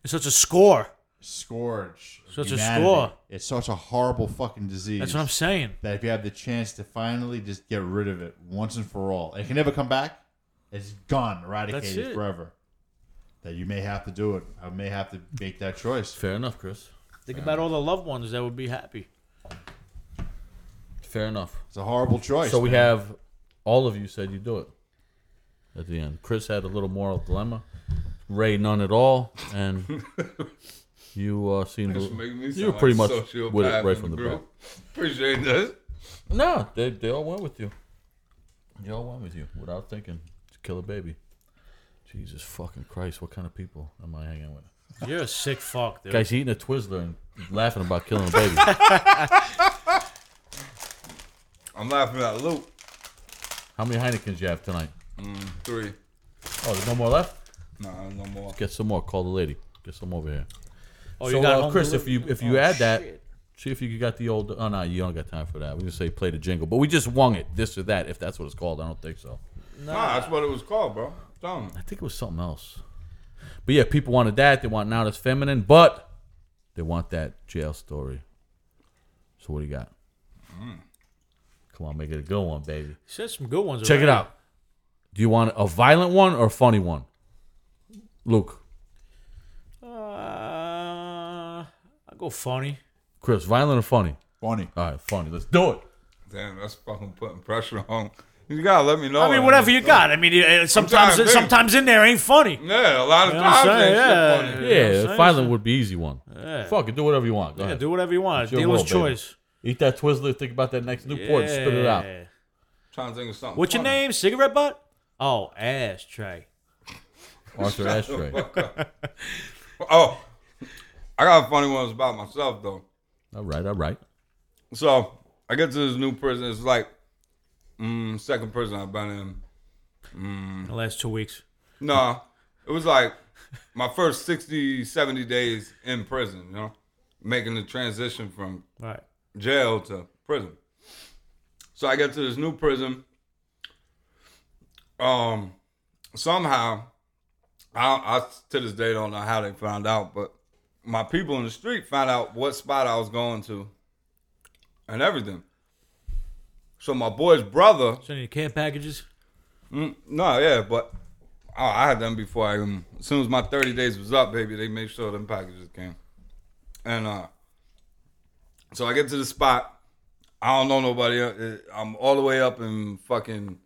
Speaker 5: It's such a score.
Speaker 3: Scourge. of
Speaker 5: Such a
Speaker 3: humanity.
Speaker 5: score.
Speaker 3: It's such a horrible fucking disease.
Speaker 5: That's what I'm saying.
Speaker 3: That if you have the chance to finally just get rid of it once and for all, it can never come back. It's gone, eradicated
Speaker 5: That's it.
Speaker 3: forever. That you may have to do it. I may have to make that choice.
Speaker 2: Fair enough, Chris.
Speaker 5: Think about all the loved ones that would be happy.
Speaker 2: Fair enough.
Speaker 3: It's a horrible choice.
Speaker 2: So we
Speaker 3: man.
Speaker 2: have all of you said you do it at the end. Chris had a little moral dilemma. Ray, none at all, and you uh, seemed
Speaker 4: Just make me
Speaker 2: to,
Speaker 4: sound
Speaker 2: you were pretty
Speaker 4: like
Speaker 2: much
Speaker 4: a
Speaker 2: with
Speaker 4: sociopath
Speaker 2: it right
Speaker 4: in
Speaker 2: from the
Speaker 4: group. Appreciate that.
Speaker 2: back. No, they they all went with you. They all went with you without thinking. It's a killer baby. Jesus fucking Christ! What kind of people am I hanging with?
Speaker 5: You're a sick fuck, dude.
Speaker 2: Guys eating a Twizzler and laughing about killing a baby.
Speaker 4: I'm laughing at Luke.
Speaker 2: How many Heinekens you have tonight?
Speaker 4: Three.
Speaker 2: Oh, there's no more left.
Speaker 4: Nah, no more.
Speaker 2: Get some more. Call the lady. Get some over here.
Speaker 5: oh,
Speaker 2: so,
Speaker 5: got
Speaker 2: uh,
Speaker 5: home
Speaker 2: Chris, if
Speaker 5: delivery?
Speaker 2: you if you
Speaker 5: Oh,
Speaker 2: add that,
Speaker 5: shit.
Speaker 2: see if you got the old. Oh no, you don't got time for that. We just say play the jingle, but we just wung it. This or that, if that's what it's called. I don't think so.
Speaker 4: Nah, that's what it was called, bro. Tell him.
Speaker 2: I think it was something else. But yeah, people wanted that. They want now that's feminine, but they want that jail story. So what do you got? Come on, make it a good one, baby.
Speaker 5: You said some good ones.
Speaker 2: Check it
Speaker 5: already.
Speaker 2: out. Do you want a violent one or a funny one? Luke,
Speaker 5: Uh, I'll go funny.
Speaker 2: Chris, violent or funny?
Speaker 3: funny.
Speaker 2: All right, funny. Let's do it.
Speaker 4: Damn, that's fucking putting pressure on. You gotta let me Oh, know.
Speaker 5: I mean, whatever you got. I mean, it- it- sometimes
Speaker 4: Sometimes,
Speaker 5: sometimes in there ain't funny.
Speaker 4: Yeah, a lot of
Speaker 5: You know what I'm
Speaker 4: times that shit
Speaker 5: saying? Yeah.
Speaker 4: funny.
Speaker 5: what I'm
Speaker 2: Yeah,
Speaker 5: saying?
Speaker 2: violent would be easy one.
Speaker 5: Yeah.
Speaker 2: Fuck it, do whatever you want. Go
Speaker 5: Yeah,
Speaker 2: ahead.
Speaker 5: do whatever you want.
Speaker 2: your
Speaker 5: Dealer's
Speaker 2: world, baby.
Speaker 5: choice.
Speaker 2: Eat that Twizzler, think about that next Newport, and spit it out.
Speaker 5: Yeah.
Speaker 4: Trying to think of something.
Speaker 5: What's your
Speaker 4: funny.
Speaker 5: name? Cigarette butt? Oh, ashtray.
Speaker 2: Arthur Ashtray.
Speaker 4: Oh, I got funny ones about myself though.
Speaker 2: all right, all right.
Speaker 4: So I get to this new prison. It's like mm, second prison I've been in.
Speaker 5: In the last two weeks.
Speaker 4: Nah, it was like my first 60, 70 days in prison. You know, making the transition from
Speaker 5: All right.
Speaker 4: jail to prison. So I get to this new prison. Um, somehow, I, I to this day don't know how they found out, but my people in the street found out what spot I was going to, and everything. So my boy's brother,
Speaker 5: So any care packages?
Speaker 4: no, yeah, but oh, I had them before I even. As soon as my thirty days was up, baby, they made sure them packages came. And uh, so I get to the spot. I don't know nobody. uh, I'm all the way up in fucking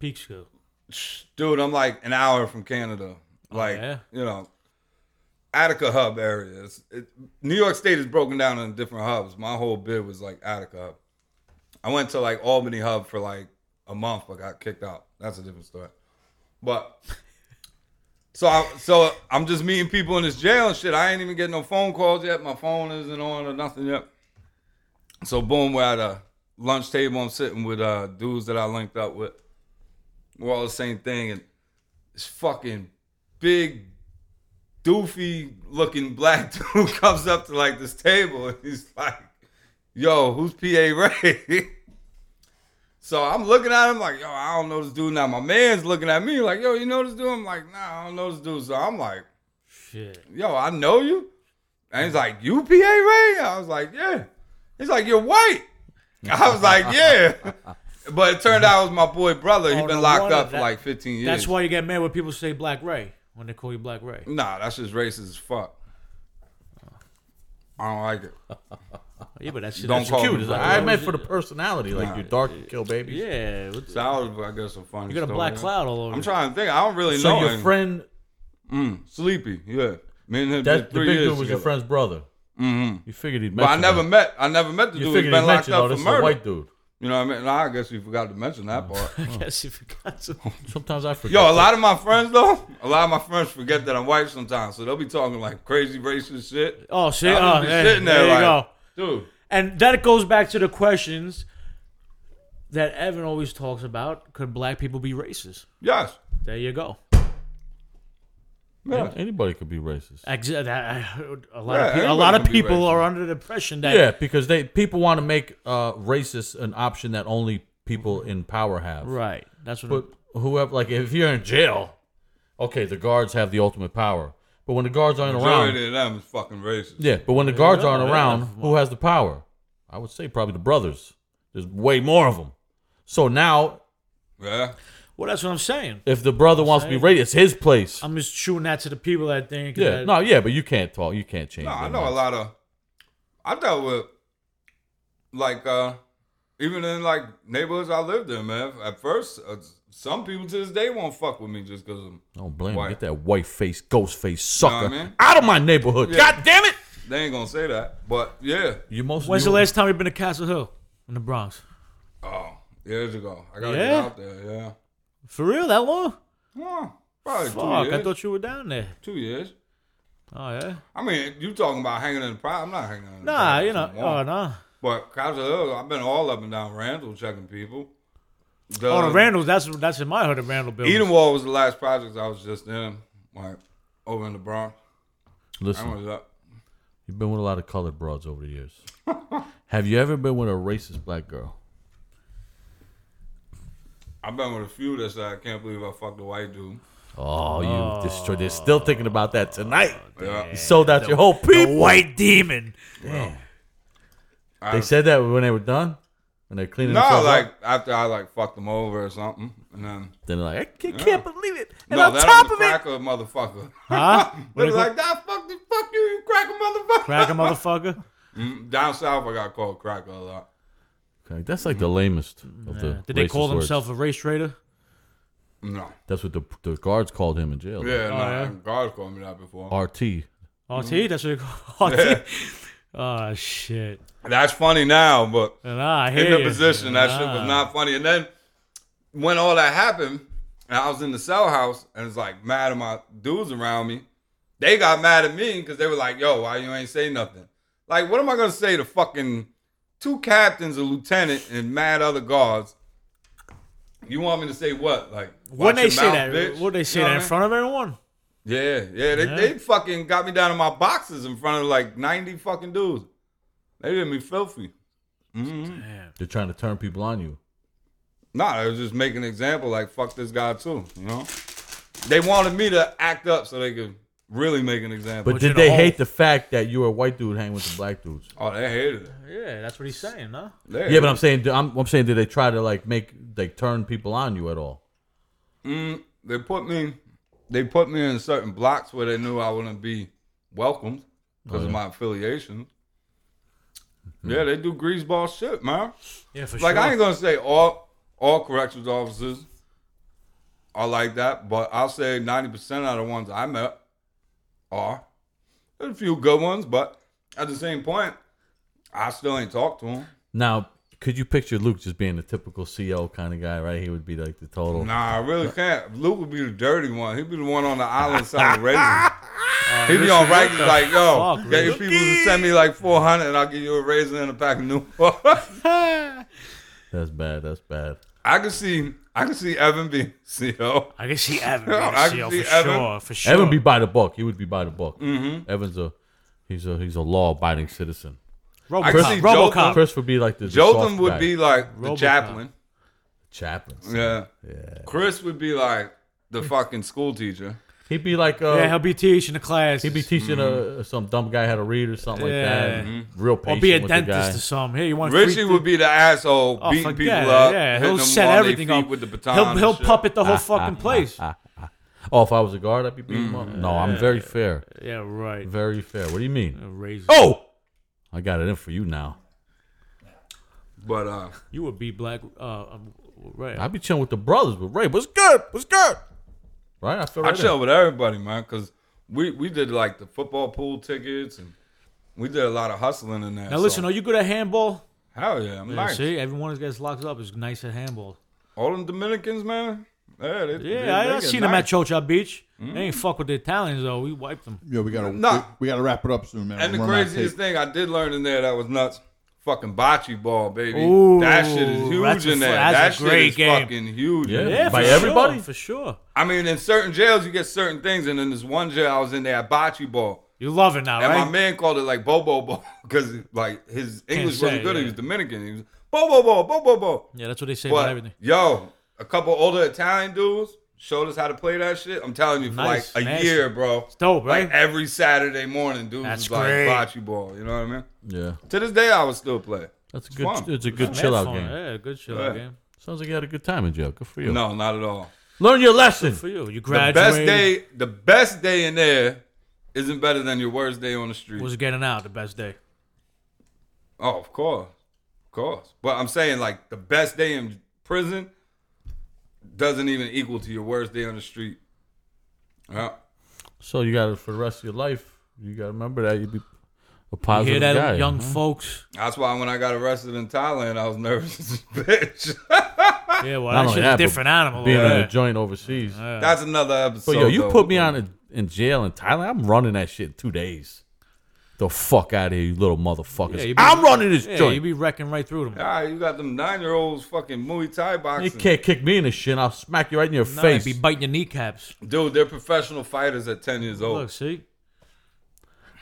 Speaker 5: Peekskill.
Speaker 4: dude. I'm like an hour from Canada. Like
Speaker 5: yeah?
Speaker 4: you know, Attica hub area. It's, it, New York State is broken down into different hubs. My whole bid was like Attica hub. I went to like Albany hub for like a month, but got kicked out. That's a different story. But so I so I'm just meeting people in this jail and shit. I ain't even getting no phone calls yet. My phone isn't on or nothing yet. So boom, we're at a lunch table. I'm sitting with uh dudes that I linked up with. We're all the same thing, and this fucking big doofy looking black dude comes up to like this table and he's like, yo, who's PA Ray? so I'm looking at him like, yo, I don't know this dude. Now my man's looking at me like, yo, you know this dude? I'm like, nah, I don't know this dude. So I'm like,
Speaker 5: Shit.
Speaker 4: yo, I know you. And he's like, you PA Ray? I was like, yeah. He's like, you're white. I was like, yeah. But it turned out it was my boy brother. He's
Speaker 5: Oh,
Speaker 4: been
Speaker 5: no
Speaker 4: locked
Speaker 5: wonder
Speaker 4: up for
Speaker 5: that-
Speaker 4: like 15 years.
Speaker 5: That's why you get mad when people say Black Ray when they call you Black Ray.
Speaker 4: Nah, that's just racist as fuck. I don't like it.
Speaker 5: Yeah, but that's shit.
Speaker 4: Don't
Speaker 5: that's
Speaker 4: call
Speaker 5: cute.
Speaker 4: me
Speaker 5: It's
Speaker 4: Black
Speaker 5: like,
Speaker 4: Ray.
Speaker 2: I meant for the personality, like
Speaker 4: Oh, Nah.
Speaker 2: you dark you kill babies.
Speaker 5: Yeah, what the-
Speaker 4: So I was, I guess, a funny.
Speaker 5: you got a
Speaker 4: story.
Speaker 5: black cloud all over.
Speaker 4: I'm
Speaker 5: you.
Speaker 4: trying to think. I don't really
Speaker 2: So
Speaker 4: know.
Speaker 2: your
Speaker 4: him.
Speaker 2: friend,
Speaker 4: Sleepy, yeah. Me and him
Speaker 2: that
Speaker 4: did
Speaker 2: the
Speaker 4: three
Speaker 2: big
Speaker 4: years
Speaker 2: dude was your
Speaker 4: together.
Speaker 2: friend's brother. Mm-hmm. You figured he'd
Speaker 4: But I
Speaker 2: mention.
Speaker 4: never
Speaker 2: that.
Speaker 4: met. I never met the
Speaker 2: You
Speaker 4: dude who's
Speaker 2: figured he'd
Speaker 4: been locked
Speaker 2: mention. Oh,
Speaker 4: up
Speaker 2: this
Speaker 4: for
Speaker 2: is a
Speaker 4: murder.
Speaker 2: white dude.
Speaker 4: You know what I mean? Nah, I guess we forgot to mention that part.
Speaker 5: I guess you forgot to.
Speaker 2: Sometimes I forget.
Speaker 4: Yo, a lot of my friends though, a lot of my friends forget that I'm white sometimes, so they'll be talking like crazy racist shit.
Speaker 5: Oh, see,
Speaker 4: I'll
Speaker 5: oh,
Speaker 4: just be
Speaker 5: yeah,
Speaker 4: sitting
Speaker 5: there you
Speaker 4: like,
Speaker 5: go.
Speaker 4: Dude,
Speaker 5: And that goes back to the questions that Evan always talks about. Could black people be racist?
Speaker 4: yes,
Speaker 5: There you go.
Speaker 2: Yeah, anybody could be racist.
Speaker 5: Ex- that, I heard a lot
Speaker 4: Yeah,
Speaker 5: of pe- a
Speaker 4: everybody
Speaker 5: lot of
Speaker 4: can be
Speaker 5: people
Speaker 4: racist.
Speaker 5: are under the impression that
Speaker 2: Yeah, because they people want to make uh, racist an option that only people in power have.
Speaker 5: right. That's what.
Speaker 2: But whoever, like, if you're in jail, okay, the guards have the ultimate power. But when the guards aren't around,
Speaker 4: majority of them is fucking racist.
Speaker 2: Yeah, but when the guards aren't
Speaker 5: yeah,
Speaker 2: around,
Speaker 5: come
Speaker 2: who has the power? I would say probably the brothers. There's way more of them. So now,
Speaker 4: Yeah,
Speaker 5: well, that's what I'm saying.
Speaker 2: if the brother wants to be rated, it's his place.
Speaker 5: I'm just shooting that to the people that think.
Speaker 2: yeah,
Speaker 5: that,
Speaker 2: no, yeah, but you can't talk. You can't change.
Speaker 4: No, I
Speaker 2: their
Speaker 4: know a
Speaker 2: minds.
Speaker 4: lot of. I dealt with, like, uh, Even in like neighborhoods I lived in, man. At first, uh, some people to this day won't fuck with me just because I'm.
Speaker 2: Don't blame
Speaker 4: Why?
Speaker 2: him. Get that white face, ghost face sucker
Speaker 4: Nah, man.
Speaker 2: out of my neighborhood. God damn it!
Speaker 4: They ain't gonna say that, but yeah.
Speaker 2: You most.
Speaker 5: When's
Speaker 2: you-
Speaker 5: the last time you've been to Castle Hill in the Bronx?
Speaker 4: Oh, years ago, I gotta
Speaker 5: Yeah?
Speaker 4: get out there. Yeah.
Speaker 5: For real? That long?
Speaker 4: Huh, probably
Speaker 5: Fuck,
Speaker 4: two
Speaker 5: I
Speaker 4: years.
Speaker 5: thought you were down there.
Speaker 4: two years.
Speaker 5: Oh yeah.
Speaker 4: I mean, you talking about hanging in the pride? I'm not hanging in. the
Speaker 5: Nah,
Speaker 4: pride
Speaker 5: you know.
Speaker 4: no more.
Speaker 5: Oh nah.
Speaker 4: But Castle Hill, I've been all up and down Randall checking people. The,
Speaker 5: Oh, the Randall's. That's that's in my hood. The Randall building.
Speaker 4: Uh, Eden Wall was the last project I was just in, like over in the Bronx. I
Speaker 2: Listen,
Speaker 4: was up.
Speaker 2: you've been with a lot of colored broads over the years. Have you ever been with a racist black girl?
Speaker 4: I've been with a few that said, I can't believe I fucked a white dude.
Speaker 2: Oh, you destroyed. They're still thinking about that tonight.
Speaker 4: Yeah.
Speaker 2: You sold out your whole people.
Speaker 5: Oh, White demon.
Speaker 2: They said that when they were done, when they're cleaning.
Speaker 4: No,
Speaker 2: themselves up.
Speaker 4: like after I like fucked them over or something, and then
Speaker 2: Then they're like, I can't,
Speaker 4: Yeah.
Speaker 2: can't believe it. And
Speaker 4: no,
Speaker 2: on
Speaker 4: that
Speaker 2: top
Speaker 4: was a
Speaker 2: of it,
Speaker 4: cracker motherfucker.
Speaker 5: Huh?
Speaker 4: they
Speaker 5: What
Speaker 4: was
Speaker 5: do you
Speaker 4: like, that fuck the fuck you, you cracker motherfucker.
Speaker 5: crack a motherfucker.
Speaker 4: Mm, Down south, I got called cracker a lot.
Speaker 2: Okay, that's like the lamest of the.
Speaker 5: Mm-hmm. Yeah. Did they call
Speaker 2: racist words.
Speaker 5: themselves a race trader?
Speaker 4: No,
Speaker 2: That's what the the guards called him in jail.
Speaker 4: yeah, no,
Speaker 5: yeah?
Speaker 4: guards called me that before.
Speaker 2: RT.
Speaker 5: RT?
Speaker 4: Mm-hmm.
Speaker 5: That's what they call RT. Oh shit.
Speaker 4: That's funny now, but
Speaker 5: And I hear
Speaker 4: in the
Speaker 5: ya.
Speaker 4: position. That shit
Speaker 5: Ah.
Speaker 4: was not funny. And then when all that happened, and I was in the cell house, and it's like mad at my dudes around me. They got mad at me because they were like, "Yo, why you ain't say nothing?" Like, what am I gonna say to fucking two captains, a lieutenant, and mad other guards? You want me to say what? Like,
Speaker 5: When
Speaker 4: watch
Speaker 5: they
Speaker 4: your
Speaker 5: say
Speaker 4: mouth,
Speaker 5: that,
Speaker 4: bitch?
Speaker 5: would they say
Speaker 4: You know what
Speaker 5: that in
Speaker 4: I mean?
Speaker 5: front of everyone?
Speaker 4: Yeah, yeah. They,
Speaker 5: Yeah.
Speaker 4: they fucking got me down in my boxes in front of like ninety fucking dudes. They did me filthy.
Speaker 2: They're trying to turn people on you.
Speaker 4: No, nah, I was just making an example. Like, fuck this guy too. You know, they wanted me to act up so they could really make an example.
Speaker 2: But
Speaker 5: Put you in
Speaker 2: did
Speaker 5: a
Speaker 2: they
Speaker 5: hole.
Speaker 2: hate the fact that you were a white dude hanging with the black dudes?
Speaker 4: oh, they hated it.
Speaker 5: Yeah, that's what he's saying, huh?
Speaker 4: They
Speaker 2: Yeah,
Speaker 4: hated
Speaker 2: but I'm
Speaker 4: it.
Speaker 2: saying, I'm, I'm saying, did they try to like make like turn people on you at all?
Speaker 4: they put me, they put me in certain blocks where they knew I wouldn't be welcomed
Speaker 2: Oh,
Speaker 4: because of my affiliation.
Speaker 2: Mm-hmm.
Speaker 4: Yeah, they do greaseball shit, man.
Speaker 5: Yeah, for
Speaker 4: Like
Speaker 5: sure.
Speaker 4: I ain't gonna say all all corrections officers are like that, but I'll say ninety percent of the ones I met are. There's a few good ones, but at the same point, I still ain't talked to them.
Speaker 2: Now, could you picture Luke just being the typical CO kind of guy, right? He would be like the total.
Speaker 4: Nah, I really can't. Luke would be the dirty one. He'd be the one on the island side of raisin.
Speaker 5: Uh,
Speaker 4: He'd be on Rikers like, yo,
Speaker 5: fuck,
Speaker 4: get your people to send me like four hundred, and I'll give you a raisin and a pack of new.
Speaker 2: That's bad. That's bad.
Speaker 4: I can see, I can see Evan being E CO.
Speaker 5: I can see Evan.
Speaker 4: Yeah,
Speaker 5: being a
Speaker 4: I can
Speaker 5: CEO
Speaker 4: see
Speaker 5: for
Speaker 4: Evan.
Speaker 5: sure. For sure.
Speaker 2: Evan be by the book. He would be by the book.
Speaker 4: Mm-hmm.
Speaker 2: Evan's a he's a he's a law abiding citizen.
Speaker 4: I can see
Speaker 5: RoboCop.
Speaker 4: Jotham.
Speaker 5: RoboCop.
Speaker 2: Chris would be like the, the
Speaker 4: Jotham
Speaker 2: soft
Speaker 4: would
Speaker 2: guy.
Speaker 4: be like the
Speaker 5: Robocop.
Speaker 4: chaplain.
Speaker 2: Chaplin.
Speaker 4: Yeah. Chris would be like the fucking school teacher.
Speaker 2: He'd be like uh,
Speaker 5: Yeah, he'll be teaching the class.
Speaker 2: He'd be teaching
Speaker 4: Mm-hmm.
Speaker 2: a, some dumb guy how to read or something
Speaker 5: Yeah.
Speaker 2: like that. Real patient
Speaker 5: or be a
Speaker 2: with
Speaker 5: dentist or
Speaker 2: the
Speaker 5: some. Hey, you want free
Speaker 4: Richie would be the asshole
Speaker 5: Oh,
Speaker 4: beating
Speaker 5: forget
Speaker 4: people
Speaker 5: it.
Speaker 4: up.
Speaker 5: Yeah,
Speaker 4: hitting
Speaker 5: he'll
Speaker 4: them
Speaker 5: set
Speaker 4: on their
Speaker 5: everything
Speaker 4: feet
Speaker 5: up.
Speaker 4: with the baton.
Speaker 5: He'll,
Speaker 4: and
Speaker 5: he'll
Speaker 4: shit.
Speaker 5: puppet
Speaker 2: Ah,
Speaker 5: the whole fucking place.
Speaker 2: guy. Oh, if I was a guard, I'd be beating him up. No, I'm very fair.
Speaker 5: Yeah, right.
Speaker 2: ah. Very fair. What do you mean?
Speaker 5: Raisin.
Speaker 2: Oh, I got it in for you now.
Speaker 4: But uh,
Speaker 5: You would be black. Uh, um, right.
Speaker 2: I'd be chilling with the brothers, but Ray, what's good? What's good? Right? I feel
Speaker 4: I
Speaker 2: right. in.
Speaker 4: chill with everybody, man, because we we did like the football pool tickets and we did a lot of hustling in there.
Speaker 5: now listen,
Speaker 4: so-
Speaker 5: are you good at handball?
Speaker 4: hell yeah, I'm
Speaker 5: Yeah,
Speaker 4: nice.
Speaker 5: See, everyone that gets locked up is nice at handball.
Speaker 4: All them Dominicans, man. Yeah, they,
Speaker 5: Yeah,
Speaker 4: they,
Speaker 5: I,
Speaker 4: they
Speaker 5: I
Speaker 4: get
Speaker 5: seen them at
Speaker 4: nice.
Speaker 5: Chocha Beach.
Speaker 2: Mm-hmm.
Speaker 5: They ain't fuck with the Italians though. We wiped them.
Speaker 3: Yo, we gotta
Speaker 4: Nah.
Speaker 3: we, we gotta wrap it up soon, man.
Speaker 4: And the
Speaker 3: We're running out of
Speaker 4: craziest
Speaker 3: tape.
Speaker 4: thing I did learn in there that was nuts. Fucking bocce ball, baby.
Speaker 5: Ooh,
Speaker 4: that shit is
Speaker 5: that's
Speaker 4: huge
Speaker 5: a
Speaker 4: in
Speaker 5: fu-
Speaker 4: there.
Speaker 5: that's
Speaker 4: that
Speaker 5: a
Speaker 4: shit
Speaker 5: great
Speaker 4: is
Speaker 5: game.
Speaker 4: fucking huge.
Speaker 2: Yeah.
Speaker 5: Yeah,
Speaker 2: By
Speaker 5: for
Speaker 2: everybody?
Speaker 5: sure, for sure.
Speaker 4: I mean, in certain jails, you get certain things, and in this one jail, I was in there at bocce ball,
Speaker 5: You love it now,
Speaker 4: and
Speaker 5: right?
Speaker 4: my man called it like Bobo Ball because like his English
Speaker 5: say,
Speaker 4: wasn't good.
Speaker 5: yeah.
Speaker 4: He was Dominican. He was Bobo Ball, Bobo Ball.
Speaker 5: yeah, that's what they say about
Speaker 4: But
Speaker 5: everything.
Speaker 4: yo, a couple older Italian dudes showed us how to play that shit. I'm telling you, for
Speaker 5: Nice,
Speaker 4: like a
Speaker 5: nasty.
Speaker 4: year, bro.
Speaker 5: dope,
Speaker 4: Like
Speaker 5: right?
Speaker 4: every Saturday morning, dudes
Speaker 5: That's
Speaker 4: was
Speaker 5: great.
Speaker 4: like bocce ball. You know what I mean?
Speaker 2: Yeah.
Speaker 4: To this day, I would still play.
Speaker 2: That's a
Speaker 4: fun.
Speaker 2: good it's a good
Speaker 5: Mad
Speaker 2: chill out
Speaker 5: fun.
Speaker 2: game.
Speaker 5: Yeah, good chill out
Speaker 4: Yeah.
Speaker 5: game.
Speaker 2: Sounds like you had a good time in jail. Good for you.
Speaker 4: No, not at all.
Speaker 2: Learn your lesson.
Speaker 5: For you, you
Speaker 4: The
Speaker 5: graduated.
Speaker 4: best day, the best day in there, isn't better than your worst day on the street.
Speaker 5: was getting out. The best day.
Speaker 4: Oh, of course. Of course. But I'm saying like the best day in prison doesn't even equal to your worst day on the street. Yeah.
Speaker 2: So you got to for the rest of your life. You got to remember that you'd be a positive
Speaker 6: Hear that,
Speaker 2: guy. Mm-hmm.
Speaker 6: young folks?
Speaker 4: That's why when I got arrested in Thailand, I was nervous as a bitch.
Speaker 5: Yeah,
Speaker 2: Not
Speaker 5: well, that's
Speaker 2: only that,
Speaker 5: just a
Speaker 2: but
Speaker 5: different animal.
Speaker 2: being
Speaker 5: over
Speaker 2: in a
Speaker 5: there.
Speaker 2: joint overseas.
Speaker 4: That's another episode.
Speaker 2: But yo, you
Speaker 4: though.
Speaker 2: put me on in, in jail in Thailand. I'm running that shit in two days. The fuck out of here, you little motherfuckers!
Speaker 5: Yeah, you be-
Speaker 2: I'm running this
Speaker 5: yeah, you'd
Speaker 2: joint.
Speaker 5: be wrecking right through them.
Speaker 4: Ah, you got them nine year olds fucking Muay Thai
Speaker 2: You
Speaker 4: boxing.
Speaker 2: can't kick me in the shit. I'll smack you right in your
Speaker 5: Nah,
Speaker 2: face.
Speaker 5: they'd be biting your kneecaps.
Speaker 4: Dude, they're professional fighters at 10 years old.
Speaker 5: Look, see?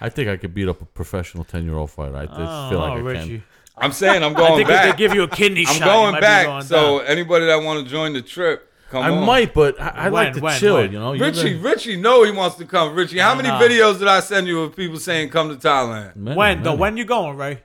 Speaker 2: I think I could beat up a professional ten year old fighter. I just
Speaker 5: Oh,
Speaker 2: feel like I
Speaker 5: Richie.
Speaker 2: can.
Speaker 4: I'm saying I'm
Speaker 5: I
Speaker 4: going
Speaker 5: think if they
Speaker 4: back.
Speaker 5: give you a kidney
Speaker 4: I'm
Speaker 5: shot, you
Speaker 4: going
Speaker 5: might
Speaker 4: back.
Speaker 5: Be going
Speaker 4: so
Speaker 5: down.
Speaker 4: anybody that want to join the trip, come
Speaker 2: I
Speaker 4: on.
Speaker 2: might, but I, I like
Speaker 5: When,
Speaker 2: to
Speaker 5: when,
Speaker 2: chill.
Speaker 5: when?
Speaker 2: You know, You
Speaker 4: Richie,
Speaker 2: live-
Speaker 4: Richie, no, he wants to come. Richie, how many
Speaker 5: Oh, Nah.
Speaker 4: videos did I send you of people saying come to Thailand?
Speaker 2: Man,
Speaker 5: when though?
Speaker 2: man.
Speaker 5: When you going, Ray?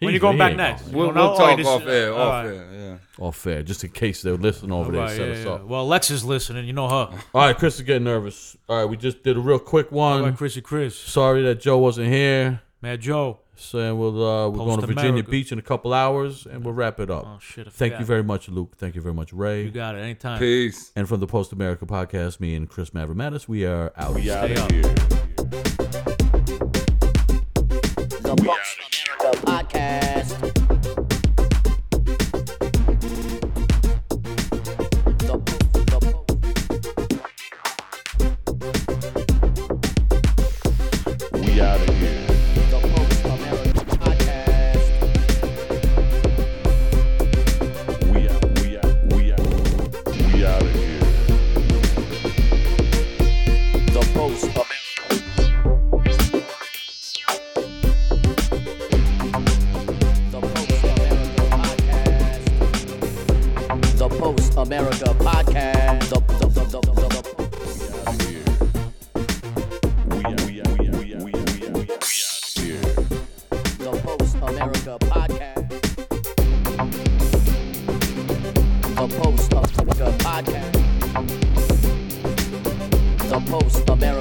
Speaker 5: When
Speaker 2: He's-
Speaker 5: you going
Speaker 2: he
Speaker 5: back
Speaker 2: ain't
Speaker 5: next?
Speaker 2: going.
Speaker 5: You
Speaker 4: We'll,
Speaker 5: don't know?
Speaker 4: we'll
Speaker 5: Oh, you
Speaker 4: talk
Speaker 5: just-
Speaker 4: off air.
Speaker 5: all
Speaker 4: Off
Speaker 5: right.
Speaker 4: air. Yeah.
Speaker 2: All fair, just in case they're listening over there,
Speaker 5: Right,
Speaker 2: to set
Speaker 5: yeah,
Speaker 2: us
Speaker 5: yeah.
Speaker 2: up.
Speaker 5: Well, Lex is listening. You know her.
Speaker 2: All right, Chris is getting nervous. All right, we just did a real quick one.
Speaker 5: Like Chrissy Chris,
Speaker 2: Sorry that Joe wasn't here.
Speaker 5: Mad Joe.
Speaker 2: Saying we'll uh, we're going to Virginia
Speaker 5: America.
Speaker 2: Beach in a couple hours, and we'll wrap it up.
Speaker 5: Oh shit! I
Speaker 2: Thank
Speaker 5: forgot.
Speaker 2: you very much, Luke. Thank you very much, Ray.
Speaker 5: You got it. Anytime.
Speaker 4: Peace.
Speaker 2: and from the Post America podcast, me and Chris Mavromatis, we are out.
Speaker 5: Stay up.
Speaker 1: The Post America Podcast. The, the,
Speaker 8: We out of here.
Speaker 1: the Post America Podcast.
Speaker 8: We out. We out. We out. We out of here.
Speaker 1: The Post America. The Post America Podcast. The Post America Podcast. The, the, the, the, the, the,
Speaker 8: We out. We out. We out. We out. We out. We out of here.
Speaker 1: the Post America Podcast. The Post America Podcast. The Post America